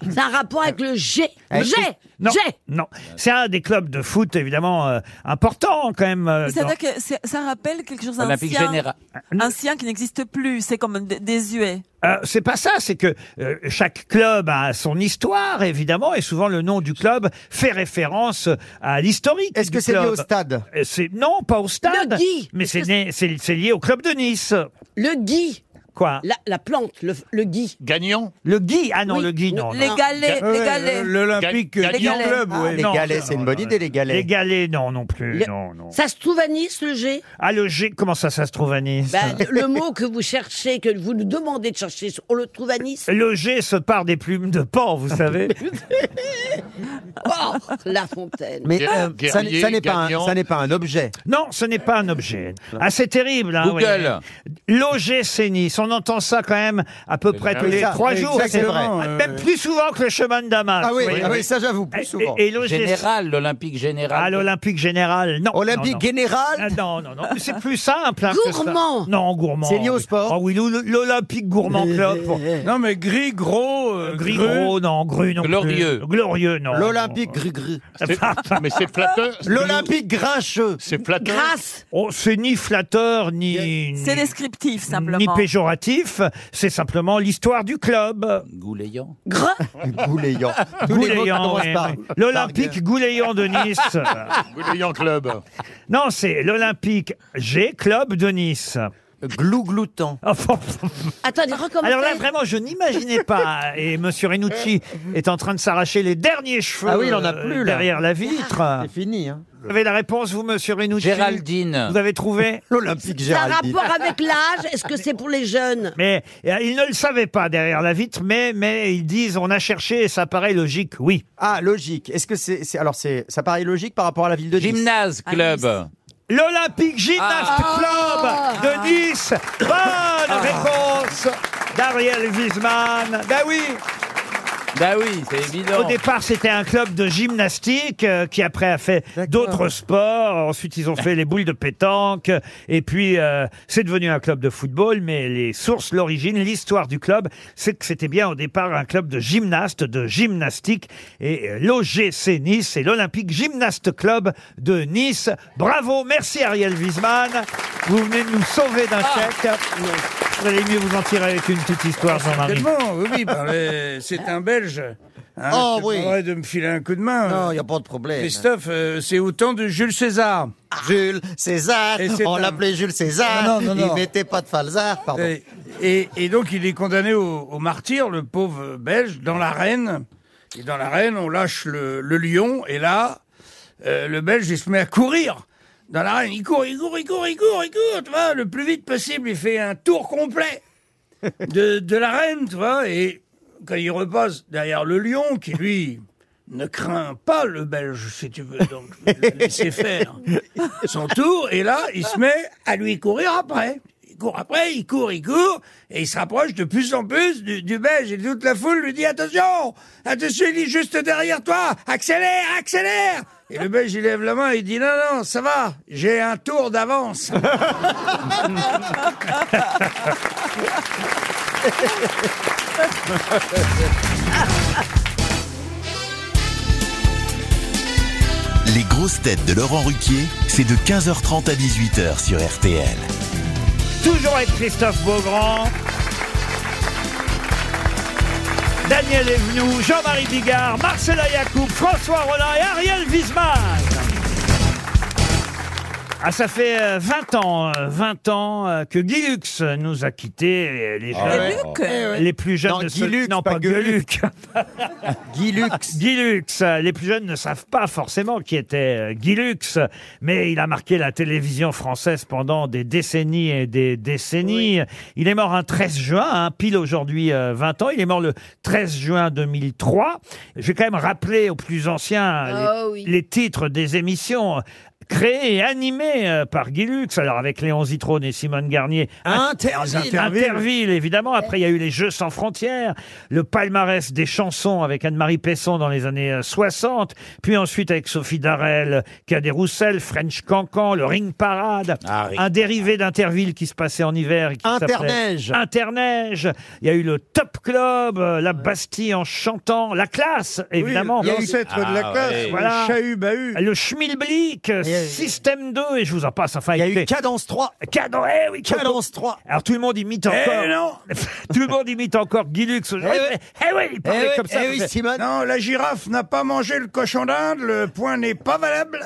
Speaker 9: C'est un rapport avec le G
Speaker 2: Euh,
Speaker 9: G
Speaker 2: Non,
Speaker 9: G
Speaker 2: non. c'est un des clubs de foot évidemment euh, important quand même. euh, dans-
Speaker 6: C'est-à-dire que c'est- ça rappelle quelque chose
Speaker 2: Olympique
Speaker 6: d'ancien,
Speaker 2: général.
Speaker 6: ancien qui n'existe plus. C'est comme dé- désuet.
Speaker 2: Euh, c'est pas ça, c'est que euh, chaque club a son histoire évidemment et souvent le nom du club fait référence à l'historique. Est-ce
Speaker 4: que c'est lié au stade
Speaker 2: Non, pas au stade.
Speaker 9: Le Guy.
Speaker 2: Mais c'est né- c'est c'est lié au club de Nice.
Speaker 9: Le Guy.
Speaker 2: Quoi
Speaker 9: La, la plante, le, le Guy.
Speaker 7: Gagnon
Speaker 2: Le Guy Ah non,
Speaker 9: Oui.
Speaker 2: le Guy non. euh,
Speaker 9: Les
Speaker 2: non.
Speaker 9: Galets, Ga- les ouais, Galets.
Speaker 8: l'Olympique
Speaker 2: Ga-
Speaker 9: Guy
Speaker 2: Gagnon.
Speaker 9: Club,
Speaker 2: Ah,
Speaker 9: ouais.
Speaker 4: Les
Speaker 2: non,
Speaker 4: Galets,
Speaker 2: non,
Speaker 4: c'est une
Speaker 2: non,
Speaker 4: bonne
Speaker 2: non.
Speaker 4: idée, les Galets.
Speaker 2: Les Galets, non, non plus.
Speaker 9: Le-
Speaker 2: Non, non.
Speaker 9: Ça se trouve à Nice, le G
Speaker 2: Ah, le G, comment ça, ça se trouve à Nice
Speaker 9: Bah, Le mot que vous cherchez, que vous nous demandez de chercher, on le trouve à Nice
Speaker 2: Le G se part des plumes de pan, vous savez.
Speaker 9: Oh, La Fontaine
Speaker 4: Mais euh, ça, n'est- ça n'est pas, un- ça n'est pas un objet.
Speaker 2: Non, ce n'est pas un objet. Ah, c'est terrible. Hein,
Speaker 4: Google.
Speaker 2: L'OGC Nice. On entend ça quand même à peu près
Speaker 4: Ah
Speaker 2: tous
Speaker 4: oui,
Speaker 2: les
Speaker 4: ça,
Speaker 2: trois jours.
Speaker 4: exactement,
Speaker 2: Ah,
Speaker 4: euh,
Speaker 2: Même plus souvent que le chemin de Damas.
Speaker 4: Ah oui,
Speaker 2: voyez.
Speaker 4: ah oui, ça, j'avoue, plus
Speaker 2: Et-
Speaker 4: souvent.
Speaker 2: Et, et l'OGC
Speaker 3: Général, l'Olympique général.
Speaker 2: Ah, l'Olympique Général, non.
Speaker 4: Olympique
Speaker 2: non, non.
Speaker 4: Général
Speaker 2: Ah, Non, non, non. C'est plus simple. hein, que ça.
Speaker 9: Gourmand.
Speaker 2: Non, gourmand.
Speaker 4: C'est lié au
Speaker 2: oui.
Speaker 4: sport
Speaker 2: Ah oui, l'O- l'Olympique Gourmand Club.
Speaker 8: Non, mais gris, gros. euh,
Speaker 2: Gris,
Speaker 8: gru.
Speaker 2: gros, non. Gru, non. plus.
Speaker 7: Glorieux.
Speaker 2: Glorieux, non.
Speaker 4: L'Olympique gris-gris.
Speaker 7: C'est- Mais c'est flatteur.
Speaker 4: L'Olympique grincheux.
Speaker 7: C'est flatteur.
Speaker 2: Oh, c'est ni flatteur, ni.
Speaker 6: C'est
Speaker 2: ni-
Speaker 6: descriptif, simplement.
Speaker 2: ni péjoratif, c'est simplement l'histoire du club.
Speaker 3: Gouléant.
Speaker 4: Gouléant. Tous les mots qui
Speaker 2: Gouléant,
Speaker 4: commencent
Speaker 2: oui,
Speaker 4: par-
Speaker 2: oui. l'Olympique Gouléant de Nice.
Speaker 7: Gouléant Club.
Speaker 2: non, c'est l'Olympique G Club de Nice. Ah,
Speaker 4: glougloutant.
Speaker 5: Attendez, recommencez.
Speaker 2: Alors là, vraiment, je n'imaginais pas. Et Monsieur Renucci est en train de s'arracher les derniers cheveux
Speaker 4: Ah oui, il en a
Speaker 2: euh,
Speaker 4: plus, là.
Speaker 2: derrière la vitre.
Speaker 4: C'est fini. Hein.
Speaker 2: Vous avez la réponse, vous, Monsieur Renucci
Speaker 3: Géraldine.
Speaker 2: Vous avez trouvé
Speaker 4: L'Olympique
Speaker 9: Ça a rapport avec l'âge Est-ce que c'est pour les jeunes
Speaker 2: Mais euh, ils ne le savaient pas derrière la vitre, mais, mais ils disent on a cherché et ça paraît logique, oui.
Speaker 4: Ah, logique. Est-ce que c'est. c'est- alors, c'est, ça paraît logique par rapport à la ville de Nice.
Speaker 3: Gymnase Club.
Speaker 2: Ah, L'Olympique Gymnast
Speaker 4: Ah.
Speaker 2: Club de Nice. Ah, Bonne réponse d'Ariel Wiesman. Ben oui
Speaker 3: Bah oui, c'est évident.
Speaker 2: Au départ, c'était un club de gymnastique euh, qui après a fait d'autres sports. Ensuite, ils ont fait les boules de pétanque. Et puis, euh, c'est devenu un club de football. Mais les sources, l'origine, l'histoire du club, c'est que c'était bien au départ un club de gymnastes, de gymnastique. Et euh, l'OGC Nice, c'est l'Olympique Gymnaste Club de Nice. Bravo, merci Ariel Wiesman. Vous venez de nous sauver d'un chèque. Vous allez mieux vous en tirer avec une petite histoire, Jean-Marie.
Speaker 8: Ah, Certainement, oui, oui, ben, les- c'est un Belge. Hein,
Speaker 4: Oh,
Speaker 8: c'est
Speaker 4: oui.
Speaker 8: pas vrai de me filer un coup de main.
Speaker 4: Non, y a pas de problème. Ah,
Speaker 8: Christophe, euh, c'est au temps de Jules César.
Speaker 4: Jules César,
Speaker 8: Et c'est
Speaker 4: on
Speaker 8: un-
Speaker 4: l'appelait Jules César,
Speaker 8: Non, non, non, non.
Speaker 4: il mettait pas de falzar, pardon.
Speaker 8: Et, et- et donc, il est condamné au, au martyr, le pauvre Belge, dans l'arène. Et dans l'arène, on lâche le, le lion. Et là, euh, le Belge, il se met à courir. Dans l'arène, il court, il court, il court, il court, il court, tu vois, le plus vite possible. Il fait un tour complet de, de l'arène, tu vois. Et quand il repasse derrière le lion, qui lui ne craint pas le Belge, si tu veux, donc je vais le laisser faire son tour, et là, il se met à lui courir après. Il court après, il court, il court, et il se rapproche de plus en plus du, du Belge, et toute la foule lui dit « Attention Attention, il est juste derrière toi Accélère Accélère !» Et le Belge, il lève la main, il dit « Non, non, ça va, j'ai un tour d'avance !»
Speaker 1: Les grosses têtes de Laurent Ruquier, c'est de 15h30 à 18h sur RTL.
Speaker 2: Toujours avec Christophe Beaugrand. Daniel Evenou, Jean-Marie Bigard, Marcela Yacoub, François Rollin et Ariel Wiesmann. Ah, ça fait euh, 20 ans, euh, 20 ans euh, que Guy Lux nous a quittés. et Les,
Speaker 4: Ah
Speaker 2: jeunes-
Speaker 4: ouais. Guy Lux
Speaker 2: euh, les plus jeunes
Speaker 4: Non,
Speaker 2: ne
Speaker 4: Guy
Speaker 2: se-
Speaker 4: Lux,
Speaker 2: non,
Speaker 4: pas
Speaker 2: pas
Speaker 4: Guy
Speaker 2: Gueuluc.
Speaker 4: Lux.
Speaker 2: Guy Lux. euh, Les plus jeunes ne savent pas forcément qui était euh, Guy Lux, mais il a marqué la télévision française pendant des décennies et des décennies. Il est mort un 13 juin, hein, pile aujourd'hui euh, 20 ans. Il est mort le 13 juin 2003. Je vais quand même rappeler aux plus anciens euh, les,
Speaker 9: Ah oui.
Speaker 2: les titres des émissions. euh, créées et animées euh, par Guy Lux, alors avec Léon Zitrone et Simone Garnier.
Speaker 4: Interville.
Speaker 2: Interville. Belleville, évidemment. Après, il y a eu les Jeux sans frontières, le palmarès des chansons avec Anne-Marie Pesson dans les années euh, 60, puis ensuite avec Sophie Darel, Cadet Roussel, French Cancan, le Ring Parade, un dérivé d'Interville qui se passait en hiver. et qui s'appelait
Speaker 4: Interneige.
Speaker 2: Interneige. Il y a eu le Top Club, euh, la Bastille en chantant, la classe, évidemment. Ah,
Speaker 8: Oui, l'ancêtre de la classe, le chahut-bahut.
Speaker 2: Le Schmilblick, euh,
Speaker 8: Il y a eu-
Speaker 2: Système 2, et je vous en passe. Enfin, il y a eu
Speaker 4: Cadence 3.
Speaker 2: Cadence, eh oui,
Speaker 4: Cadence 3.
Speaker 2: Alors tout le monde imite
Speaker 8: Eh
Speaker 2: encore.
Speaker 8: non
Speaker 2: tout le monde imite encore Guy Lux. Eh oui, eh oui, il parlait comme ça. faisait-
Speaker 8: Non, la girafe n'a pas mangé le cochon d'Inde, le point n'est pas valable.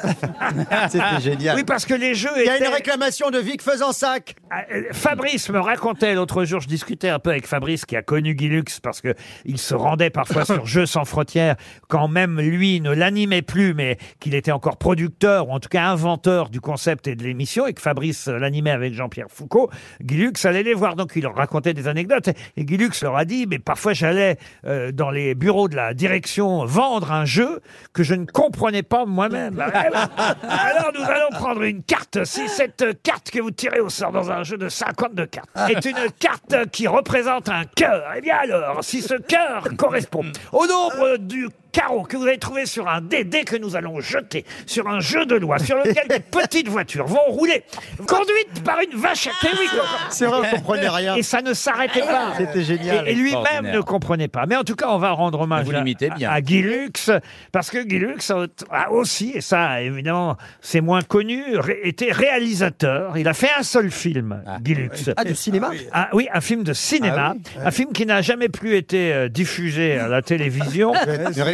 Speaker 4: C'était génial.
Speaker 2: Oui, Ah, parce que les jeux
Speaker 4: Il y a
Speaker 2: étaient-
Speaker 4: une réclamation de Vic Faisansac.
Speaker 2: Ah, euh, Fabrice me racontait l'autre jour, je discutais un peu avec Fabrice qui a connu Guy Lux parce que il se rendait parfois sur Jeux sans frontières quand même lui ne l'animait plus, mais qu'il était encore producteur ou en tout cas inventeur du concept et de l'émission et que Fabrice euh, l'animait avec Jean-Pierre Foucault. Guy Lux allait les voir, donc il leur racontait des anecdotes et Guy Lux leur a dit, mais parfois j'allais euh, dans les bureaux de la direction vendre un jeu que je ne comprenais pas moi-même. Alors nous allons prendre une carte. C'est cette carte que vous tirez au sort dans un jeu de 52 cartes.
Speaker 4: Ah.
Speaker 2: Est une carte qui représente un cœur. Eh bien alors, si ce cœur correspond au nombre du carreau que vous avez trouvé sur un dé, dé que nous allons jeter sur un jeu de loi sur lequel des petites voitures vont rouler, conduites par une vachette. Eh oui,
Speaker 4: C'est vrai, on comprenait rien.
Speaker 2: Et ça ne s'arrêtait pas.
Speaker 4: C'était génial.
Speaker 2: Et, et lui-même
Speaker 4: Extraordinaire.
Speaker 2: ne comprenait pas. Mais en tout cas, on va rendre hommage
Speaker 3: Vous
Speaker 2: à,
Speaker 3: l'imitez bien.
Speaker 2: à Guy Lux, parce que Guy Lux a aut- a aussi, et ça évidemment c'est moins connu, ré- était réalisateur. Il a fait un seul film, Guy Lux.
Speaker 4: Ah, du cinéma
Speaker 2: Ah
Speaker 4: Ah,
Speaker 2: oui, un film de cinéma, un film qui n'a jamais plus été euh, diffusé à la télévision.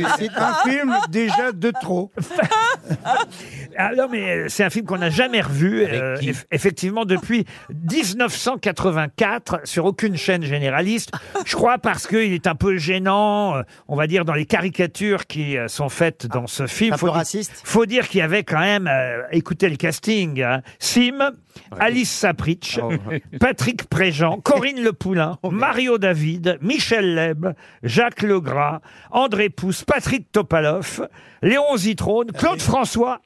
Speaker 4: Une
Speaker 13: C'est un film déjà de trop.
Speaker 2: Ah non, mais euh, c'est un film qu'on n'a jamais revu. euh, eff- effectivement, depuis 1984, sur aucune chaîne généraliste. Je crois parce qu'il est un peu gênant, euh, on va dire, dans les caricatures qui euh, sont faites dans ce film.
Speaker 4: Ah, un peu
Speaker 2: Faut dire-
Speaker 4: raciste.
Speaker 2: Faut dire qu'il y avait quand même, euh, écoutez le casting, hein, Sim, Alice Sapritch,
Speaker 4: Oh.
Speaker 2: Patrick Préjean, Corinne Le Poulain, Mario David, Michel Leb, Jacques Legras, André Pousse, Patrick Topalov, Léon Zitrone,
Speaker 4: Eh
Speaker 2: Claude François,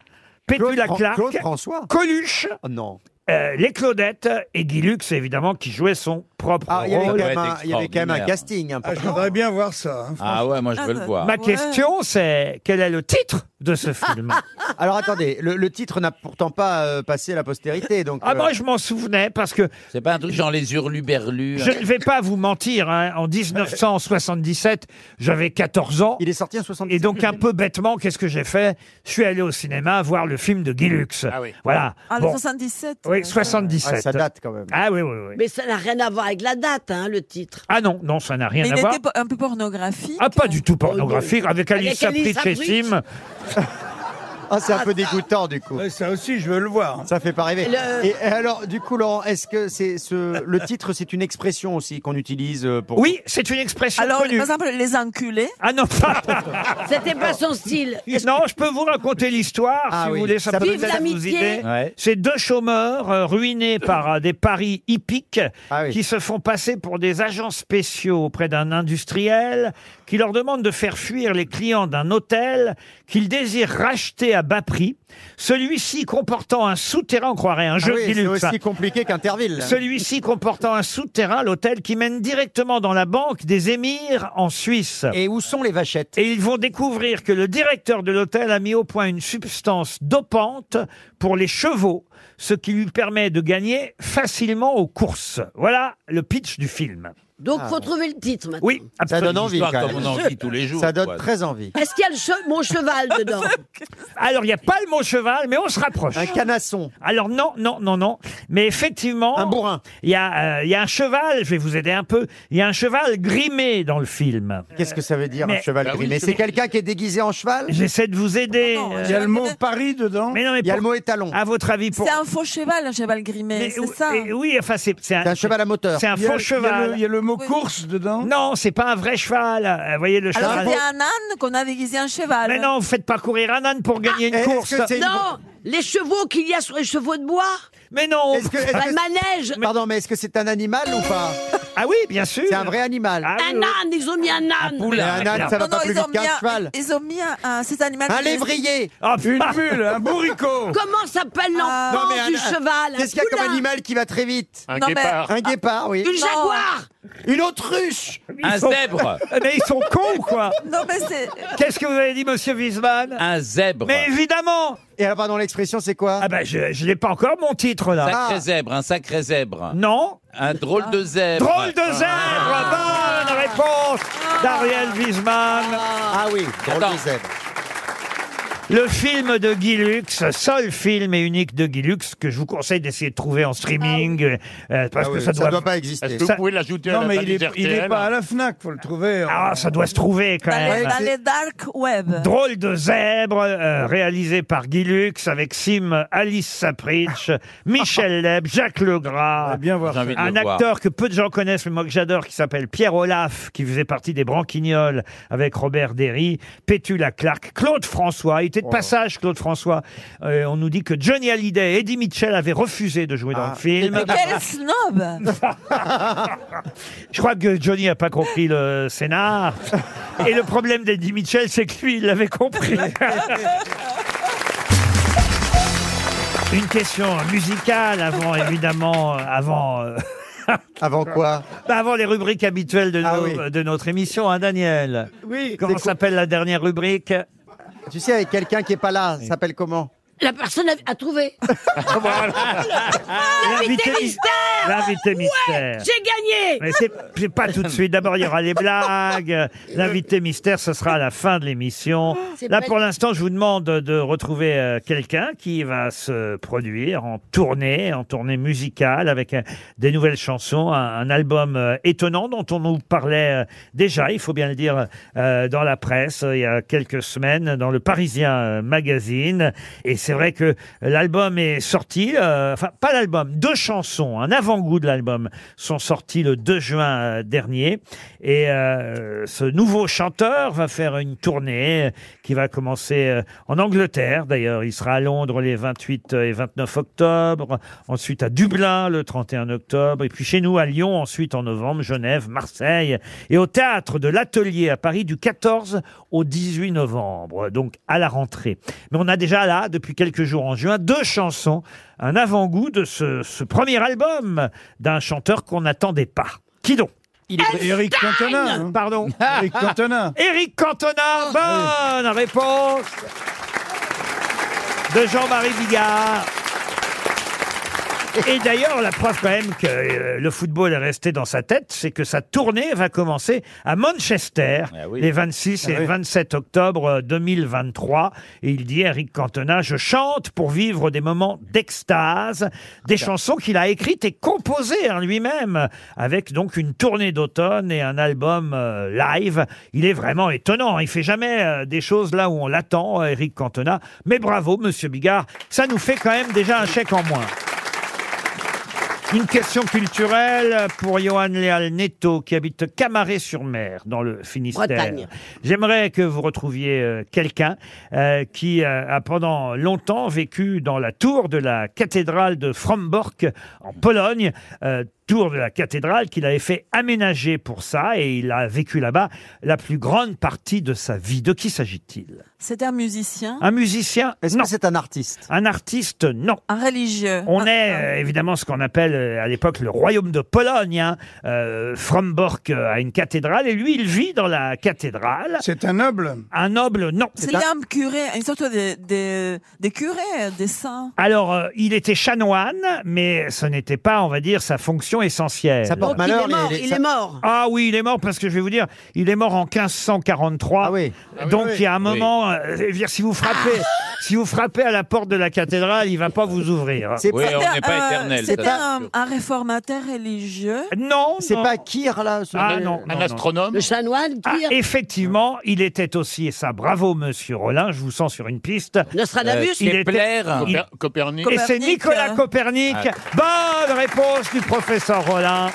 Speaker 2: Pétula
Speaker 4: Fran-
Speaker 2: Clark,
Speaker 4: Claude François. Oh,
Speaker 2: Coluche,
Speaker 4: non.
Speaker 2: euh, les Claudettes et Guy Lux, évidemment, qui jouait son propre
Speaker 4: Ah, il y avait
Speaker 3: Oh,
Speaker 2: rôle.
Speaker 4: quand même un- il y avait quand même un casting hein,
Speaker 13: Ah, je voudrais bien voir ça. hein,
Speaker 3: Ah ouais, moi je veux le voir.
Speaker 2: Ma question, c'est quel est le titre de ce film
Speaker 4: Alors attendez, le, le titre n'a pourtant pas euh, passé à la postérité. Donc, euh,
Speaker 2: Ah, moi, je m'en souvenais parce que.
Speaker 3: C'est pas un truc genre les hurluberlus.
Speaker 2: Je ne vais pas vous mentir, hein, en 1977, j'avais 14 ans. Il
Speaker 4: est sorti en 77.
Speaker 2: Et donc, un peu bêtement, qu'est-ce que j'ai fait Je suis allé au cinéma voir le film de Guy Lux. Voilà.
Speaker 6: Ah, le euh,
Speaker 2: Bon.
Speaker 6: 77.
Speaker 2: Oui, 77.
Speaker 4: Ah, ça date quand même.
Speaker 2: Ah oui, oui, oui.
Speaker 9: Mais ça n'a rien à voir avec la date, hein, le titre.
Speaker 2: Ah non, non, ça n'a rien
Speaker 6: Mais il
Speaker 2: à voir.
Speaker 6: était po- un peu pornographique.
Speaker 2: Ah, pas du tout pornographique, avec Alice
Speaker 6: Avec Alice
Speaker 2: Sapritch et
Speaker 6: Sapritch.
Speaker 2: Sim.
Speaker 4: Ah, c'est un peu dégoûtant du coup.
Speaker 13: ça aussi, je veux le voir.
Speaker 4: Ça fait pas rêver.
Speaker 9: Le-
Speaker 4: Et, et alors, du coup, Laurent, est-ce que c'est ce le titre, c'est une expression aussi qu'on utilise euh, pour
Speaker 2: Oui, c'est une expression
Speaker 6: Alors, par
Speaker 2: connue.
Speaker 6: exemple, les enculés.
Speaker 2: Ah non,
Speaker 9: C'était pas son style.
Speaker 2: Non, je peux vous raconter l'histoire,
Speaker 4: Ah
Speaker 2: si
Speaker 4: oui.
Speaker 2: vous voulez, ça
Speaker 4: Ça
Speaker 2: peut
Speaker 9: Vive
Speaker 2: peut-être vous
Speaker 9: l'amitié.
Speaker 2: aider. C'est deux chômeurs euh, ruinés par euh, des paris hippiques
Speaker 4: Ah
Speaker 2: qui se font passer pour des agents spéciaux auprès d'un industriel qui leur demande de faire fuir les clients d'un hôtel qu'ils désirent racheter à bas prix. Celui-ci comportant un souterrain, on croirait un
Speaker 4: Ah
Speaker 2: jeu
Speaker 4: oui,
Speaker 2: de
Speaker 4: c'est
Speaker 2: Linux.
Speaker 4: aussi compliqué qu'Interville.
Speaker 2: Celui-ci comportant un souterrain, l'hôtel qui mène directement dans la banque des émirs en Suisse.
Speaker 4: Et où sont les vachettes
Speaker 2: Et ils vont découvrir que le directeur de l'hôtel a mis au point une substance dopante pour les chevaux, ce qui lui permet de gagner facilement aux courses. Voilà le pitch du film.
Speaker 9: Donc,
Speaker 2: Ah,
Speaker 9: faut
Speaker 2: bon.
Speaker 9: trouver le titre maintenant.
Speaker 2: Oui,
Speaker 4: Ça donne
Speaker 2: absolument.
Speaker 4: envie.
Speaker 3: Histoire
Speaker 4: quand
Speaker 3: comme
Speaker 4: même.
Speaker 3: on a envie tous les jours,
Speaker 4: Ça donne
Speaker 3: quoi.
Speaker 4: très envie.
Speaker 9: Est-ce qu'il y a le che- mon cheval dedans
Speaker 2: Alors, il n'y a pas le mot cheval, mais on se rapproche.
Speaker 4: Un canasson.
Speaker 2: Alors non, non, non, non. Mais effectivement... Un
Speaker 4: bourrin.
Speaker 2: Il y, a, euh, il y a un cheval, je vais vous aider un peu, il y a un cheval grimé dans le film.
Speaker 4: Qu'est-ce que ça veut dire
Speaker 2: Mais-
Speaker 4: un cheval
Speaker 2: Bah oui,
Speaker 4: gris Mais
Speaker 2: je-
Speaker 4: c'est quelqu'un qui est déguisé en cheval
Speaker 2: J'essaie de vous aider.
Speaker 6: non,
Speaker 2: euh,
Speaker 13: Il y a le mot Paris dedans.
Speaker 2: mais non, mais
Speaker 4: Il y a le
Speaker 2: pour-
Speaker 4: mot étalon.
Speaker 2: À votre avis, pour...
Speaker 6: C'est un faux cheval, un cheval grimé,
Speaker 2: Mais
Speaker 6: c'est
Speaker 2: ou-
Speaker 6: ça. hein.
Speaker 2: et oui, enfin, c'est c'est
Speaker 4: C'est un cheval à moteur.
Speaker 2: C'est un
Speaker 13: Il y a-
Speaker 2: faux
Speaker 13: il y a le-
Speaker 2: cheval.
Speaker 13: Il y a le mot course dedans.
Speaker 2: Non, c'est pas un vrai cheval. Euh, Vous voyez le
Speaker 6: Alors
Speaker 2: cheval.
Speaker 6: c'était un âne qu'on a déguisé en cheval.
Speaker 2: Mais non, vous faites pas courir un âne pour gagner une
Speaker 4: Ah, est-ce
Speaker 2: course.
Speaker 4: que c'est une-
Speaker 9: Non, les chevaux qu'il y a sur les chevaux de bois.
Speaker 2: Mais non.
Speaker 4: Est-ce que- est-ce
Speaker 9: Bah,
Speaker 4: que-
Speaker 9: le manège.
Speaker 4: Pardon, mais est-ce que c'est un animal ou pas
Speaker 2: Ah oui, bien sûr.
Speaker 4: C'est un vrai animal.
Speaker 2: Ah oui,
Speaker 9: Un
Speaker 2: oui.
Speaker 9: âne, ils ont mis un âne.
Speaker 4: Mais
Speaker 2: Oula.
Speaker 4: un âne, ça va pas plus
Speaker 6: ils ont
Speaker 4: vite
Speaker 6: mis
Speaker 4: qu'un
Speaker 6: un-
Speaker 4: cheval.
Speaker 6: Ils ont mis un, un- cet animal.
Speaker 4: Un
Speaker 6: qui est-
Speaker 4: lévrier.
Speaker 2: Ah,
Speaker 13: Une
Speaker 2: bah,
Speaker 13: mule, un bourricot.
Speaker 9: Comment s'appelle
Speaker 6: Ah.
Speaker 9: l'enfant
Speaker 4: Non, mais un-
Speaker 9: du
Speaker 4: un-
Speaker 9: cheval
Speaker 4: Qu'est-ce qu'il y a comme
Speaker 9: Poulain.
Speaker 4: animal qui va très vite
Speaker 7: Un
Speaker 6: Non, mais-
Speaker 7: guépard.
Speaker 4: Un guépard, oui.
Speaker 9: Une
Speaker 6: Non.
Speaker 9: jaguar
Speaker 4: Une autruche
Speaker 3: Un
Speaker 2: Ils sont-
Speaker 3: zèbre.
Speaker 2: Mais ils sont cons ou quoi
Speaker 6: Non mais c'est.
Speaker 2: Qu'est-ce que vous avez dit, monsieur Wiesmann
Speaker 3: Un zèbre.
Speaker 2: Mais évidemment
Speaker 4: Et alors, pardon, l'expression, c'est quoi
Speaker 2: Ah ben, je, je n'ai pas encore mon titre
Speaker 3: Un
Speaker 2: là.
Speaker 3: sacré
Speaker 4: Ah.
Speaker 3: zèbre, un sacré zèbre.
Speaker 2: Non
Speaker 3: Un drôle de zèbre. Ah.
Speaker 2: Drôle de zèbre Bonne réponse d'Ariel Wiesmann.
Speaker 4: Ah oui, drôle
Speaker 3: Attends.
Speaker 4: de zèbre.
Speaker 2: Le film de Guy Lux, seul film et unique de Guy Lux que je vous conseille d'essayer de trouver en streaming euh, parce
Speaker 4: Ah
Speaker 2: que
Speaker 4: oui,
Speaker 2: ça doit.
Speaker 4: pas
Speaker 7: Est-ce
Speaker 4: exister.
Speaker 7: que
Speaker 2: Ça-
Speaker 7: vous pouvez l'ajouter à
Speaker 13: Non,
Speaker 7: la
Speaker 13: mais
Speaker 7: valise
Speaker 13: il est, il est
Speaker 7: RTL?
Speaker 13: pas à la FNAC, faut le trouver.
Speaker 2: Ah, ça doit se trouver quand
Speaker 6: Dans
Speaker 2: même.
Speaker 6: les, dans les dark web.
Speaker 2: Drôle de zèbre, euh, réalisé par Guy Lux avec Sim Alice Sapritch, Michel Leb, Jacques Legras.
Speaker 13: Ah, bien voir.
Speaker 3: J'ai
Speaker 13: ça.
Speaker 3: envie de
Speaker 2: Un
Speaker 3: le voir.
Speaker 2: acteur que peu de gens connaissent, mais moi que j'adore, qui s'appelle Pierre Olaf, qui faisait partie des Branquignoles avec Robert Derry, Pétula Clark, Claude François. Il était de passage, Claude François. Euh, on nous dit que Johnny Hallyday et Eddie Mitchell avaient refusé de jouer dans
Speaker 13: Ah.
Speaker 2: le film.
Speaker 6: Mais quel snob
Speaker 2: Je crois que Johnny n'a pas compris le scénar. et le problème d'Eddie Mitchell, c'est que lui, il l'avait compris. Une question musicale avant, évidemment, euh, avant. euh,
Speaker 4: Avant quoi
Speaker 2: Bah, avant les rubriques habituelles de,
Speaker 4: Ah
Speaker 2: nos- euh,
Speaker 4: oui.
Speaker 2: de notre émission, hein, Daniel
Speaker 4: Oui.
Speaker 2: Comment s'appelle la dernière rubrique
Speaker 4: Tu sais, avec quelqu'un qui est pas là, ça s'appelle comment
Speaker 9: la personne a, a trouvé.
Speaker 2: L'invité mystère L'invité mystère
Speaker 9: J'ai gagné
Speaker 2: Mais c'est c'est pas tout de suite. D'abord, il y aura les blagues. L'invité mystère, ce sera à la fin de l'émission.
Speaker 9: C'est
Speaker 2: Là,
Speaker 9: pas-
Speaker 2: pour l'instant, je vous demande de retrouver euh, quelqu'un qui va se produire en tournée, en tournée musicale, avec euh, des nouvelles chansons, un, un album euh, étonnant dont on nous parlait euh, déjà, il faut bien le dire, euh, dans la presse, euh, il y a quelques semaines, dans le Parisien euh, Magazine. Et c'est vrai que l'album est sorti, euh, enfin, pas l'album, deux chansons, un avant-goût de l'album, sont sortis le 2 juin euh, dernier. Et euh, ce nouveau chanteur va faire une tournée euh, qui va commencer euh, en Angleterre. D'ailleurs, il sera à Londres les 28 et 29 octobre, ensuite à Dublin le 31 octobre, et puis chez nous à Lyon ensuite en novembre, Genève, Marseille, et au théâtre de l'Atelier à Paris du 14 au 18 novembre, donc à la rentrée. Mais on a déjà là, depuis quelques jours en juin, deux chansons, un avant-goût de ce, ce premier album d'un chanteur qu'on n'attendait pas. Qui donc il est Ah, Eric Cantona.
Speaker 8: hein.
Speaker 2: hein. Pardon.
Speaker 13: Eric Cantona.
Speaker 2: Eric Cantona. Bonne réponse de Jean-Marie Bigard. Et d'ailleurs, la preuve quand même que euh, le football est resté dans sa tête, c'est que sa tournée va commencer à Manchester les 26 et 27 octobre euh, 2023. Et il dit, Eric Cantona, je chante pour vivre des moments d'extase, des chansons qu'il a écrites et composées en lui-même, avec donc une tournée d'automne et un album euh, live. Il est vraiment étonnant. Il fait jamais euh, des choses là où on l'attend, Eric Cantona. Mais bravo, Monsieur Bigard, ça nous fait quand même déjà un chèque en moins. Une question culturelle pour Johan Léal Netto, qui habite Camaret-sur-Mer, dans le Finistère.
Speaker 9: Bretagne.
Speaker 2: J'aimerais que vous retrouviez euh, quelqu'un euh, qui euh, a pendant longtemps vécu dans la tour de la cathédrale de Frombork, en Pologne. euh, tour de la cathédrale qu'il avait fait aménager pour ça, et il a vécu là-bas la plus grande partie de sa vie. De qui s'agit-il
Speaker 6: C'est un musicien.
Speaker 2: un musicien Est-ce que c'est un artiste Un artiste, non.
Speaker 6: Un religieux. Ah.
Speaker 2: On
Speaker 6: Un-
Speaker 2: est
Speaker 6: un-
Speaker 2: euh, évidemment ce qu'on appelle euh, à l'époque le royaume de Pologne. Hein. Euh, Frombork euh, a une cathédrale et lui, il vit dans la cathédrale. C'est un noble Un noble, non.
Speaker 6: C'est un curé, une sorte de, de, de curé, des saints.
Speaker 2: Alors, euh, il était chanoine, mais ce n'était pas, on va dire, sa fonction essentielle.
Speaker 4: Ça porte Donc, Oh, il malheur, est mort, les- les- il ça- est
Speaker 2: mort. Ah oui, il est mort parce que je vais vous dire, il est mort en 1543. Donc,
Speaker 4: Ah oui.
Speaker 2: il y a un
Speaker 4: Oui.
Speaker 2: moment, euh, je veux dire, si vous frappez,
Speaker 4: Ah.
Speaker 2: si vous frappez à la porte de la cathédrale, il va pas vous ouvrir.
Speaker 6: C'était
Speaker 4: euh,
Speaker 6: un- Euh, C'était un, un réformateur religieux.
Speaker 2: Euh, Non, C'est non. pas
Speaker 6: Kir, là.
Speaker 2: Ah non, non, non.
Speaker 7: astronome.
Speaker 6: Le chanoine,
Speaker 2: Ah, effectivement, il était aussi, et ça, bravo, monsieur Rollin, je vous sens sur une piste. Euh,
Speaker 6: Nostradamus. hein.
Speaker 2: il était-
Speaker 7: Kepler.
Speaker 2: il-
Speaker 7: Coper- Copernic.
Speaker 2: Et c'est
Speaker 7: Copernic,
Speaker 2: Nicolas
Speaker 7: euh.
Speaker 2: Copernic. Bonne réponse du professeur Rollin.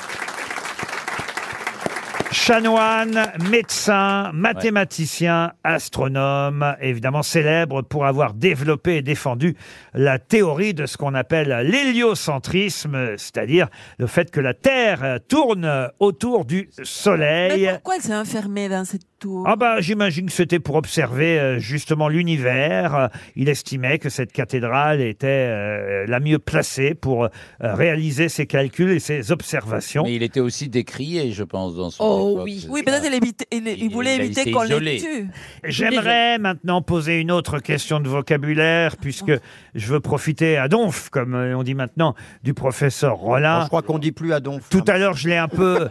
Speaker 2: Chanoine, médecin, mathématicien, astronome, évidemment célèbre pour avoir développé et défendu la théorie de ce qu'on appelle l'héliocentrisme, c'est-à-dire le fait que la Terre euh, tourne autour du Soleil.
Speaker 6: Mais pourquoi il s'est enfermé dans cette tour
Speaker 2: euh, Ah bah j'imagine que c'était pour observer euh, justement l'univers. Euh, Il estimait que cette cathédrale était euh, la mieux placée pour euh, réaliser ses calculs et ses observations.
Speaker 3: Mais il était aussi décrié, je pense, dans son époque.
Speaker 6: Oui, peut-être il, évite- il- il voulait
Speaker 3: il a
Speaker 6: éviter
Speaker 3: été
Speaker 6: qu'on
Speaker 3: isolé.
Speaker 6: le tue.
Speaker 2: J'aimerais maintenant poser une autre question de vocabulaire puisque je veux profiter à donf, comme euh, on dit maintenant, du professeur Rollin.
Speaker 4: Ah, Je crois qu'on dit plus à donf. hein.
Speaker 2: Tout à l'heure, je l'ai un peu.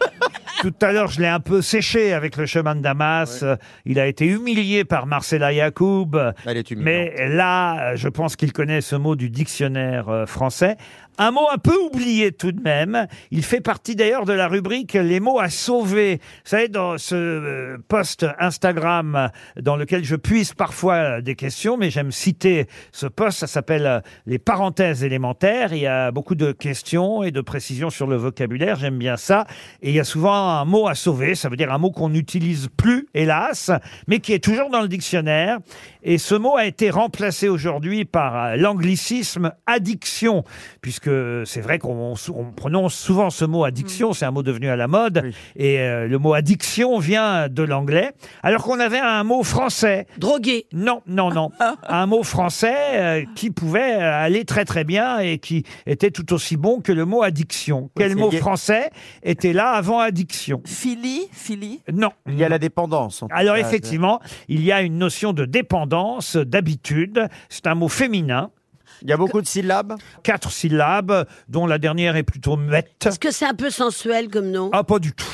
Speaker 2: Tout à l'heure, je l'ai un peu séché avec le chemin de Damas. Euh, Il a été humilié par Marcella Yacoub. mais là, euh, je pense qu'il connaît ce mot du dictionnaire euh, français. Un mot un peu oublié tout de même. Il fait partie d'ailleurs de la rubrique Les mots à sauver. Vous savez, dans ce euh, post Instagram dans lequel je puise parfois euh, des questions, mais j'aime citer ce post. Ça s'appelle euh, Les parenthèses élémentaires. Il y a beaucoup de questions et de précisions sur le vocabulaire. J'aime bien ça. Et il y a souvent un mot à sauver. Ça veut dire un mot qu'on n'utilise plus, hélas, mais qui est toujours dans le dictionnaire. Et ce mot a été remplacé aujourd'hui par euh, l'anglicisme addiction, puisque c'est vrai qu'on on prononce souvent ce mot addiction. C'est un mot devenu à la mode. Et euh, le mot addiction vient de l'anglais. Alors qu'on avait un mot français. Drogué. Non, non, non. un mot français euh, qui pouvait euh, aller très très bien et qui était tout aussi bon que le mot addiction. Quel
Speaker 4: c'est
Speaker 2: mot
Speaker 4: gay.
Speaker 2: français était là avant addiction
Speaker 6: Philly, Philly.
Speaker 2: Non. Ah,
Speaker 4: Il y a la dépendance. en tout
Speaker 2: Alors
Speaker 4: cas.
Speaker 2: effectivement, il y a une notion de dépendance, d'habitude. C'est un mot féminin. Il y a beaucoup de syllabes Quatre syllabes, dont la dernière est plutôt mette. Est-ce
Speaker 5: que c'est un peu sensuel comme nom
Speaker 2: Ah, pas du tout.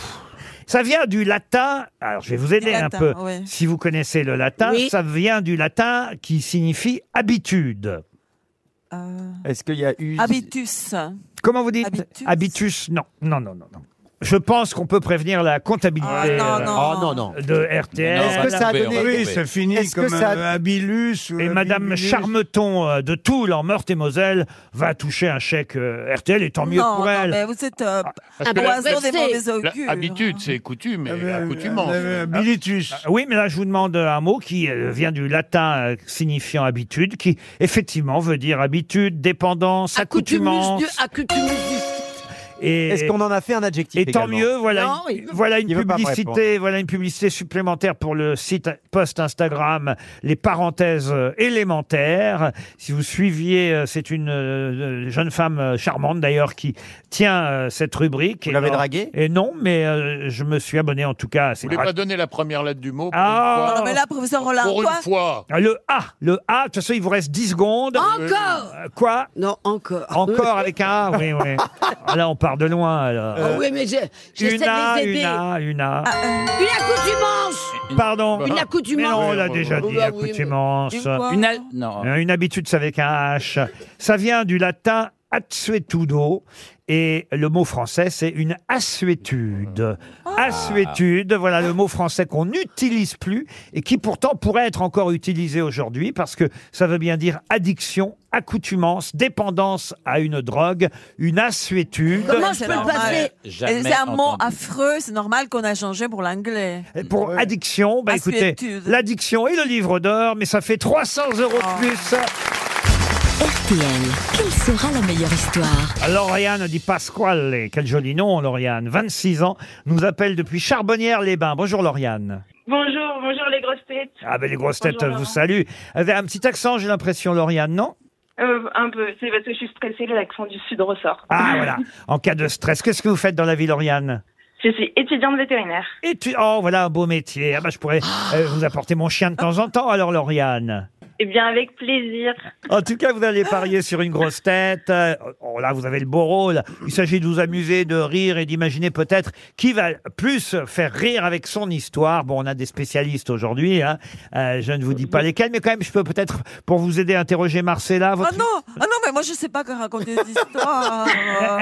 Speaker 2: Ça vient du latin, alors je vais vous aider
Speaker 5: Du
Speaker 2: un
Speaker 5: latin,
Speaker 2: peu,
Speaker 5: ouais.
Speaker 2: si vous connaissez le latin,
Speaker 5: Oui.
Speaker 2: ça vient du latin qui signifie habitude.
Speaker 5: Euh.
Speaker 2: Est-ce qu'il y a eu...
Speaker 6: Habitus.
Speaker 2: Comment vous dites Habitus, non. non, non, non, non. Je pense qu'on peut prévenir la comptabilité
Speaker 6: Ah, non,
Speaker 2: euh,
Speaker 6: non. Ah, non, non.
Speaker 2: de RTL.
Speaker 13: Est-ce que ça a donné-
Speaker 2: Oui,
Speaker 13: Oui,
Speaker 2: c'est
Speaker 13: c'est
Speaker 2: fini
Speaker 13: fini Est-ce que
Speaker 2: comme
Speaker 13: comme, ça a- euh,
Speaker 2: Habilus. Et Madame
Speaker 13: Habilus.
Speaker 2: Charmeton euh, de Toul, en Meurthe-et-Moselle, va toucher un chèque euh, RTL, et tant mieux
Speaker 6: non,
Speaker 2: pour
Speaker 6: non,
Speaker 2: elle. Ah,
Speaker 6: mais vous êtes euh,
Speaker 2: Parce que la-
Speaker 6: poison des mauvais
Speaker 2: la-
Speaker 6: augures.
Speaker 7: Habitude, c'est Ah, coutume et
Speaker 13: Euh,
Speaker 7: accoutumance.
Speaker 2: Ah, Oui, mais là, je vous demande un mot qui euh, vient du latin euh, signifiant habitude, qui effectivement veut dire habitude, dépendance, accoutumance.
Speaker 5: Accoutumus du- accoutumus du
Speaker 2: Et-
Speaker 4: Est-ce qu'on en a fait un adjectif
Speaker 2: Et tant
Speaker 4: également
Speaker 2: mieux, voilà
Speaker 4: Non,
Speaker 2: une,
Speaker 4: il-
Speaker 2: voilà une
Speaker 4: il veut pas me
Speaker 2: publicité, voilà une publicité supplémentaire pour le site post Instagram, les parenthèses euh, élémentaires. Si vous suiviez, euh, c'est une euh, jeune femme euh, charmante d'ailleurs qui tient euh, cette rubrique. Vous
Speaker 7: l'avez
Speaker 2: draguée Et non, mais euh, je me suis abonné en tout cas à
Speaker 7: Vous
Speaker 2: cette
Speaker 7: voulez pas donner la première lettre du mot pour
Speaker 2: Ah.
Speaker 7: une fois
Speaker 6: Non, mais là, professeur Rollin,
Speaker 7: Pour
Speaker 6: quoi
Speaker 7: une fois.
Speaker 2: Ah, Le A, le A, de toute façon, il vous reste 10 secondes.
Speaker 5: Encore
Speaker 2: Euh, Quoi
Speaker 5: Non, encore.
Speaker 2: Encore avec un A, oui, oui. Ah, Là, on part de loin, alors.
Speaker 5: Ah oui, mais j'ai-
Speaker 2: Euh,
Speaker 5: j'essaie
Speaker 2: une A,
Speaker 5: de les aider. Ah, euh.
Speaker 2: Une A, une A.
Speaker 5: Une accoutumance
Speaker 2: Pardon Ah.
Speaker 5: Une accoutumance.
Speaker 2: Mais non, on l'a déjà
Speaker 5: Oh,
Speaker 2: dit,
Speaker 5: bah oui, mais-
Speaker 2: accoutumance.
Speaker 5: Une quoi
Speaker 3: Une a- non.
Speaker 2: Euh, une habitude, c'est avec un H. Ça vient du latin atsuetudo. Et le mot français, c'est une assuétude.
Speaker 5: Ah.
Speaker 2: Assuétude, voilà le mot français qu'on n'utilise plus et qui pourtant pourrait être encore utilisé aujourd'hui parce que ça veut bien dire addiction, accoutumance, dépendance à une drogue, une assuétude.
Speaker 6: Comment je peux le passer
Speaker 2: Jamais
Speaker 6: C'est un mot
Speaker 2: entendu.
Speaker 6: affreux, c'est normal qu'on a changé pour l'anglais.
Speaker 2: Et Pour addiction, bah écoutez,
Speaker 6: Assuétude.
Speaker 2: l'addiction et le livre d'or, mais ça fait 300 euros de plus.
Speaker 10: RTL, quelle sera la meilleure histoire
Speaker 2: Lauriane dit Pasquale, quel joli nom, Lauriane, 26 ans, nous appelle depuis Charbonnières-les-Bains. Bonjour Lauriane.
Speaker 15: Bonjour, bonjour les grosses têtes.
Speaker 2: Ah ben les grosses têtes
Speaker 15: Bonjour,
Speaker 2: vous
Speaker 15: Laurent.
Speaker 2: saluent. Avec un petit accent, j'ai l'impression, Lauriane, non
Speaker 15: Euh, un peu, c'est parce que je suis stressée, l'accent du sud ressort.
Speaker 2: Ah voilà, en cas de stress, qu'est-ce que vous faites dans la vie, Lauriane
Speaker 15: Je suis étudiante vétérinaire.
Speaker 2: Et tu... Oh voilà un beau métier, ah ben, je pourrais euh, vous apporter mon chien de temps en temps alors, Lauriane.
Speaker 15: Eh bien, avec plaisir.
Speaker 2: En tout cas, vous allez parier sur une grosse tête. Euh, Oh là, vous avez le beau rôle. Il s'agit de vous amuser, de rire et d'imaginer peut-être qui va plus faire rire avec son histoire. Bon, on a des spécialistes aujourd'hui. hein. Euh, je ne vous dis pas lesquels, mais quand même, je peux peut-être, pour vous aider, interroger Marcella.
Speaker 6: Ah
Speaker 2: Votre...
Speaker 6: non, ah non, mais moi je sais pas que raconter des histoires.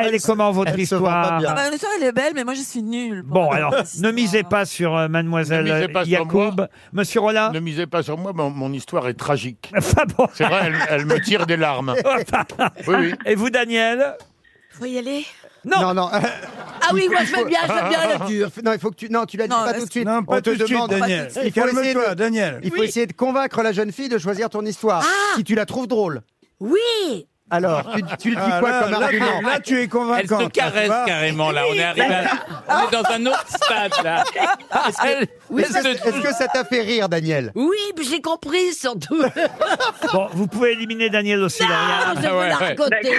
Speaker 2: Elle est comment votre histoire
Speaker 6: Ah bah, l'histoire, elle est belle, mais moi je suis nulle. pour
Speaker 2: Bon,
Speaker 6: raconter
Speaker 2: alors,
Speaker 6: des
Speaker 2: ne misez pas sur euh, mademoiselle
Speaker 7: Ne misez pas
Speaker 2: euh,
Speaker 7: sur
Speaker 2: Yacoub. Monsieur Rollin
Speaker 7: Ne misez pas sur moi, mon, mon histoire est tragique.
Speaker 2: bon.
Speaker 7: C'est vrai, elle, elle me tire des larmes. Oui, oui.
Speaker 2: Et vous, Daniel
Speaker 5: Faut y aller
Speaker 2: Non,
Speaker 4: non,
Speaker 5: Ah oui, moi je veux bien, je veux bien le
Speaker 4: dur. Non, il faut que tu. Non, tu l'as dit
Speaker 5: Non,
Speaker 4: pas
Speaker 5: est-ce-
Speaker 4: tout de suite.
Speaker 5: Non, pas
Speaker 4: On te
Speaker 5: tout de suite,
Speaker 4: demande-
Speaker 5: Daniel.
Speaker 4: Il faut essayer
Speaker 13: Calme-toi,
Speaker 4: de-
Speaker 13: Daniel.
Speaker 4: Il faut
Speaker 13: Oui.
Speaker 4: essayer de convaincre la jeune fille de choisir ton histoire. Si tu la trouves drôle.
Speaker 5: Ah. Oui.
Speaker 4: Alors, tu, tu le dis
Speaker 13: Ah,
Speaker 4: quoi
Speaker 13: là,
Speaker 4: comme
Speaker 13: là,
Speaker 4: argument
Speaker 13: tu- là, tu es
Speaker 3: Elle
Speaker 13: convaincante.
Speaker 3: se caresse carrément là, on est arrivé à- on est dans un autre stade là.
Speaker 4: Est-ce que,
Speaker 3: Elle-
Speaker 4: Ah, est-ce que- est-ce que ça t'a fait rire, Daniel
Speaker 5: Oui, puis j'ai compris surtout.
Speaker 2: Bon, vous pouvez éliminer Daniel aussi, Lauriane.
Speaker 5: je veux la raconter.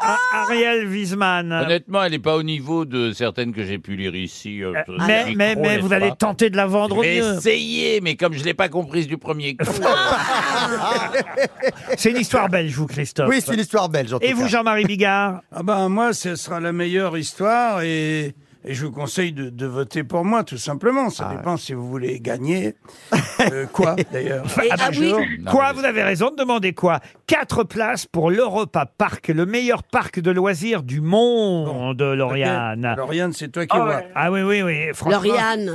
Speaker 2: Ah, Ariel Wiesman.
Speaker 3: Honnêtement, elle n'est pas au niveau de certaines que j'ai pu lire ici. euh, sur ce
Speaker 2: Mais,
Speaker 3: micro,
Speaker 2: mais, mais
Speaker 3: n'est-ce
Speaker 2: vous allez
Speaker 3: pas
Speaker 2: tenter de la vendre au
Speaker 3: J'ai
Speaker 2: mieux.
Speaker 3: essayé, mais comme je ne l'ai pas comprise du premier coup.
Speaker 2: C'est une histoire belge, vous, Christophe.
Speaker 13: Oui, c'est une histoire belge, en tout
Speaker 2: Et vous,
Speaker 13: cas.
Speaker 2: Jean-Marie Bigard
Speaker 13: Ah ben moi, ce sera la meilleure histoire et, et je vous conseille de, de voter pour moi, tout simplement. Ça dépend si vous voulez gagner. Euh, quoi, d'ailleurs
Speaker 2: Ah, bah, je- Quoi, vous avez raison de demander quoi Quatre places pour l'Europa Park, le meilleur parc de loisirs du monde, Lauriane.
Speaker 13: Lauriane, c'est toi qui vois.
Speaker 2: Ah oui, oui, oui. franchement,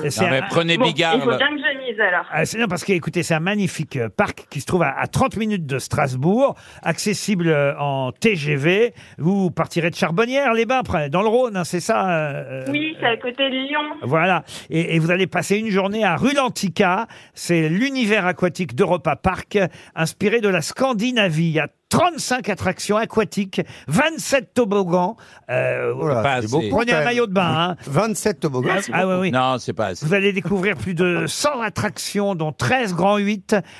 Speaker 2: c'est
Speaker 3: Non, mais
Speaker 2: un-
Speaker 3: prenez Bigard.
Speaker 15: Il faut
Speaker 3: là.
Speaker 15: bien que je mise alors.
Speaker 2: Ah, c'est non, parce que, écoutez, c'est un magnifique euh, parc qui se trouve à, à 30 minutes de Strasbourg, accessible euh, en TGV. Vous, vous partirez de Charbonnières, les bains, près- dans le Rhône, hein, c'est ça euh,
Speaker 15: Oui, c'est à côté de Lyon.
Speaker 2: Voilà. Et, et vous allez passer une journée à Rulantica. C'est l'univers aquatique d'Europa Park, inspiré de la Scandinavie. Il y a 35 attractions aquatiques, 27 toboggans. Euh,
Speaker 3: Pas
Speaker 2: vous
Speaker 3: assez.
Speaker 2: prenez un maillot de bain. hein.
Speaker 4: 27 toboggans.
Speaker 2: Ah, ah oui, oui.
Speaker 3: Non, c'est pas assez.
Speaker 2: Vous allez découvrir plus de 100 attractions, dont 13 grands 8.
Speaker 4: 13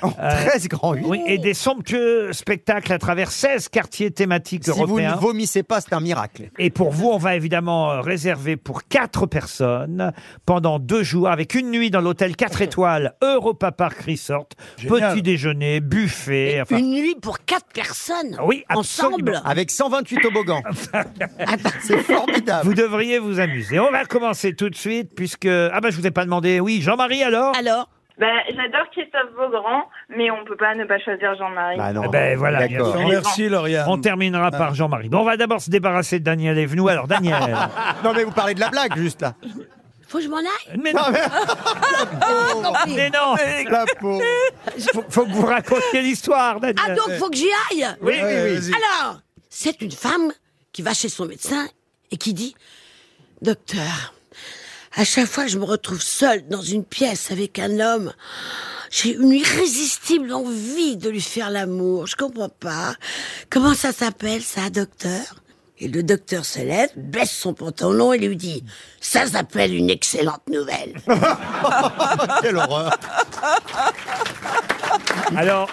Speaker 4: Oh, grands 8
Speaker 2: Oui, et des somptueux spectacles à travers 16 quartiers thématiques
Speaker 4: Si vous
Speaker 2: européens.
Speaker 4: ne vomissez pas, c'est un miracle.
Speaker 2: Et pour vous, on va évidemment euh, réserver pour quatre personnes pendant deux jours avec une nuit dans l'hôtel 4 étoiles Europa Park Resort. Petit déjeuner, buffet. enfin,
Speaker 5: Une nuit pour quatre personnes
Speaker 2: Ah Oui, absolument.
Speaker 5: ensemble.
Speaker 2: Avec 128 toboggans. C'est formidable. Vous devriez vous amuser. On va commencer tout de suite puisque... Ah ben, je vous ai pas demandé. Oui, Jean-Marie alors Alors
Speaker 15: Ben, j'adore Christophe Beaugrand, mais on peut pas ne pas choisir Jean-Marie.
Speaker 4: Ah
Speaker 2: Eh Ben voilà, bien sûr.
Speaker 13: Merci, Lauriane.
Speaker 2: On terminera par Jean-Marie. Bon, on va d'abord se débarrasser de Daniel Evenou. Alors, Daniel.
Speaker 4: non, mais vous parlez de la blague, juste là.
Speaker 5: Faut que je m'en aille Ah,
Speaker 2: Mais non. Mais non faut, faut que vous racontiez l'histoire, Daniel.
Speaker 5: Ah donc, faut que j'y aille
Speaker 2: Oui, oui, oui. vas-y.
Speaker 5: Alors, c'est une femme qui va chez son médecin et qui dit « Docteur, à chaque fois que je me retrouve seule dans une pièce avec un homme, j'ai une irrésistible envie de lui faire l'amour. Je comprends pas. Comment ça s'appelle, ça, docteur ?» Et le docteur se lève, baisse son pantalon et lui dit « Ça s'appelle une excellente nouvelle
Speaker 4: Quelle horreur
Speaker 2: Alors,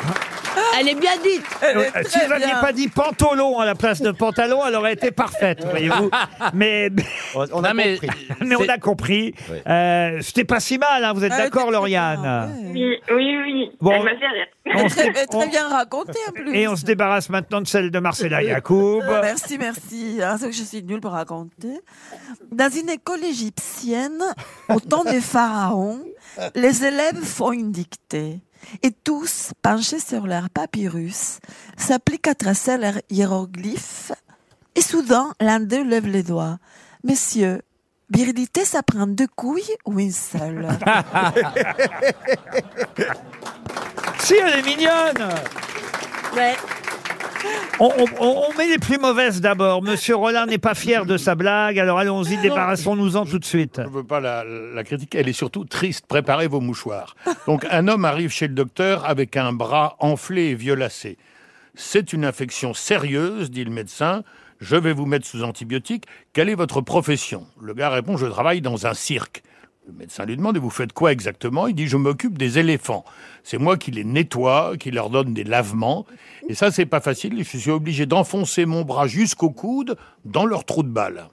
Speaker 5: Elle est bien dite
Speaker 2: euh, si vous n'aviez pas dit pantalon à la place de pantalon, elle aurait été parfaite, voyez-vous. Mais,
Speaker 4: on a
Speaker 2: mais,
Speaker 4: compris.
Speaker 2: mais on a compris. Euh, C'était pas si mal, hein, vous êtes
Speaker 6: Ah,
Speaker 2: d'accord,
Speaker 6: c'était
Speaker 2: Lauriane
Speaker 15: Oui, oui, oui.
Speaker 2: Bon.
Speaker 15: Elle m'a fait rire.
Speaker 2: On se-
Speaker 6: très,
Speaker 2: on-
Speaker 6: très bien raconté en plus. Euh,
Speaker 2: Et on se débarrasse maintenant de celle de Marcella Yacoub.
Speaker 6: Merci, merci. Ah, c'est que je suis nulle pour raconter. Dans une école égyptienne, au temps des pharaons, les élèves font une dictée. Et tous, penchés sur leur papyrus, s'appliquent à tracer leurs hiéroglyphes. Et soudain, l'un d'eux lève les doigts. Messieurs, Birdité, ça prend deux couilles ou une seule
Speaker 2: Si, elle est mignonne
Speaker 5: Ouais.
Speaker 2: On, on- on- on met les plus mauvaises d'abord. Monsieur Rollin n'est pas fier de sa blague, alors allons-y, débarrassons-nous-en tout de suite.
Speaker 7: Je ne veux pas la, la critiquer, elle est surtout triste. Préparez vos mouchoirs. Donc, un homme arrive chez le docteur avec un bras enflé et violacé. C'est une infection sérieuse, dit le médecin. Je vais vous mettre sous antibiotiques. Quelle est votre profession Le gars répond Je travaille dans un cirque. Le médecin lui demande Et vous faites quoi exactement Il dit Je m'occupe des éléphants. C'est moi qui les nettoie, qui leur donne des lavements. Et ça, c'est pas facile. Je suis obligé d'enfoncer mon bras jusqu'au coude dans leur trou de balle.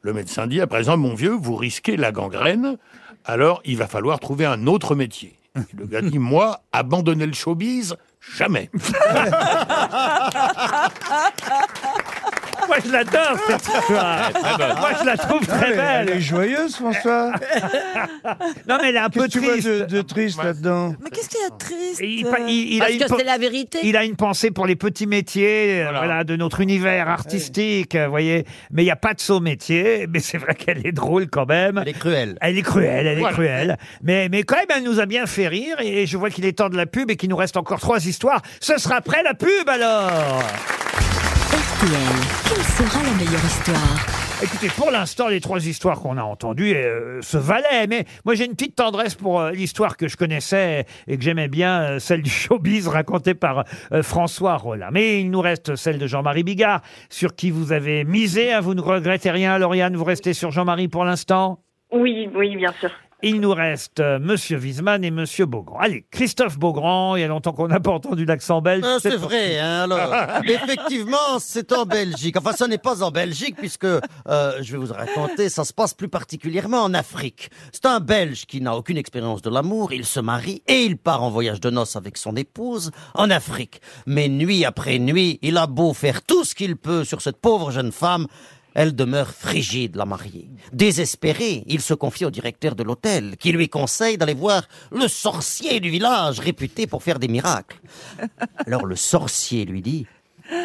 Speaker 7: Le médecin dit à présent, mon vieux, vous risquez la gangrène, alors il va falloir trouver un autre métier. Et le gars dit, moi, abandonner le showbiz, jamais.
Speaker 3: Ah
Speaker 2: Moi, je l'adore, cette histoire. Moi, je la trouve
Speaker 13: Ah,
Speaker 2: très
Speaker 13: mais
Speaker 2: belle.
Speaker 13: Elle est joyeuse, François.
Speaker 2: Non, mais elle est un peu
Speaker 13: Qu'est-ce que tu vois
Speaker 2: triste.
Speaker 13: de, de triste là-dedans
Speaker 6: Mais qu'est-ce qu'il y a de triste
Speaker 2: Bah,
Speaker 6: euh
Speaker 2: Il, pa- il- il a
Speaker 5: Parce
Speaker 2: une
Speaker 5: que
Speaker 2: pe-
Speaker 5: c'est la vérité.
Speaker 2: il a une pensée pour les petits métiers, euh, voilà, de notre univers artistique, euh, voyez. Mais il n'y a pas de saut métier. Mais c'est vrai qu'elle est drôle quand même. Elle est
Speaker 4: cruelle.
Speaker 2: Elle est cruelle, elle est
Speaker 4: Voilà.
Speaker 2: cruelle. Mais, mais quand même, elle nous a bien fait rire. Et je vois qu'il est temps de la pub et qu'il nous reste encore trois histoires. Ce sera après la pub alors.
Speaker 10: Quelle sera la meilleure histoire
Speaker 2: Écoutez, pour l'instant, les trois histoires qu'on a entendues euh, se valaient, mais moi j'ai une petite tendresse pour euh, l'histoire que je connaissais et que j'aimais bien, euh, celle du showbiz racontée par euh, François Rollin. Mais il nous reste celle de Jean-Marie Bigard, sur qui vous avez misé. hein, vous ne regrettez rien, Lauriane, vous restez sur Jean-Marie pour l'instant
Speaker 15: Oui, oui, bien sûr.
Speaker 2: il nous reste euh, Monsieur Wiesmann et Monsieur Beaugrand. Allez, Christophe Beaugrand, il y a longtemps qu'on n'a pas entendu l'accent belge.
Speaker 4: Ah, c'est
Speaker 2: peut-être-
Speaker 4: vrai, hein, alors. Effectivement, c'est en Belgique. Enfin, ce n'est pas en Belgique, puisque, euh, je vais vous raconter, ça se passe plus particulièrement en Afrique. C'est un Belge qui n'a aucune expérience de l'amour, il se marie et il part en voyage de noces avec son épouse en Afrique. Mais nuit après nuit, il a beau faire tout ce qu'il peut sur cette pauvre jeune femme, elle demeure frigide, la mariée. Désespéré, il se confie au directeur de l'hôtel, qui lui conseille d'aller voir le sorcier du village, réputé pour faire des miracles. Alors le sorcier lui dit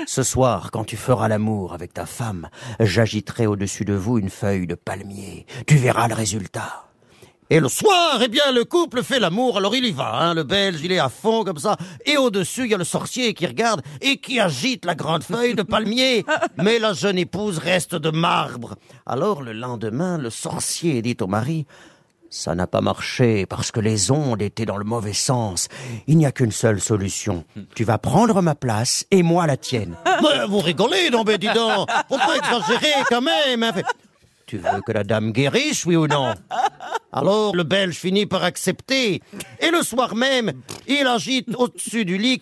Speaker 4: Ce soir, quand tu feras l'amour avec ta femme, j'agiterai au-dessus de vous une feuille de palmier. Tu verras le résultat. Et le soir, eh bien, le couple fait l'amour, alors il y va, hein, le belge, il est à fond comme ça, et au-dessus, il y a le sorcier qui regarde et qui agite la grande feuille de palmier, mais la jeune épouse reste de marbre. Alors, le lendemain, le sorcier dit au mari, ça n'a pas marché parce que les ondes étaient dans le mauvais sens. Il n'y a qu'une seule solution. Tu vas prendre ma place et moi la tienne. Mais vous rigolez, non, mais dis donc, faut pas exagérer quand même. hein. Fait, Tu veux que la dame guérisse, oui ou non alors le Belge finit par accepter. Et le soir même, il agite au-dessus du lit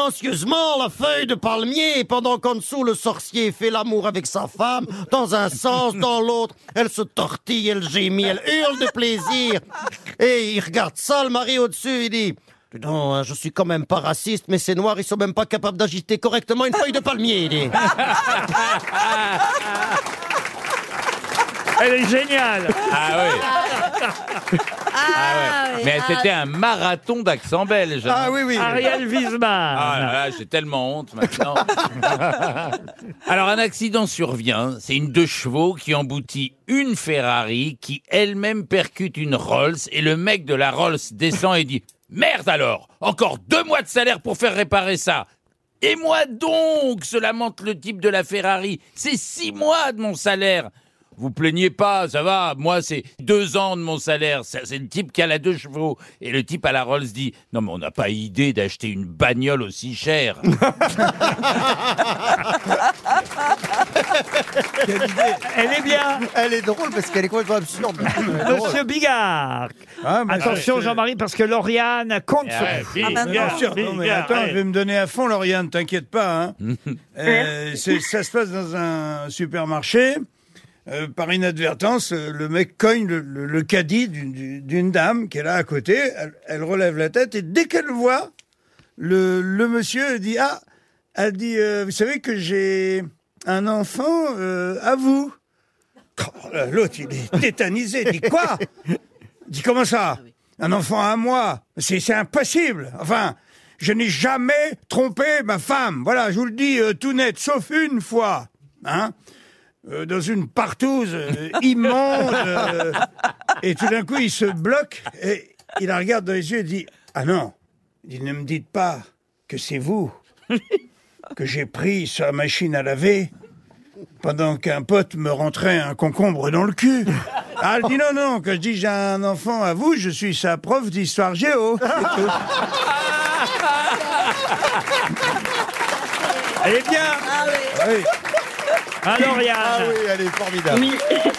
Speaker 4: consciencieusement la feuille de palmier pendant qu'en dessous le sorcier fait l'amour avec sa femme dans un sens, dans l'autre. Elle se tortille, elle gémit, elle hurle de plaisir. Et il regarde ça, le mari au-dessus, il dit... Non, hein, je suis quand même pas raciste, mais ces noirs, ils sont même pas capables d'agiter correctement une feuille de palmier. dis.
Speaker 2: Elle est géniale
Speaker 3: Ah oui. Ah ouais. Mais c'était un marathon d'accent belge. hein.
Speaker 2: Ah oui, oui. Ariel Wiesmann.
Speaker 3: Ah là là, j'ai tellement honte maintenant. Alors, un accident survient. C'est une deux chevaux qui emboutit une Ferrari qui elle-même percute une Rolls et le mec de la Rolls descend et dit Merde alors Encore deux mois de salaire pour faire réparer ça Et moi donc se lamente le type de la Ferrari. C'est six mois de mon salaire vous plaignez pas, ça va. Moi, c'est deux ans de mon salaire. Ça, C'est le type qui a la deux chevaux. Et le type à la Rolls dit Non, mais on n'a pas idée d'acheter une bagnole aussi chère.
Speaker 2: Elle est bien.
Speaker 4: Elle est drôle parce qu'elle est complètement absurde.
Speaker 2: Monsieur Bigard. Attention,
Speaker 8: Ah, c'est-
Speaker 2: Jean-Marie, parce que Lauriane compte sur
Speaker 8: Ah,
Speaker 2: vous.
Speaker 8: bien, sûr. Non, mais attends, je vais me donner à fond, Lauriane, t'inquiète pas. hein. Euh, c'est- ça se passe dans un supermarché. Euh, par inadvertance, euh, le mec cogne le, le- le caddie d'une- d'une d'une dame qui est là à côté. Elle, elle relève la tête et dès qu'elle le voit, le, le monsieur dit Ah, elle dit euh, Vous savez que j'ai un enfant euh, à vous. Oh là, L'autre, il est tétanisé. Il dit Quoi dit comment ça Un enfant à moi C'est c'est impossible. Enfin, je n'ai jamais trompé ma femme. Voilà, je vous le dis euh, tout net, sauf une fois. Hein Euh, dans une partouze euh, immonde. euh, et tout d'un coup, il se bloque et il la regarde dans les yeux et dit Ah non, il dit, ne me dites pas que c'est vous que j'ai pris sa machine à laver pendant qu'un pote me rentrait un concombre dans le cul. Ah, elle dit non, non, que je dis j'ai un enfant à vous, je suis sa prof d'histoire géo. c'est tout.
Speaker 2: Elle est bien.
Speaker 8: Ah, Oui.
Speaker 2: Hein, Lauriane
Speaker 4: Ah oui, elle est formidable.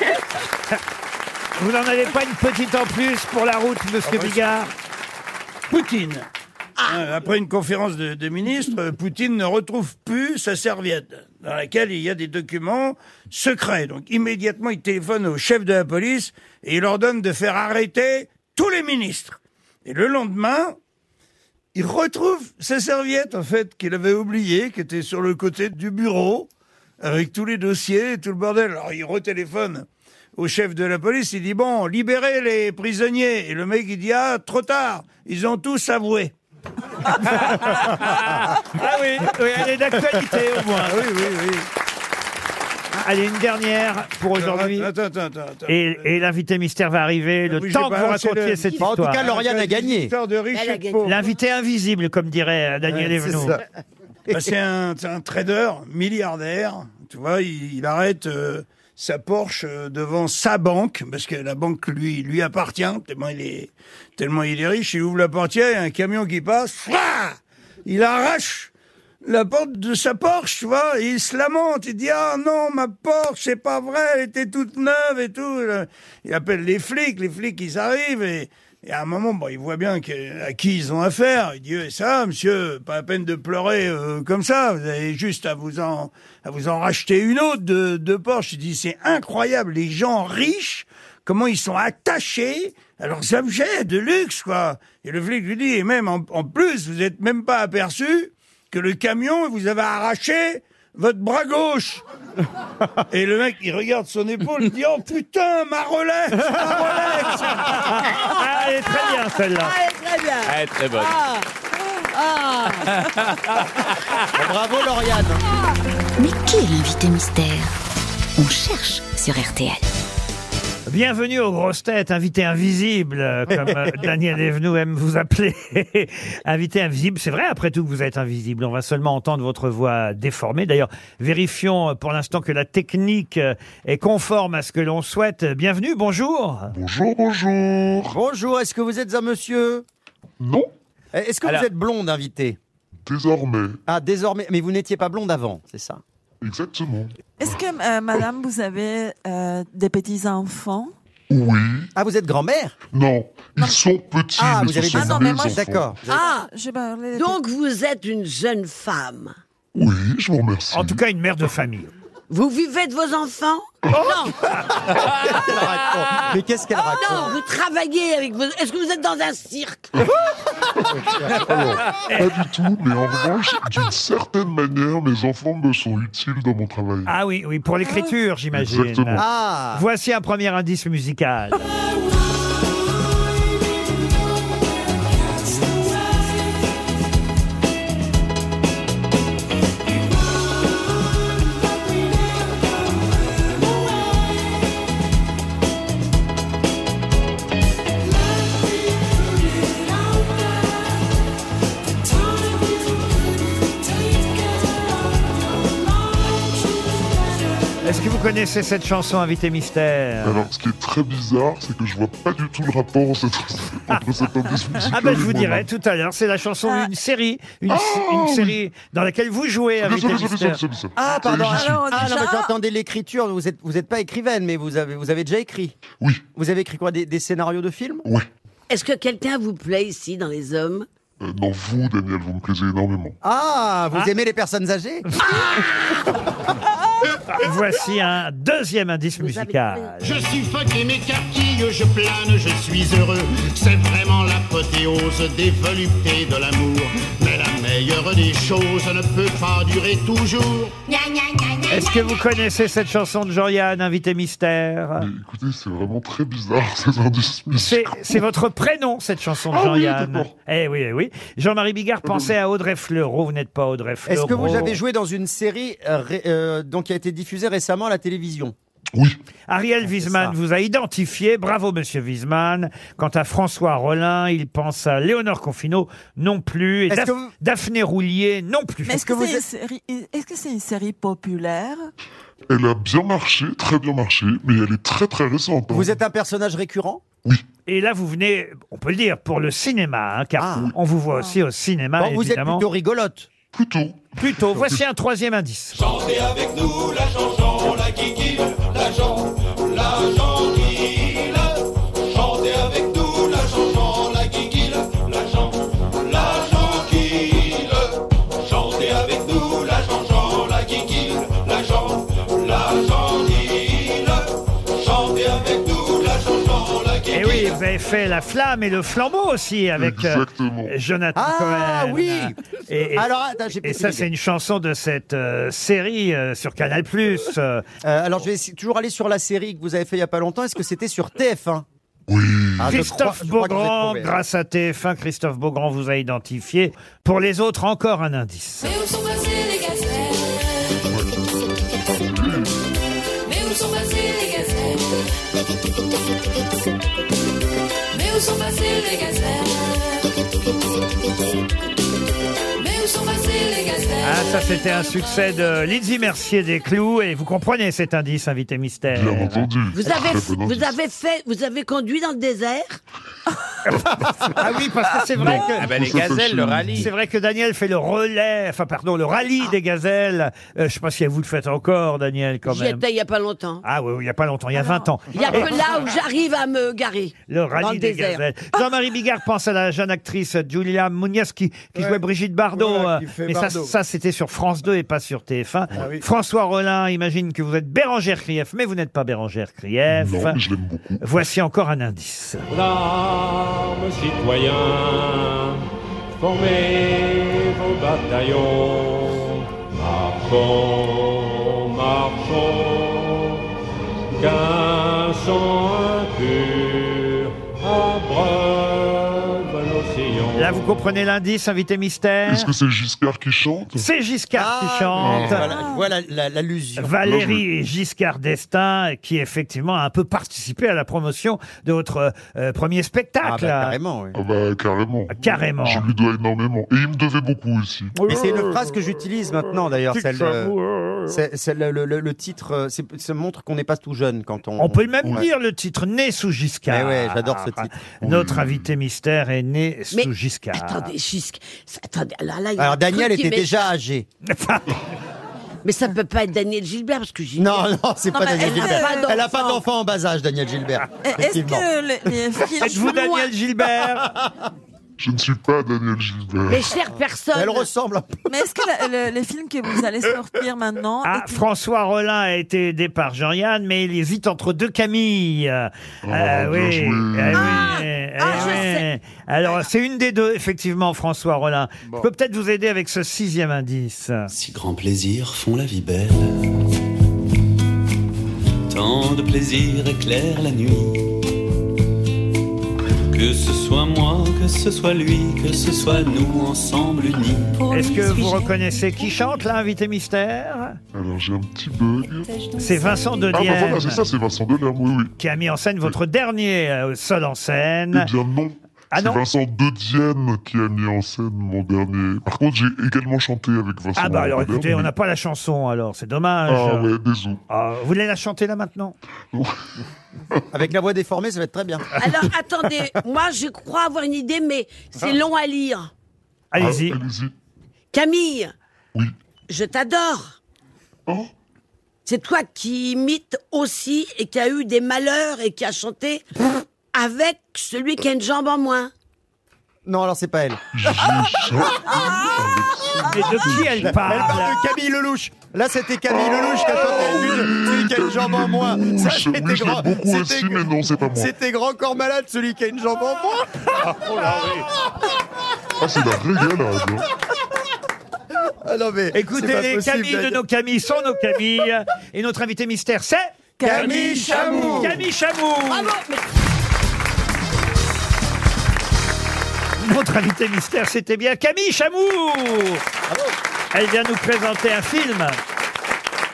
Speaker 2: Vous n'en avez pas une petite en plus pour la route, monsieur Bigard
Speaker 8: Poutine. Hein, Après une conférence de, de ministres, euh, Poutine ne retrouve plus sa serviette dans laquelle il y a des documents secrets. Donc immédiatement, il téléphone au chef de la police et il ordonne de faire arrêter tous les ministres. Et le lendemain, il retrouve sa serviette, en fait, qu'il avait oubliée, qui était sur le côté du bureau, avec tous les dossiers et tout le bordel. Alors, il retéléphone au chef de la police, il dit, bon, libérez les prisonniers. Et le mec, il dit, ah, trop tard, ils ont tous avoué.
Speaker 2: Ah oui, oui, elle est d'actualité au moins.
Speaker 8: Oui, oui, oui. Euh,
Speaker 2: Allez, une dernière pour aujourd'hui.
Speaker 8: Attends, attends, attends. attends.
Speaker 2: Et,
Speaker 8: Euh,
Speaker 2: et l'invité mystère va arriver le
Speaker 8: Bougez
Speaker 2: temps que
Speaker 8: pas,
Speaker 2: vous
Speaker 8: c'est
Speaker 2: racontiez
Speaker 8: le-
Speaker 2: cette
Speaker 8: Bah, en
Speaker 2: histoire.
Speaker 8: tout cas, Lauriane a gagné. Histoire de riche et de pauvre.
Speaker 2: L'invité invisible, comme dirait euh, Daniel
Speaker 8: Ouais, c'est
Speaker 2: Evnou.
Speaker 8: ça. Bah, c'est un, c'est un trader milliardaire, tu vois, il, il arrête euh, sa Porsche euh, devant sa banque, parce que la banque lui, lui appartient, tellement il, est, tellement il est riche, il ouvre la portière, il y a un camion qui passe, fouah il arrache la porte de sa Porsche, tu vois, et il se lamente, il dit ah non ma Porsche c'est pas vrai, elle était toute neuve et tout, il appelle les flics, les flics ils arrivent et, et à un moment bon ils voient bien que- à qui ils ont affaire, il dit Eh, ça monsieur pas la peine de pleurer euh, comme ça, vous avez juste à vous en à vous en racheter une autre de, de Porsche, il dit c'est incroyable les gens riches comment ils sont attachés à leurs objets de luxe, quoi. Et le flic lui dit, et même en, en plus, vous n'êtes même pas aperçu que le camion vous avait arraché votre bras gauche. Et le mec, il regarde son épaule, il dit, oh putain, ma Rolex, ma Rolex.
Speaker 2: Ah, elle est très bien celle-là.
Speaker 16: Allez, très bien.
Speaker 3: Elle est très bonne.
Speaker 16: Ah. Ah.
Speaker 4: Bravo Lauriane.
Speaker 17: Mais qui est l'invité mystère On cherche sur RTL.
Speaker 2: Bienvenue aux grosses têtes, invité invisible, euh, comme euh, Daniel Evenou aime vous appeler. invité invisible, c'est vrai après tout que vous êtes invisible, on va seulement entendre votre voix déformée. D'ailleurs, vérifions euh, pour l'instant que la technique euh, est conforme à ce que l'on souhaite. Bienvenue, bonjour.
Speaker 4: Bonjour, bonjour. Bonjour, est-ce que vous êtes un monsieur Non. Est-ce que
Speaker 2: Alors-
Speaker 4: vous êtes blonde, invité Désormais. Ah, désormais. Mais vous n'étiez pas blonde avant, c'est ça Exactement.
Speaker 6: Est-ce que, euh, madame, vous avez euh, des petits-enfants
Speaker 18: Oui.
Speaker 4: Ah, vous êtes grand-mère
Speaker 18: Non, ils sont petits.
Speaker 4: Ah,
Speaker 18: mais
Speaker 4: vous
Speaker 18: ce
Speaker 4: avez
Speaker 18: sont
Speaker 4: Ah non, mais
Speaker 18: mes
Speaker 4: moi,
Speaker 18: enfants.
Speaker 4: d'accord.
Speaker 5: Ah, donc vous êtes une jeune femme.
Speaker 18: Oui, je vous remercie.
Speaker 2: En tout cas, une mère de famille.
Speaker 5: Vous vivez de vos enfants
Speaker 2: Oh
Speaker 5: Non
Speaker 4: Mais qu'est-ce qu'elle raconte
Speaker 5: Non, vous travaillez avec vos... Est-ce que vous êtes dans un cirque
Speaker 18: Alors, pas du tout, mais en revanche, d'une certaine manière, mes enfants me sont utiles dans mon travail.
Speaker 2: Ah oui, oui, pour l'écriture, j'imagine.
Speaker 18: Exactement.
Speaker 5: Ah.
Speaker 2: Voici un premier indice musical. Est-ce que vous connaissez cette chanson Invité Mystère
Speaker 18: Alors, ce qui est très bizarre, c'est que je vois pas du tout le rapport entre cette, entre cette indice musical
Speaker 2: Ah ben je
Speaker 18: et
Speaker 2: vous
Speaker 18: mon
Speaker 2: dirai
Speaker 18: nom.
Speaker 2: tout à l'heure, c'est la chanson d'une série, une,
Speaker 18: Ah,
Speaker 2: une
Speaker 18: oui.
Speaker 2: série dans laquelle vous jouez
Speaker 18: Ah, bien
Speaker 2: avec
Speaker 18: sûr,
Speaker 2: les
Speaker 18: bien sûr, bien
Speaker 2: mystères.
Speaker 18: sûr, bien sûr, bien sûr.
Speaker 4: Ah, pardon.
Speaker 18: Oui, j'y suis.
Speaker 4: ah non, mais j'entendais l'écriture. Vous êtes, vous êtes pas écrivaine, mais vous avez, vous avez déjà écrit.
Speaker 18: Oui.
Speaker 4: Vous avez écrit quoi Des, des scénarios de films
Speaker 18: Oui.
Speaker 5: Est-ce que quelqu'un vous plaît ici, dans les hommes
Speaker 18: Euh, non, vous, Daniel, vous me plaisez énormément.
Speaker 4: Ah, vous aimez les personnes âgées
Speaker 2: Ah. Voici un deuxième indice musical.
Speaker 16: Je suffoque et m'écarquille, je plane, je suis heureux. C'est vraiment l'apothéose des voluptés de l'amour. Mais la meilleure des choses ne peut pas durer toujours.
Speaker 2: Est-ce que vous connaissez cette chanson de Jean-Yann, Invité Mystère
Speaker 18: Écoutez, c'est vraiment très bizarre, ces indices
Speaker 2: C'est
Speaker 18: musicaux.
Speaker 2: c'est votre prénom, cette chanson de
Speaker 18: Ah oui,
Speaker 2: Jean-Yann.
Speaker 18: d'accord. Ah
Speaker 2: eh oui, eh oui. Jean-Marie Bigard pensait à Audrey Fleurot. Vous n'êtes pas Audrey Fleurot.
Speaker 4: Est-ce que vous avez joué dans une série euh, ré- euh, donc qui a été diffusée récemment à la télévision
Speaker 2: Ariel Wiesman vous a identifié. Bravo, monsieur Wiesman. Quant à François Rollin, il pense à Léonore Confino, non plus. Et
Speaker 6: Est-ce
Speaker 2: Daph-
Speaker 6: que vous-
Speaker 2: Daphné Roulier, non plus.
Speaker 6: Mais est-ce que, c'est une série- est-ce que c'est une série populaire
Speaker 18: Elle a bien marché, très bien marché, mais elle est très très récente. hein.
Speaker 4: Vous êtes un personnage récurrent
Speaker 2: Et là, vous venez, on peut le dire, pour le cinéma, hein, car on vous voit aussi au cinéma,
Speaker 4: Ah. Bon, vous êtes
Speaker 2: évidemment.
Speaker 4: plutôt rigolote.
Speaker 18: Plutôt.
Speaker 2: Plutôt. Voici un troisième indice.
Speaker 16: Chantez avec nous la chanson, la kikine, la chante, la gentille. Chantez avec nous la chanson, la kikine, la chante, la gentille. Chantez avec nous la chanson, la kikine, la chante, la gentille. Chantez avec nous la chanson, la kikine.
Speaker 2: Et Eh oui, vous avez fait la flamme et le flambeau aussi avec euh, Jonathan
Speaker 4: Ah
Speaker 2: Cohen.
Speaker 4: oui
Speaker 2: Et, et-
Speaker 4: Alors, attends, j'ai
Speaker 2: et
Speaker 4: plus
Speaker 2: ça,
Speaker 4: d'idée.
Speaker 2: c'est une chanson de cette euh, série euh, sur Canal+. euh,
Speaker 4: Euh, alors, je vais essayer- toujours aller sur la série que vous avez fait il y a pas longtemps. Est-ce que c'était sur TF1 Ah, je crois-
Speaker 2: Christophe
Speaker 4: je crois que vous êtes
Speaker 2: Beaugrand,
Speaker 4: mauvais.
Speaker 2: grâce à TF1, Christophe Beaugrand vous a identifié. Pour les autres, encore un indice.
Speaker 16: Mais où sont passés les gazelles Mais où sont passés les gazelles Mais où sont passés les gazelles Mais où sont passés les gazelles
Speaker 2: Ah, ça, c'était un succès de Lindsay Mercier des Clous. Et vous comprenez cet indice, invité mystère.
Speaker 18: Bien entendu.
Speaker 5: Vous avez, vous avez fait, vous avez conduit dans le désert
Speaker 2: Ah oui, parce que c'est vrai que.
Speaker 5: bah,
Speaker 3: Ah ben, les gazelles, le rallye.
Speaker 2: C'est vrai que Daniel fait le relais, enfin, pardon, le rallye
Speaker 5: Ah.
Speaker 2: des gazelles. Euh, je sais pas si vous le faites encore, Daniel, quand
Speaker 5: J'y
Speaker 2: même.
Speaker 5: étais il y a pas longtemps.
Speaker 2: Ah oui, oui, il n'y a pas longtemps, il y a 20 ans.
Speaker 5: Il y a que là où j'arrive à me garer.
Speaker 2: Le
Speaker 5: Dans
Speaker 2: rallye
Speaker 5: le
Speaker 2: des
Speaker 5: désert.
Speaker 2: gazelles. Jean-Marie Bigard pense à la jeune actrice Julia Munoz qui, qui jouait Brigitte Bardot.
Speaker 13: Voilà,
Speaker 2: euh,
Speaker 13: qui fait
Speaker 2: mais ça,
Speaker 13: Bardot. Ah
Speaker 2: ça c'était sur France 2 et pas sur TF1.
Speaker 13: oui.
Speaker 2: François Rollin imagine que vous êtes Bérangère Krief, mais vous n'êtes pas Bérangère Krief.
Speaker 18: Non, mais je l'aime beaucoup.
Speaker 2: Voici encore un indice.
Speaker 16: D'armes citoyens, formez vos bataillons, marchons, marchons, qu'un sang impur abreuve l'océan.
Speaker 2: Là, vous comprenez l'indice, invité mystère
Speaker 18: Est-ce que c'est Giscard qui chante
Speaker 2: C'est Giscard
Speaker 5: Ah,
Speaker 2: qui chante.
Speaker 4: Voilà, je vois la- la- l'allusion.
Speaker 2: Valérie Giscard d'Estaing, qui effectivement a un peu participé à la promotion de votre euh, premier spectacle.
Speaker 4: Ah, bah, carrément, oui.
Speaker 18: Ah bah carrément.
Speaker 2: Carrément.
Speaker 18: Je lui dois énormément. Et il me devait beaucoup aussi.
Speaker 4: Mais c'est une phrase que j'utilise maintenant d'ailleurs.
Speaker 2: Tic
Speaker 4: Celle,
Speaker 2: Sabou,
Speaker 4: euh, c'est- c'est le, le- le- le titre, euh, c'est- ça montre qu'on n'est pas tout jeune quand on.
Speaker 2: On peut même
Speaker 4: Ouais.
Speaker 2: dire le titre Né sous Giscard. Ah,
Speaker 4: Eh ouais, j'adore ce titre.
Speaker 2: Notre invité mystère est né
Speaker 5: Mais-
Speaker 2: sous Giscard.
Speaker 5: Attendez, Giscard. Attendez, là, là, il y a un
Speaker 4: Alors Daniel
Speaker 5: truc qui
Speaker 4: était
Speaker 5: m'est-
Speaker 4: déjà âgé.
Speaker 5: Mais ça peut pas être Daniel Gilbert parce que j'ai.
Speaker 4: Non, non, Oh, c'est
Speaker 6: Non,
Speaker 4: pas
Speaker 6: mais
Speaker 4: Daniel
Speaker 6: elle a
Speaker 4: Gilbert.
Speaker 6: pas
Speaker 4: Elle a pas d'enfant en bas âge, Daniel Gilbert.
Speaker 6: Et Euh, Est-ce
Speaker 4: Effectivement.
Speaker 6: que les, les films
Speaker 2: Êtes-vous Daniel Gilbert
Speaker 18: Je ne suis pas Daniel Gilbert.
Speaker 6: Mais chère personne. Elle
Speaker 4: ressemble un peu.
Speaker 6: Mais est-ce que la- le- les films que vous allez sortir maintenant.
Speaker 2: Ah, François Rollin a été aidé par Jean-Yann, mais il hésite entre deux Camille. Euh, euh,
Speaker 16: Oh, bien
Speaker 2: oui,
Speaker 16: joué.
Speaker 2: euh,
Speaker 5: Ah,
Speaker 2: oui, euh, ouais. Alors, c'est une des deux, effectivement, François Rollin. Je peux peut-être vous aider avec ce sixième indice.
Speaker 19: Si grands plaisirs font la vie belle, tant de plaisirs éclairent la nuit. Que ce soit moi, que ce soit lui, que ce soit nous ensemble unis.
Speaker 2: Est-ce que vous reconnaissez qui chante, l'invité mystère
Speaker 18: Alors j'ai un petit bug.
Speaker 2: C'est Vincent
Speaker 18: Ah, bah
Speaker 2: Denier
Speaker 18: voilà, c'est ça, c'est Vincent Deniem, oui, oui.
Speaker 2: qui a mis en scène votre dernier euh, seul en
Speaker 18: Eh
Speaker 2: scène.
Speaker 18: bien non.
Speaker 2: Ah
Speaker 18: c'est
Speaker 2: non
Speaker 18: Vincent Dedienne qui a mis en scène mon dernier. Par contre, j'ai également chanté avec Vincent.
Speaker 2: Ah bah alors
Speaker 18: Dedienne,
Speaker 2: écoutez, on
Speaker 18: mais-
Speaker 2: n'a pas la chanson alors, c'est dommage.
Speaker 18: Ah ouais, désolé.
Speaker 2: Ah, vous voulez la chanter là maintenant
Speaker 4: Avec la voix déformée, ça va être très bien.
Speaker 2: Ah,
Speaker 5: Alors attendez, moi je crois avoir une idée, mais
Speaker 4: Ah.
Speaker 5: c'est long à lire.
Speaker 2: Allez-y.
Speaker 18: Ah,
Speaker 5: Camille, je t'adore.
Speaker 2: Oh.
Speaker 5: C'est toi qui imites aussi et qui a eu des malheurs et qui a chanté avec celui qui a une jambe en moins.
Speaker 4: Non, alors c'est pas elle.
Speaker 2: Mais de qui elle parle
Speaker 4: Elle parle de Camille Lelouch. Là, c'était Camille Lelouch qui a chanté une- celui qui a une jambe en moins. Ça,
Speaker 18: Oui,
Speaker 4: c'était
Speaker 18: Oh. je l'ai
Speaker 4: grand.
Speaker 18: beaucoup
Speaker 4: c'était-
Speaker 18: aussi, mais non, c'est pas moi.
Speaker 4: C'était grand corps malade, celui qui a une jambe en moins.
Speaker 18: Ah, c'est la régalade. hein.
Speaker 4: Ah non, mais c'est
Speaker 2: Écoutez
Speaker 4: pas
Speaker 2: les
Speaker 4: possible,
Speaker 2: Camilles de
Speaker 4: Daniel.
Speaker 2: nos Camilles sont nos Camilles. Et notre invité mystère, c'est
Speaker 4: Camille Chamou.
Speaker 2: Camille Chamou Notre invité mystère, c'était bien Camille Chamou Elle vient nous présenter un film.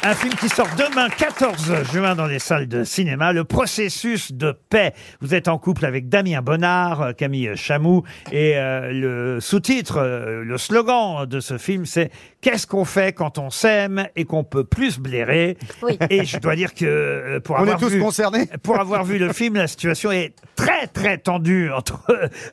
Speaker 2: Un film qui sort demain, 14 juin, dans les salles de cinéma, Le processus de paix. Vous êtes en couple avec Damien Bonnard, euh, Camille Chamou, et euh, le sous-titre, euh, le slogan de ce film, c'est « Qu'est-ce qu'on fait quand on s'aime et qu'on peut plus blairer
Speaker 4: Oui.
Speaker 2: Et je dois dire que euh, pour
Speaker 4: On
Speaker 2: avoir
Speaker 4: est tous
Speaker 2: vu-
Speaker 4: concernés.
Speaker 2: Pour avoir vu le film, la situation est très très tendue entre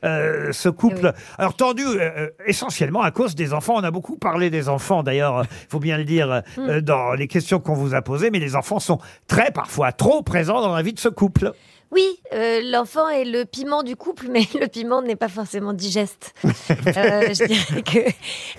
Speaker 2: euh, ce couple.
Speaker 17: Eh
Speaker 2: Alors tendue euh, essentiellement à cause des enfants. On a beaucoup parlé des enfants d'ailleurs, il faut bien le dire,
Speaker 17: Hmm.
Speaker 2: euh, dans les questions qu'on vous a posées, mais les enfants sont très parfois trop présents dans la vie de ce couple.
Speaker 17: Oui, euh, l'enfant est le piment du couple, mais le piment n'est pas forcément digeste. Euh, je dirais que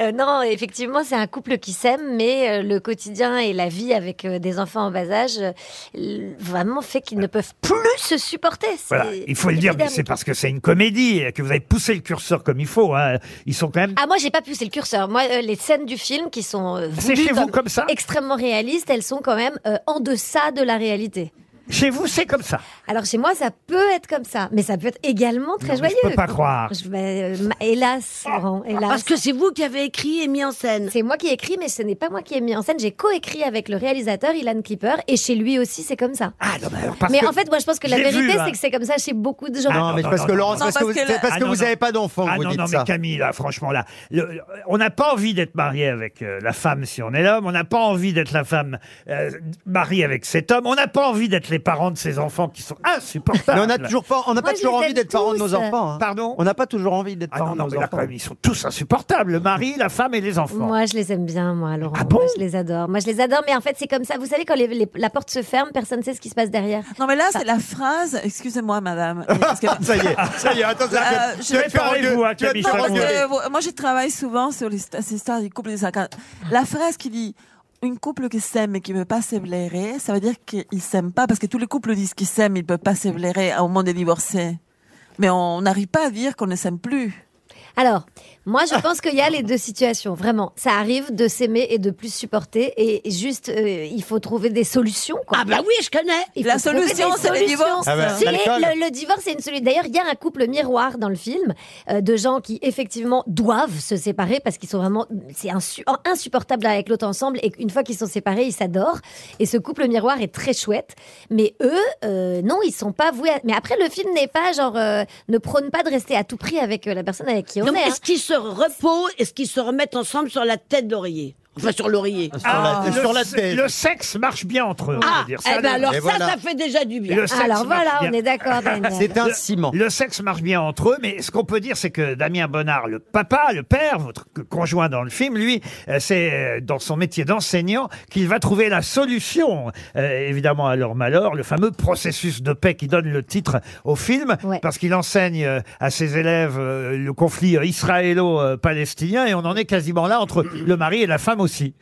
Speaker 17: euh, non, effectivement, c'est un couple qui s'aime, mais euh, le quotidien et la vie avec euh, des enfants en bas âge euh, l- vraiment fait qu'ils ne peuvent plus se supporter. C'est-
Speaker 2: Voilà, il faut le dire, mais
Speaker 17: évidemment.
Speaker 2: c'est parce que c'est une comédie et que vous avez poussé le curseur comme il faut. hein. Ils sont quand même
Speaker 17: Ah moi j'ai pas poussé le curseur. Moi euh, les scènes du film qui sont euh,
Speaker 2: C'est
Speaker 17: voulues
Speaker 2: chez vous comme ça
Speaker 17: extrêmement réalistes, elles sont quand même euh, en deçà de la réalité.
Speaker 2: Chez vous, c'est comme ça.
Speaker 17: Alors chez moi, ça peut être comme ça, mais ça peut être également très
Speaker 2: mais
Speaker 17: joyeux.
Speaker 2: je peux pas croire.
Speaker 17: Je- mais, euh, ma- hélas, Laurent, hélas.
Speaker 5: Parce que c'est vous qui avez écrit et mis en scène.
Speaker 17: C'est moi qui ai écrit, mais ce n'est pas moi qui ai mis en scène. J'ai coécrit avec le réalisateur Ilan Clipper, et chez lui aussi, c'est comme ça.
Speaker 2: parce
Speaker 17: mais
Speaker 2: que
Speaker 17: en fait, moi, je pense que la
Speaker 2: j'ai
Speaker 17: vérité,
Speaker 2: vu, hein.
Speaker 17: c'est que c'est comme ça chez beaucoup de gens.
Speaker 2: Ah
Speaker 4: mais parce que Laurence, parce que vous- c'est parce que vous avez pas d'enfant que
Speaker 2: Ah
Speaker 4: vous
Speaker 2: non,
Speaker 4: dites
Speaker 2: non,
Speaker 4: ça.
Speaker 2: mais Camille, là, franchement, là, le- le- on n'a pas envie d'être marié avec euh, la femme si on est l'homme, on n'a pas envie d'être la femme euh, mariée avec cet homme, on n'a pas envie d'être les parents de ces enfants qui sont insupportables.
Speaker 4: Mais on n'a toujours pas, on n'a pas toujours envie d'être parents de nos enfants. hein.
Speaker 2: Pardon
Speaker 4: On n'a pas toujours envie d'être
Speaker 2: Ah
Speaker 4: parents
Speaker 2: non, non,
Speaker 4: de
Speaker 2: mais
Speaker 4: nos
Speaker 2: là,
Speaker 4: enfants.
Speaker 2: quand même, ils sont tous insupportables, le mari, la femme et les enfants.
Speaker 17: Moi, je les aime bien, moi, Laurent. moi, je les adore. Moi, je les adore, mais en fait, c'est comme ça. Vous savez, quand les- les- la porte se ferme, personne ne sait ce qui se passe derrière.
Speaker 6: Non, mais là, c'est la phrase. Excusez-moi, madame. Mais parce que-
Speaker 4: Ça y est, ça y est, attends, ça-
Speaker 6: Euh,
Speaker 4: tu
Speaker 6: je-
Speaker 4: vas te faire
Speaker 6: Parlez-vous,
Speaker 4: engueuler,
Speaker 6: hein,
Speaker 4: tu vas te
Speaker 6: Camille
Speaker 4: faire
Speaker 6: Chamou.
Speaker 4: engueuler.
Speaker 6: Parce que, euh, moi, je travaille souvent sur les, ces histoires du couple des 50. La phrase qui dit une couple qui s'aime et qui ne veut pas se blairer, ça veut dire qu'ils ne s'aiment pas, parce que tous les couples disent qu'ils s'aiment, ils ne peuvent pas se blairer au moment des divorcés. Mais on n'arrive pas à dire qu'on ne s'aime plus.
Speaker 17: Alors, moi, je pense qu'il y a les deux situations, vraiment. Ça arrive de s'aimer et de plus supporter, et juste, euh, il faut trouver des solutions. quoi.
Speaker 5: Ah bah oui, je connais.
Speaker 17: Il
Speaker 6: La
Speaker 17: faut trouver
Speaker 6: solution,
Speaker 17: des
Speaker 6: c'est le
Speaker 17: solutions.
Speaker 6: divorce. Ah bah,
Speaker 17: Si,
Speaker 6: l'alcool.
Speaker 17: le, le divorce, c'est une solution. D'ailleurs, il y a un couple miroir dans le film euh, de gens qui, effectivement, doivent se séparer parce qu'ils sont vraiment. C'est insu- oh, insupportable avec l'autre ensemble. Et une fois qu'ils sont séparés, ils s'adorent. Et ce couple miroir est très chouette. Mais eux, euh, non, ils sont pas voués. à- Mais après, le film n'est pas genre. euh, ne prône pas de rester à tout prix avec euh, la personne avec qui on
Speaker 5: Donc,
Speaker 17: est. hein.
Speaker 5: est-ce qu'ils se reposent, est-ce qu'ils se remettent ensemble sur la tête d'oreiller Enfin, sur l'oreiller.
Speaker 2: Ah, le, se- le sexe marche bien entre eux. on
Speaker 5: Ah,
Speaker 2: va dire.
Speaker 5: eh ben alors
Speaker 2: le-
Speaker 5: ça, ça fait déjà du bien.
Speaker 2: Le sexe marche bien. Le-
Speaker 5: Le-
Speaker 2: Le sexe marche bien entre eux, mais ce qu'on peut dire, c'est que Damien Bonnard, le papa, le père, votre c- conjoint dans le film, lui, euh, c'est euh, dans son métier d'enseignant qu'il va trouver la solution, euh, évidemment, à leur malheur, le fameux processus de paix qui donne le titre au film, parce qu'il enseigne euh, à ses élèves euh, le conflit euh, israélo-palestinien, et on en est quasiment là entre le mari et la femme aussi.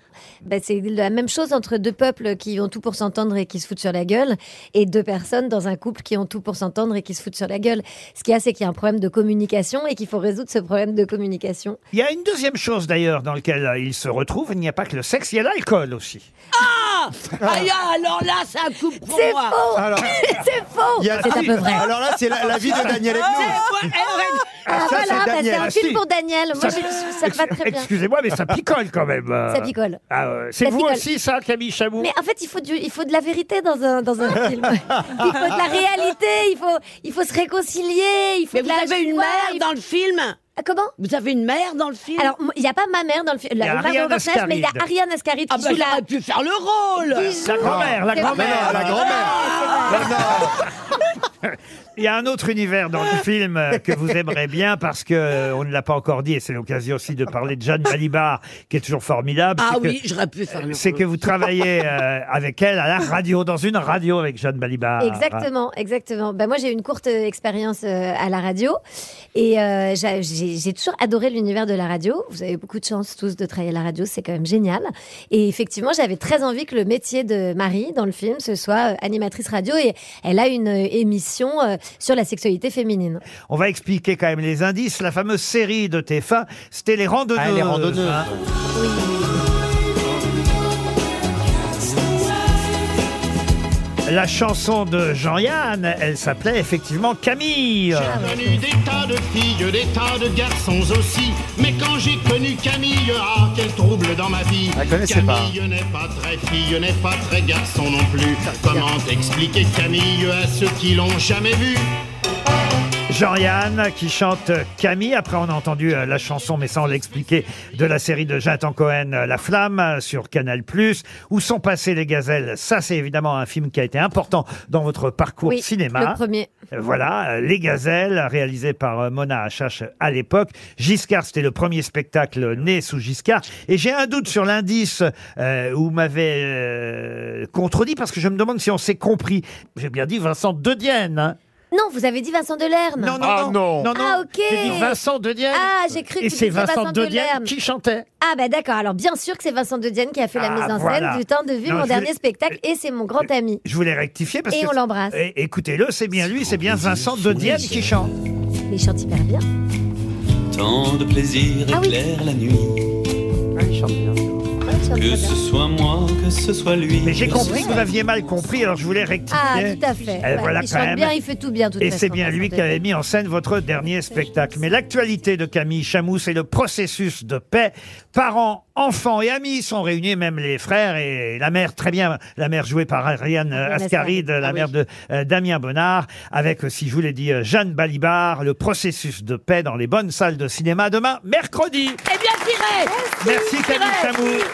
Speaker 17: Ben, c'est la même chose entre deux peuples qui ont tout pour s'entendre et qui se foutent sur la gueule, et deux personnes dans un couple qui ont tout pour s'entendre et qui se foutent sur la gueule. Ce qu'il y a, c'est qu'il y a un problème de communication et qu'il faut résoudre ce problème de communication.
Speaker 2: Il y a une deuxième chose d'ailleurs dans laquelle euh, ils se retrouvent, il n'y a pas que le sexe, il y a l'alcool aussi.
Speaker 5: Ah Aïe, alors là, c'est un couple pour
Speaker 16: C'est
Speaker 5: moi.
Speaker 16: faux.
Speaker 2: Alors-
Speaker 5: C'est
Speaker 2: Il y a- C'est un peu vrai.
Speaker 4: Alors là, c'est la, la vie de Daniel
Speaker 5: Oh,
Speaker 4: Egnaud.
Speaker 5: eh,
Speaker 17: Ah,
Speaker 2: ça, c'est
Speaker 17: voilà, ben, c'est
Speaker 2: Daniel.
Speaker 17: un film
Speaker 2: Si.
Speaker 17: pour Daniel.
Speaker 2: Ça-
Speaker 17: Moi, je- ça, va très bien.
Speaker 2: Excusez-moi, mais ça picole quand même. euh.
Speaker 17: Ça picole.
Speaker 2: Ah, euh, c'est
Speaker 17: Ça
Speaker 2: vous
Speaker 17: picole.
Speaker 2: aussi, ça, Camille Chamou
Speaker 17: Mais en fait, il faut, du- il faut de la vérité dans un, dans un film. Il faut de la réalité, il faut, il faut se réconcilier, il faut
Speaker 5: Mais
Speaker 17: de
Speaker 5: vous
Speaker 17: la
Speaker 5: avez une
Speaker 17: joie,
Speaker 5: mère
Speaker 17: il Ah,
Speaker 5: dans le film
Speaker 17: Comment
Speaker 5: Vous avez une mère dans le film
Speaker 17: Alors, moi, il n'y a pas ma mère dans le film.
Speaker 5: Il y a
Speaker 17: la- Margot
Speaker 5: Ariane
Speaker 17: Rochette, mais il y
Speaker 5: Ascaride.
Speaker 17: a Ariane Ascaride
Speaker 5: Ah
Speaker 17: qui
Speaker 5: bah,
Speaker 17: joue la...
Speaker 5: j'aurais pu faire le rôle
Speaker 2: La grand-mère, la grand-mère.
Speaker 4: la
Speaker 2: Il y a un autre univers dans le film euh, que vous aimerez bien parce que euh, on ne l'a pas encore dit et c'est l'occasion aussi de parler de Jeanne Malibar qui est toujours formidable.
Speaker 5: Ah
Speaker 2: C'est que-
Speaker 5: oui, j'aurais pu faire le
Speaker 2: C'est que vous travaillez euh, avec elle à la radio, dans une radio avec Jeanne Malibar.
Speaker 17: Exactement, exactement. Ben moi, j'ai eu une courte euh, expérience euh, à la radio et euh, j'a- j'ai j'ai toujours adoré l'univers de la radio. Vous avez beaucoup de chance tous de travailler à la radio, c'est quand même génial. Et effectivement, j'avais très envie que le métier de Marie dans le film, ce soit euh, animatrice radio et elle a une euh, émission euh, sur la sexualité féminine.
Speaker 2: On va expliquer quand même les indices. La fameuse série de TF1, c'était les randonneuses.
Speaker 4: Ah, les randonneuses.
Speaker 2: hein. La chanson de Jean-Yann, elle s'appelait effectivement Camille.
Speaker 20: J'ai connu des tas de filles, des tas de garçons aussi. Mais quand j'ai connu Camille, ah, quel trouble dans ma vie.
Speaker 4: Ah, connaissez pas.
Speaker 20: Camille n'est pas très fille, n'est pas très garçon non plus. Comment expliquer Camille à ceux qui l'ont jamais vue
Speaker 2: Jean-Yann qui chante Camille. Après, on a entendu euh, la chanson, mais sans l'expliquer, de la série de Jonathan Cohen, euh, La Flamme, euh, sur Canal+. Où sont passées les gazelles Ça, c'est évidemment un film qui a été important dans votre parcours
Speaker 17: Oui,
Speaker 2: cinéma.
Speaker 17: le premier.
Speaker 2: Euh, Voilà, euh, Les Gazelles, réalisé par euh, Mona Achache à l'époque. Giscard, c'était le premier spectacle né sous Giscard. Et j'ai un doute sur l'indice euh, où m'avait euh, contredit, parce que je me demande si on s'est compris. J'ai bien dit Vincent Dedienne. hein.
Speaker 17: Non, vous avez dit Vincent Delerme.
Speaker 2: Non, non, Ah, non. non. Non, non.
Speaker 17: Ah, ok.
Speaker 2: J'ai dit Vincent Dedienne.
Speaker 17: Ah, j'ai cru que
Speaker 2: Et
Speaker 17: vous
Speaker 2: c'est
Speaker 17: disiez
Speaker 2: Vincent Dedienne
Speaker 17: Delerme.
Speaker 2: qui chantait.
Speaker 17: Ah, bah d'accord. Alors, bien sûr que c'est Vincent Dedienne qui a fait la
Speaker 2: Ah,
Speaker 17: mise en scène
Speaker 2: voilà.
Speaker 17: du temps de vue,
Speaker 2: Non,
Speaker 17: mon
Speaker 2: je Euh,
Speaker 17: dernier
Speaker 2: voulais-
Speaker 17: spectacle, et c'est mon grand ami.
Speaker 2: Je voulais rectifier parce
Speaker 17: Et
Speaker 2: que.
Speaker 17: on l'embrasse.
Speaker 2: Eh, Écoutez-le, c'est bien lui, c'est bien Vincent Dedienne qui chante.
Speaker 17: Mais il chante hyper bien.
Speaker 19: Tant de plaisir
Speaker 17: Ah oui. Ah,
Speaker 19: éclaire la nuit.
Speaker 4: Ah,
Speaker 19: Que ce soit moi, que ce soit lui.
Speaker 2: Mais j'ai
Speaker 19: que ce
Speaker 2: compris que
Speaker 19: soit-
Speaker 2: vous aviez mal compris, alors je voulais rectifier.
Speaker 17: Ah, tout à fait.
Speaker 2: Eh,
Speaker 17: Ouais,
Speaker 2: voilà
Speaker 17: il
Speaker 2: quand
Speaker 17: chante
Speaker 2: même.
Speaker 17: bien, il fait tout bien, de toute
Speaker 2: Et
Speaker 17: façon,
Speaker 2: c'est bien
Speaker 17: Vincent
Speaker 2: lui qui
Speaker 17: Delerme.
Speaker 2: avait mis en scène votre dernier spectacle. Mais l'actualité de Camille Chamou, c'est le processus de paix. Parents, enfants et amis sont réunis, même les frères et la mère, très bien, la mère jouée par Ariane euh, Ascaride, la
Speaker 17: Ah
Speaker 2: mère de euh, Damien Bonnard, avec, euh, si je vous l'ai dit, euh, Jeanne Balibar, le processus de paix dans les bonnes salles
Speaker 17: ben,
Speaker 2: de cinéma demain, mercredi.
Speaker 5: Eh bien, tirez
Speaker 2: Merci Camille Chamou.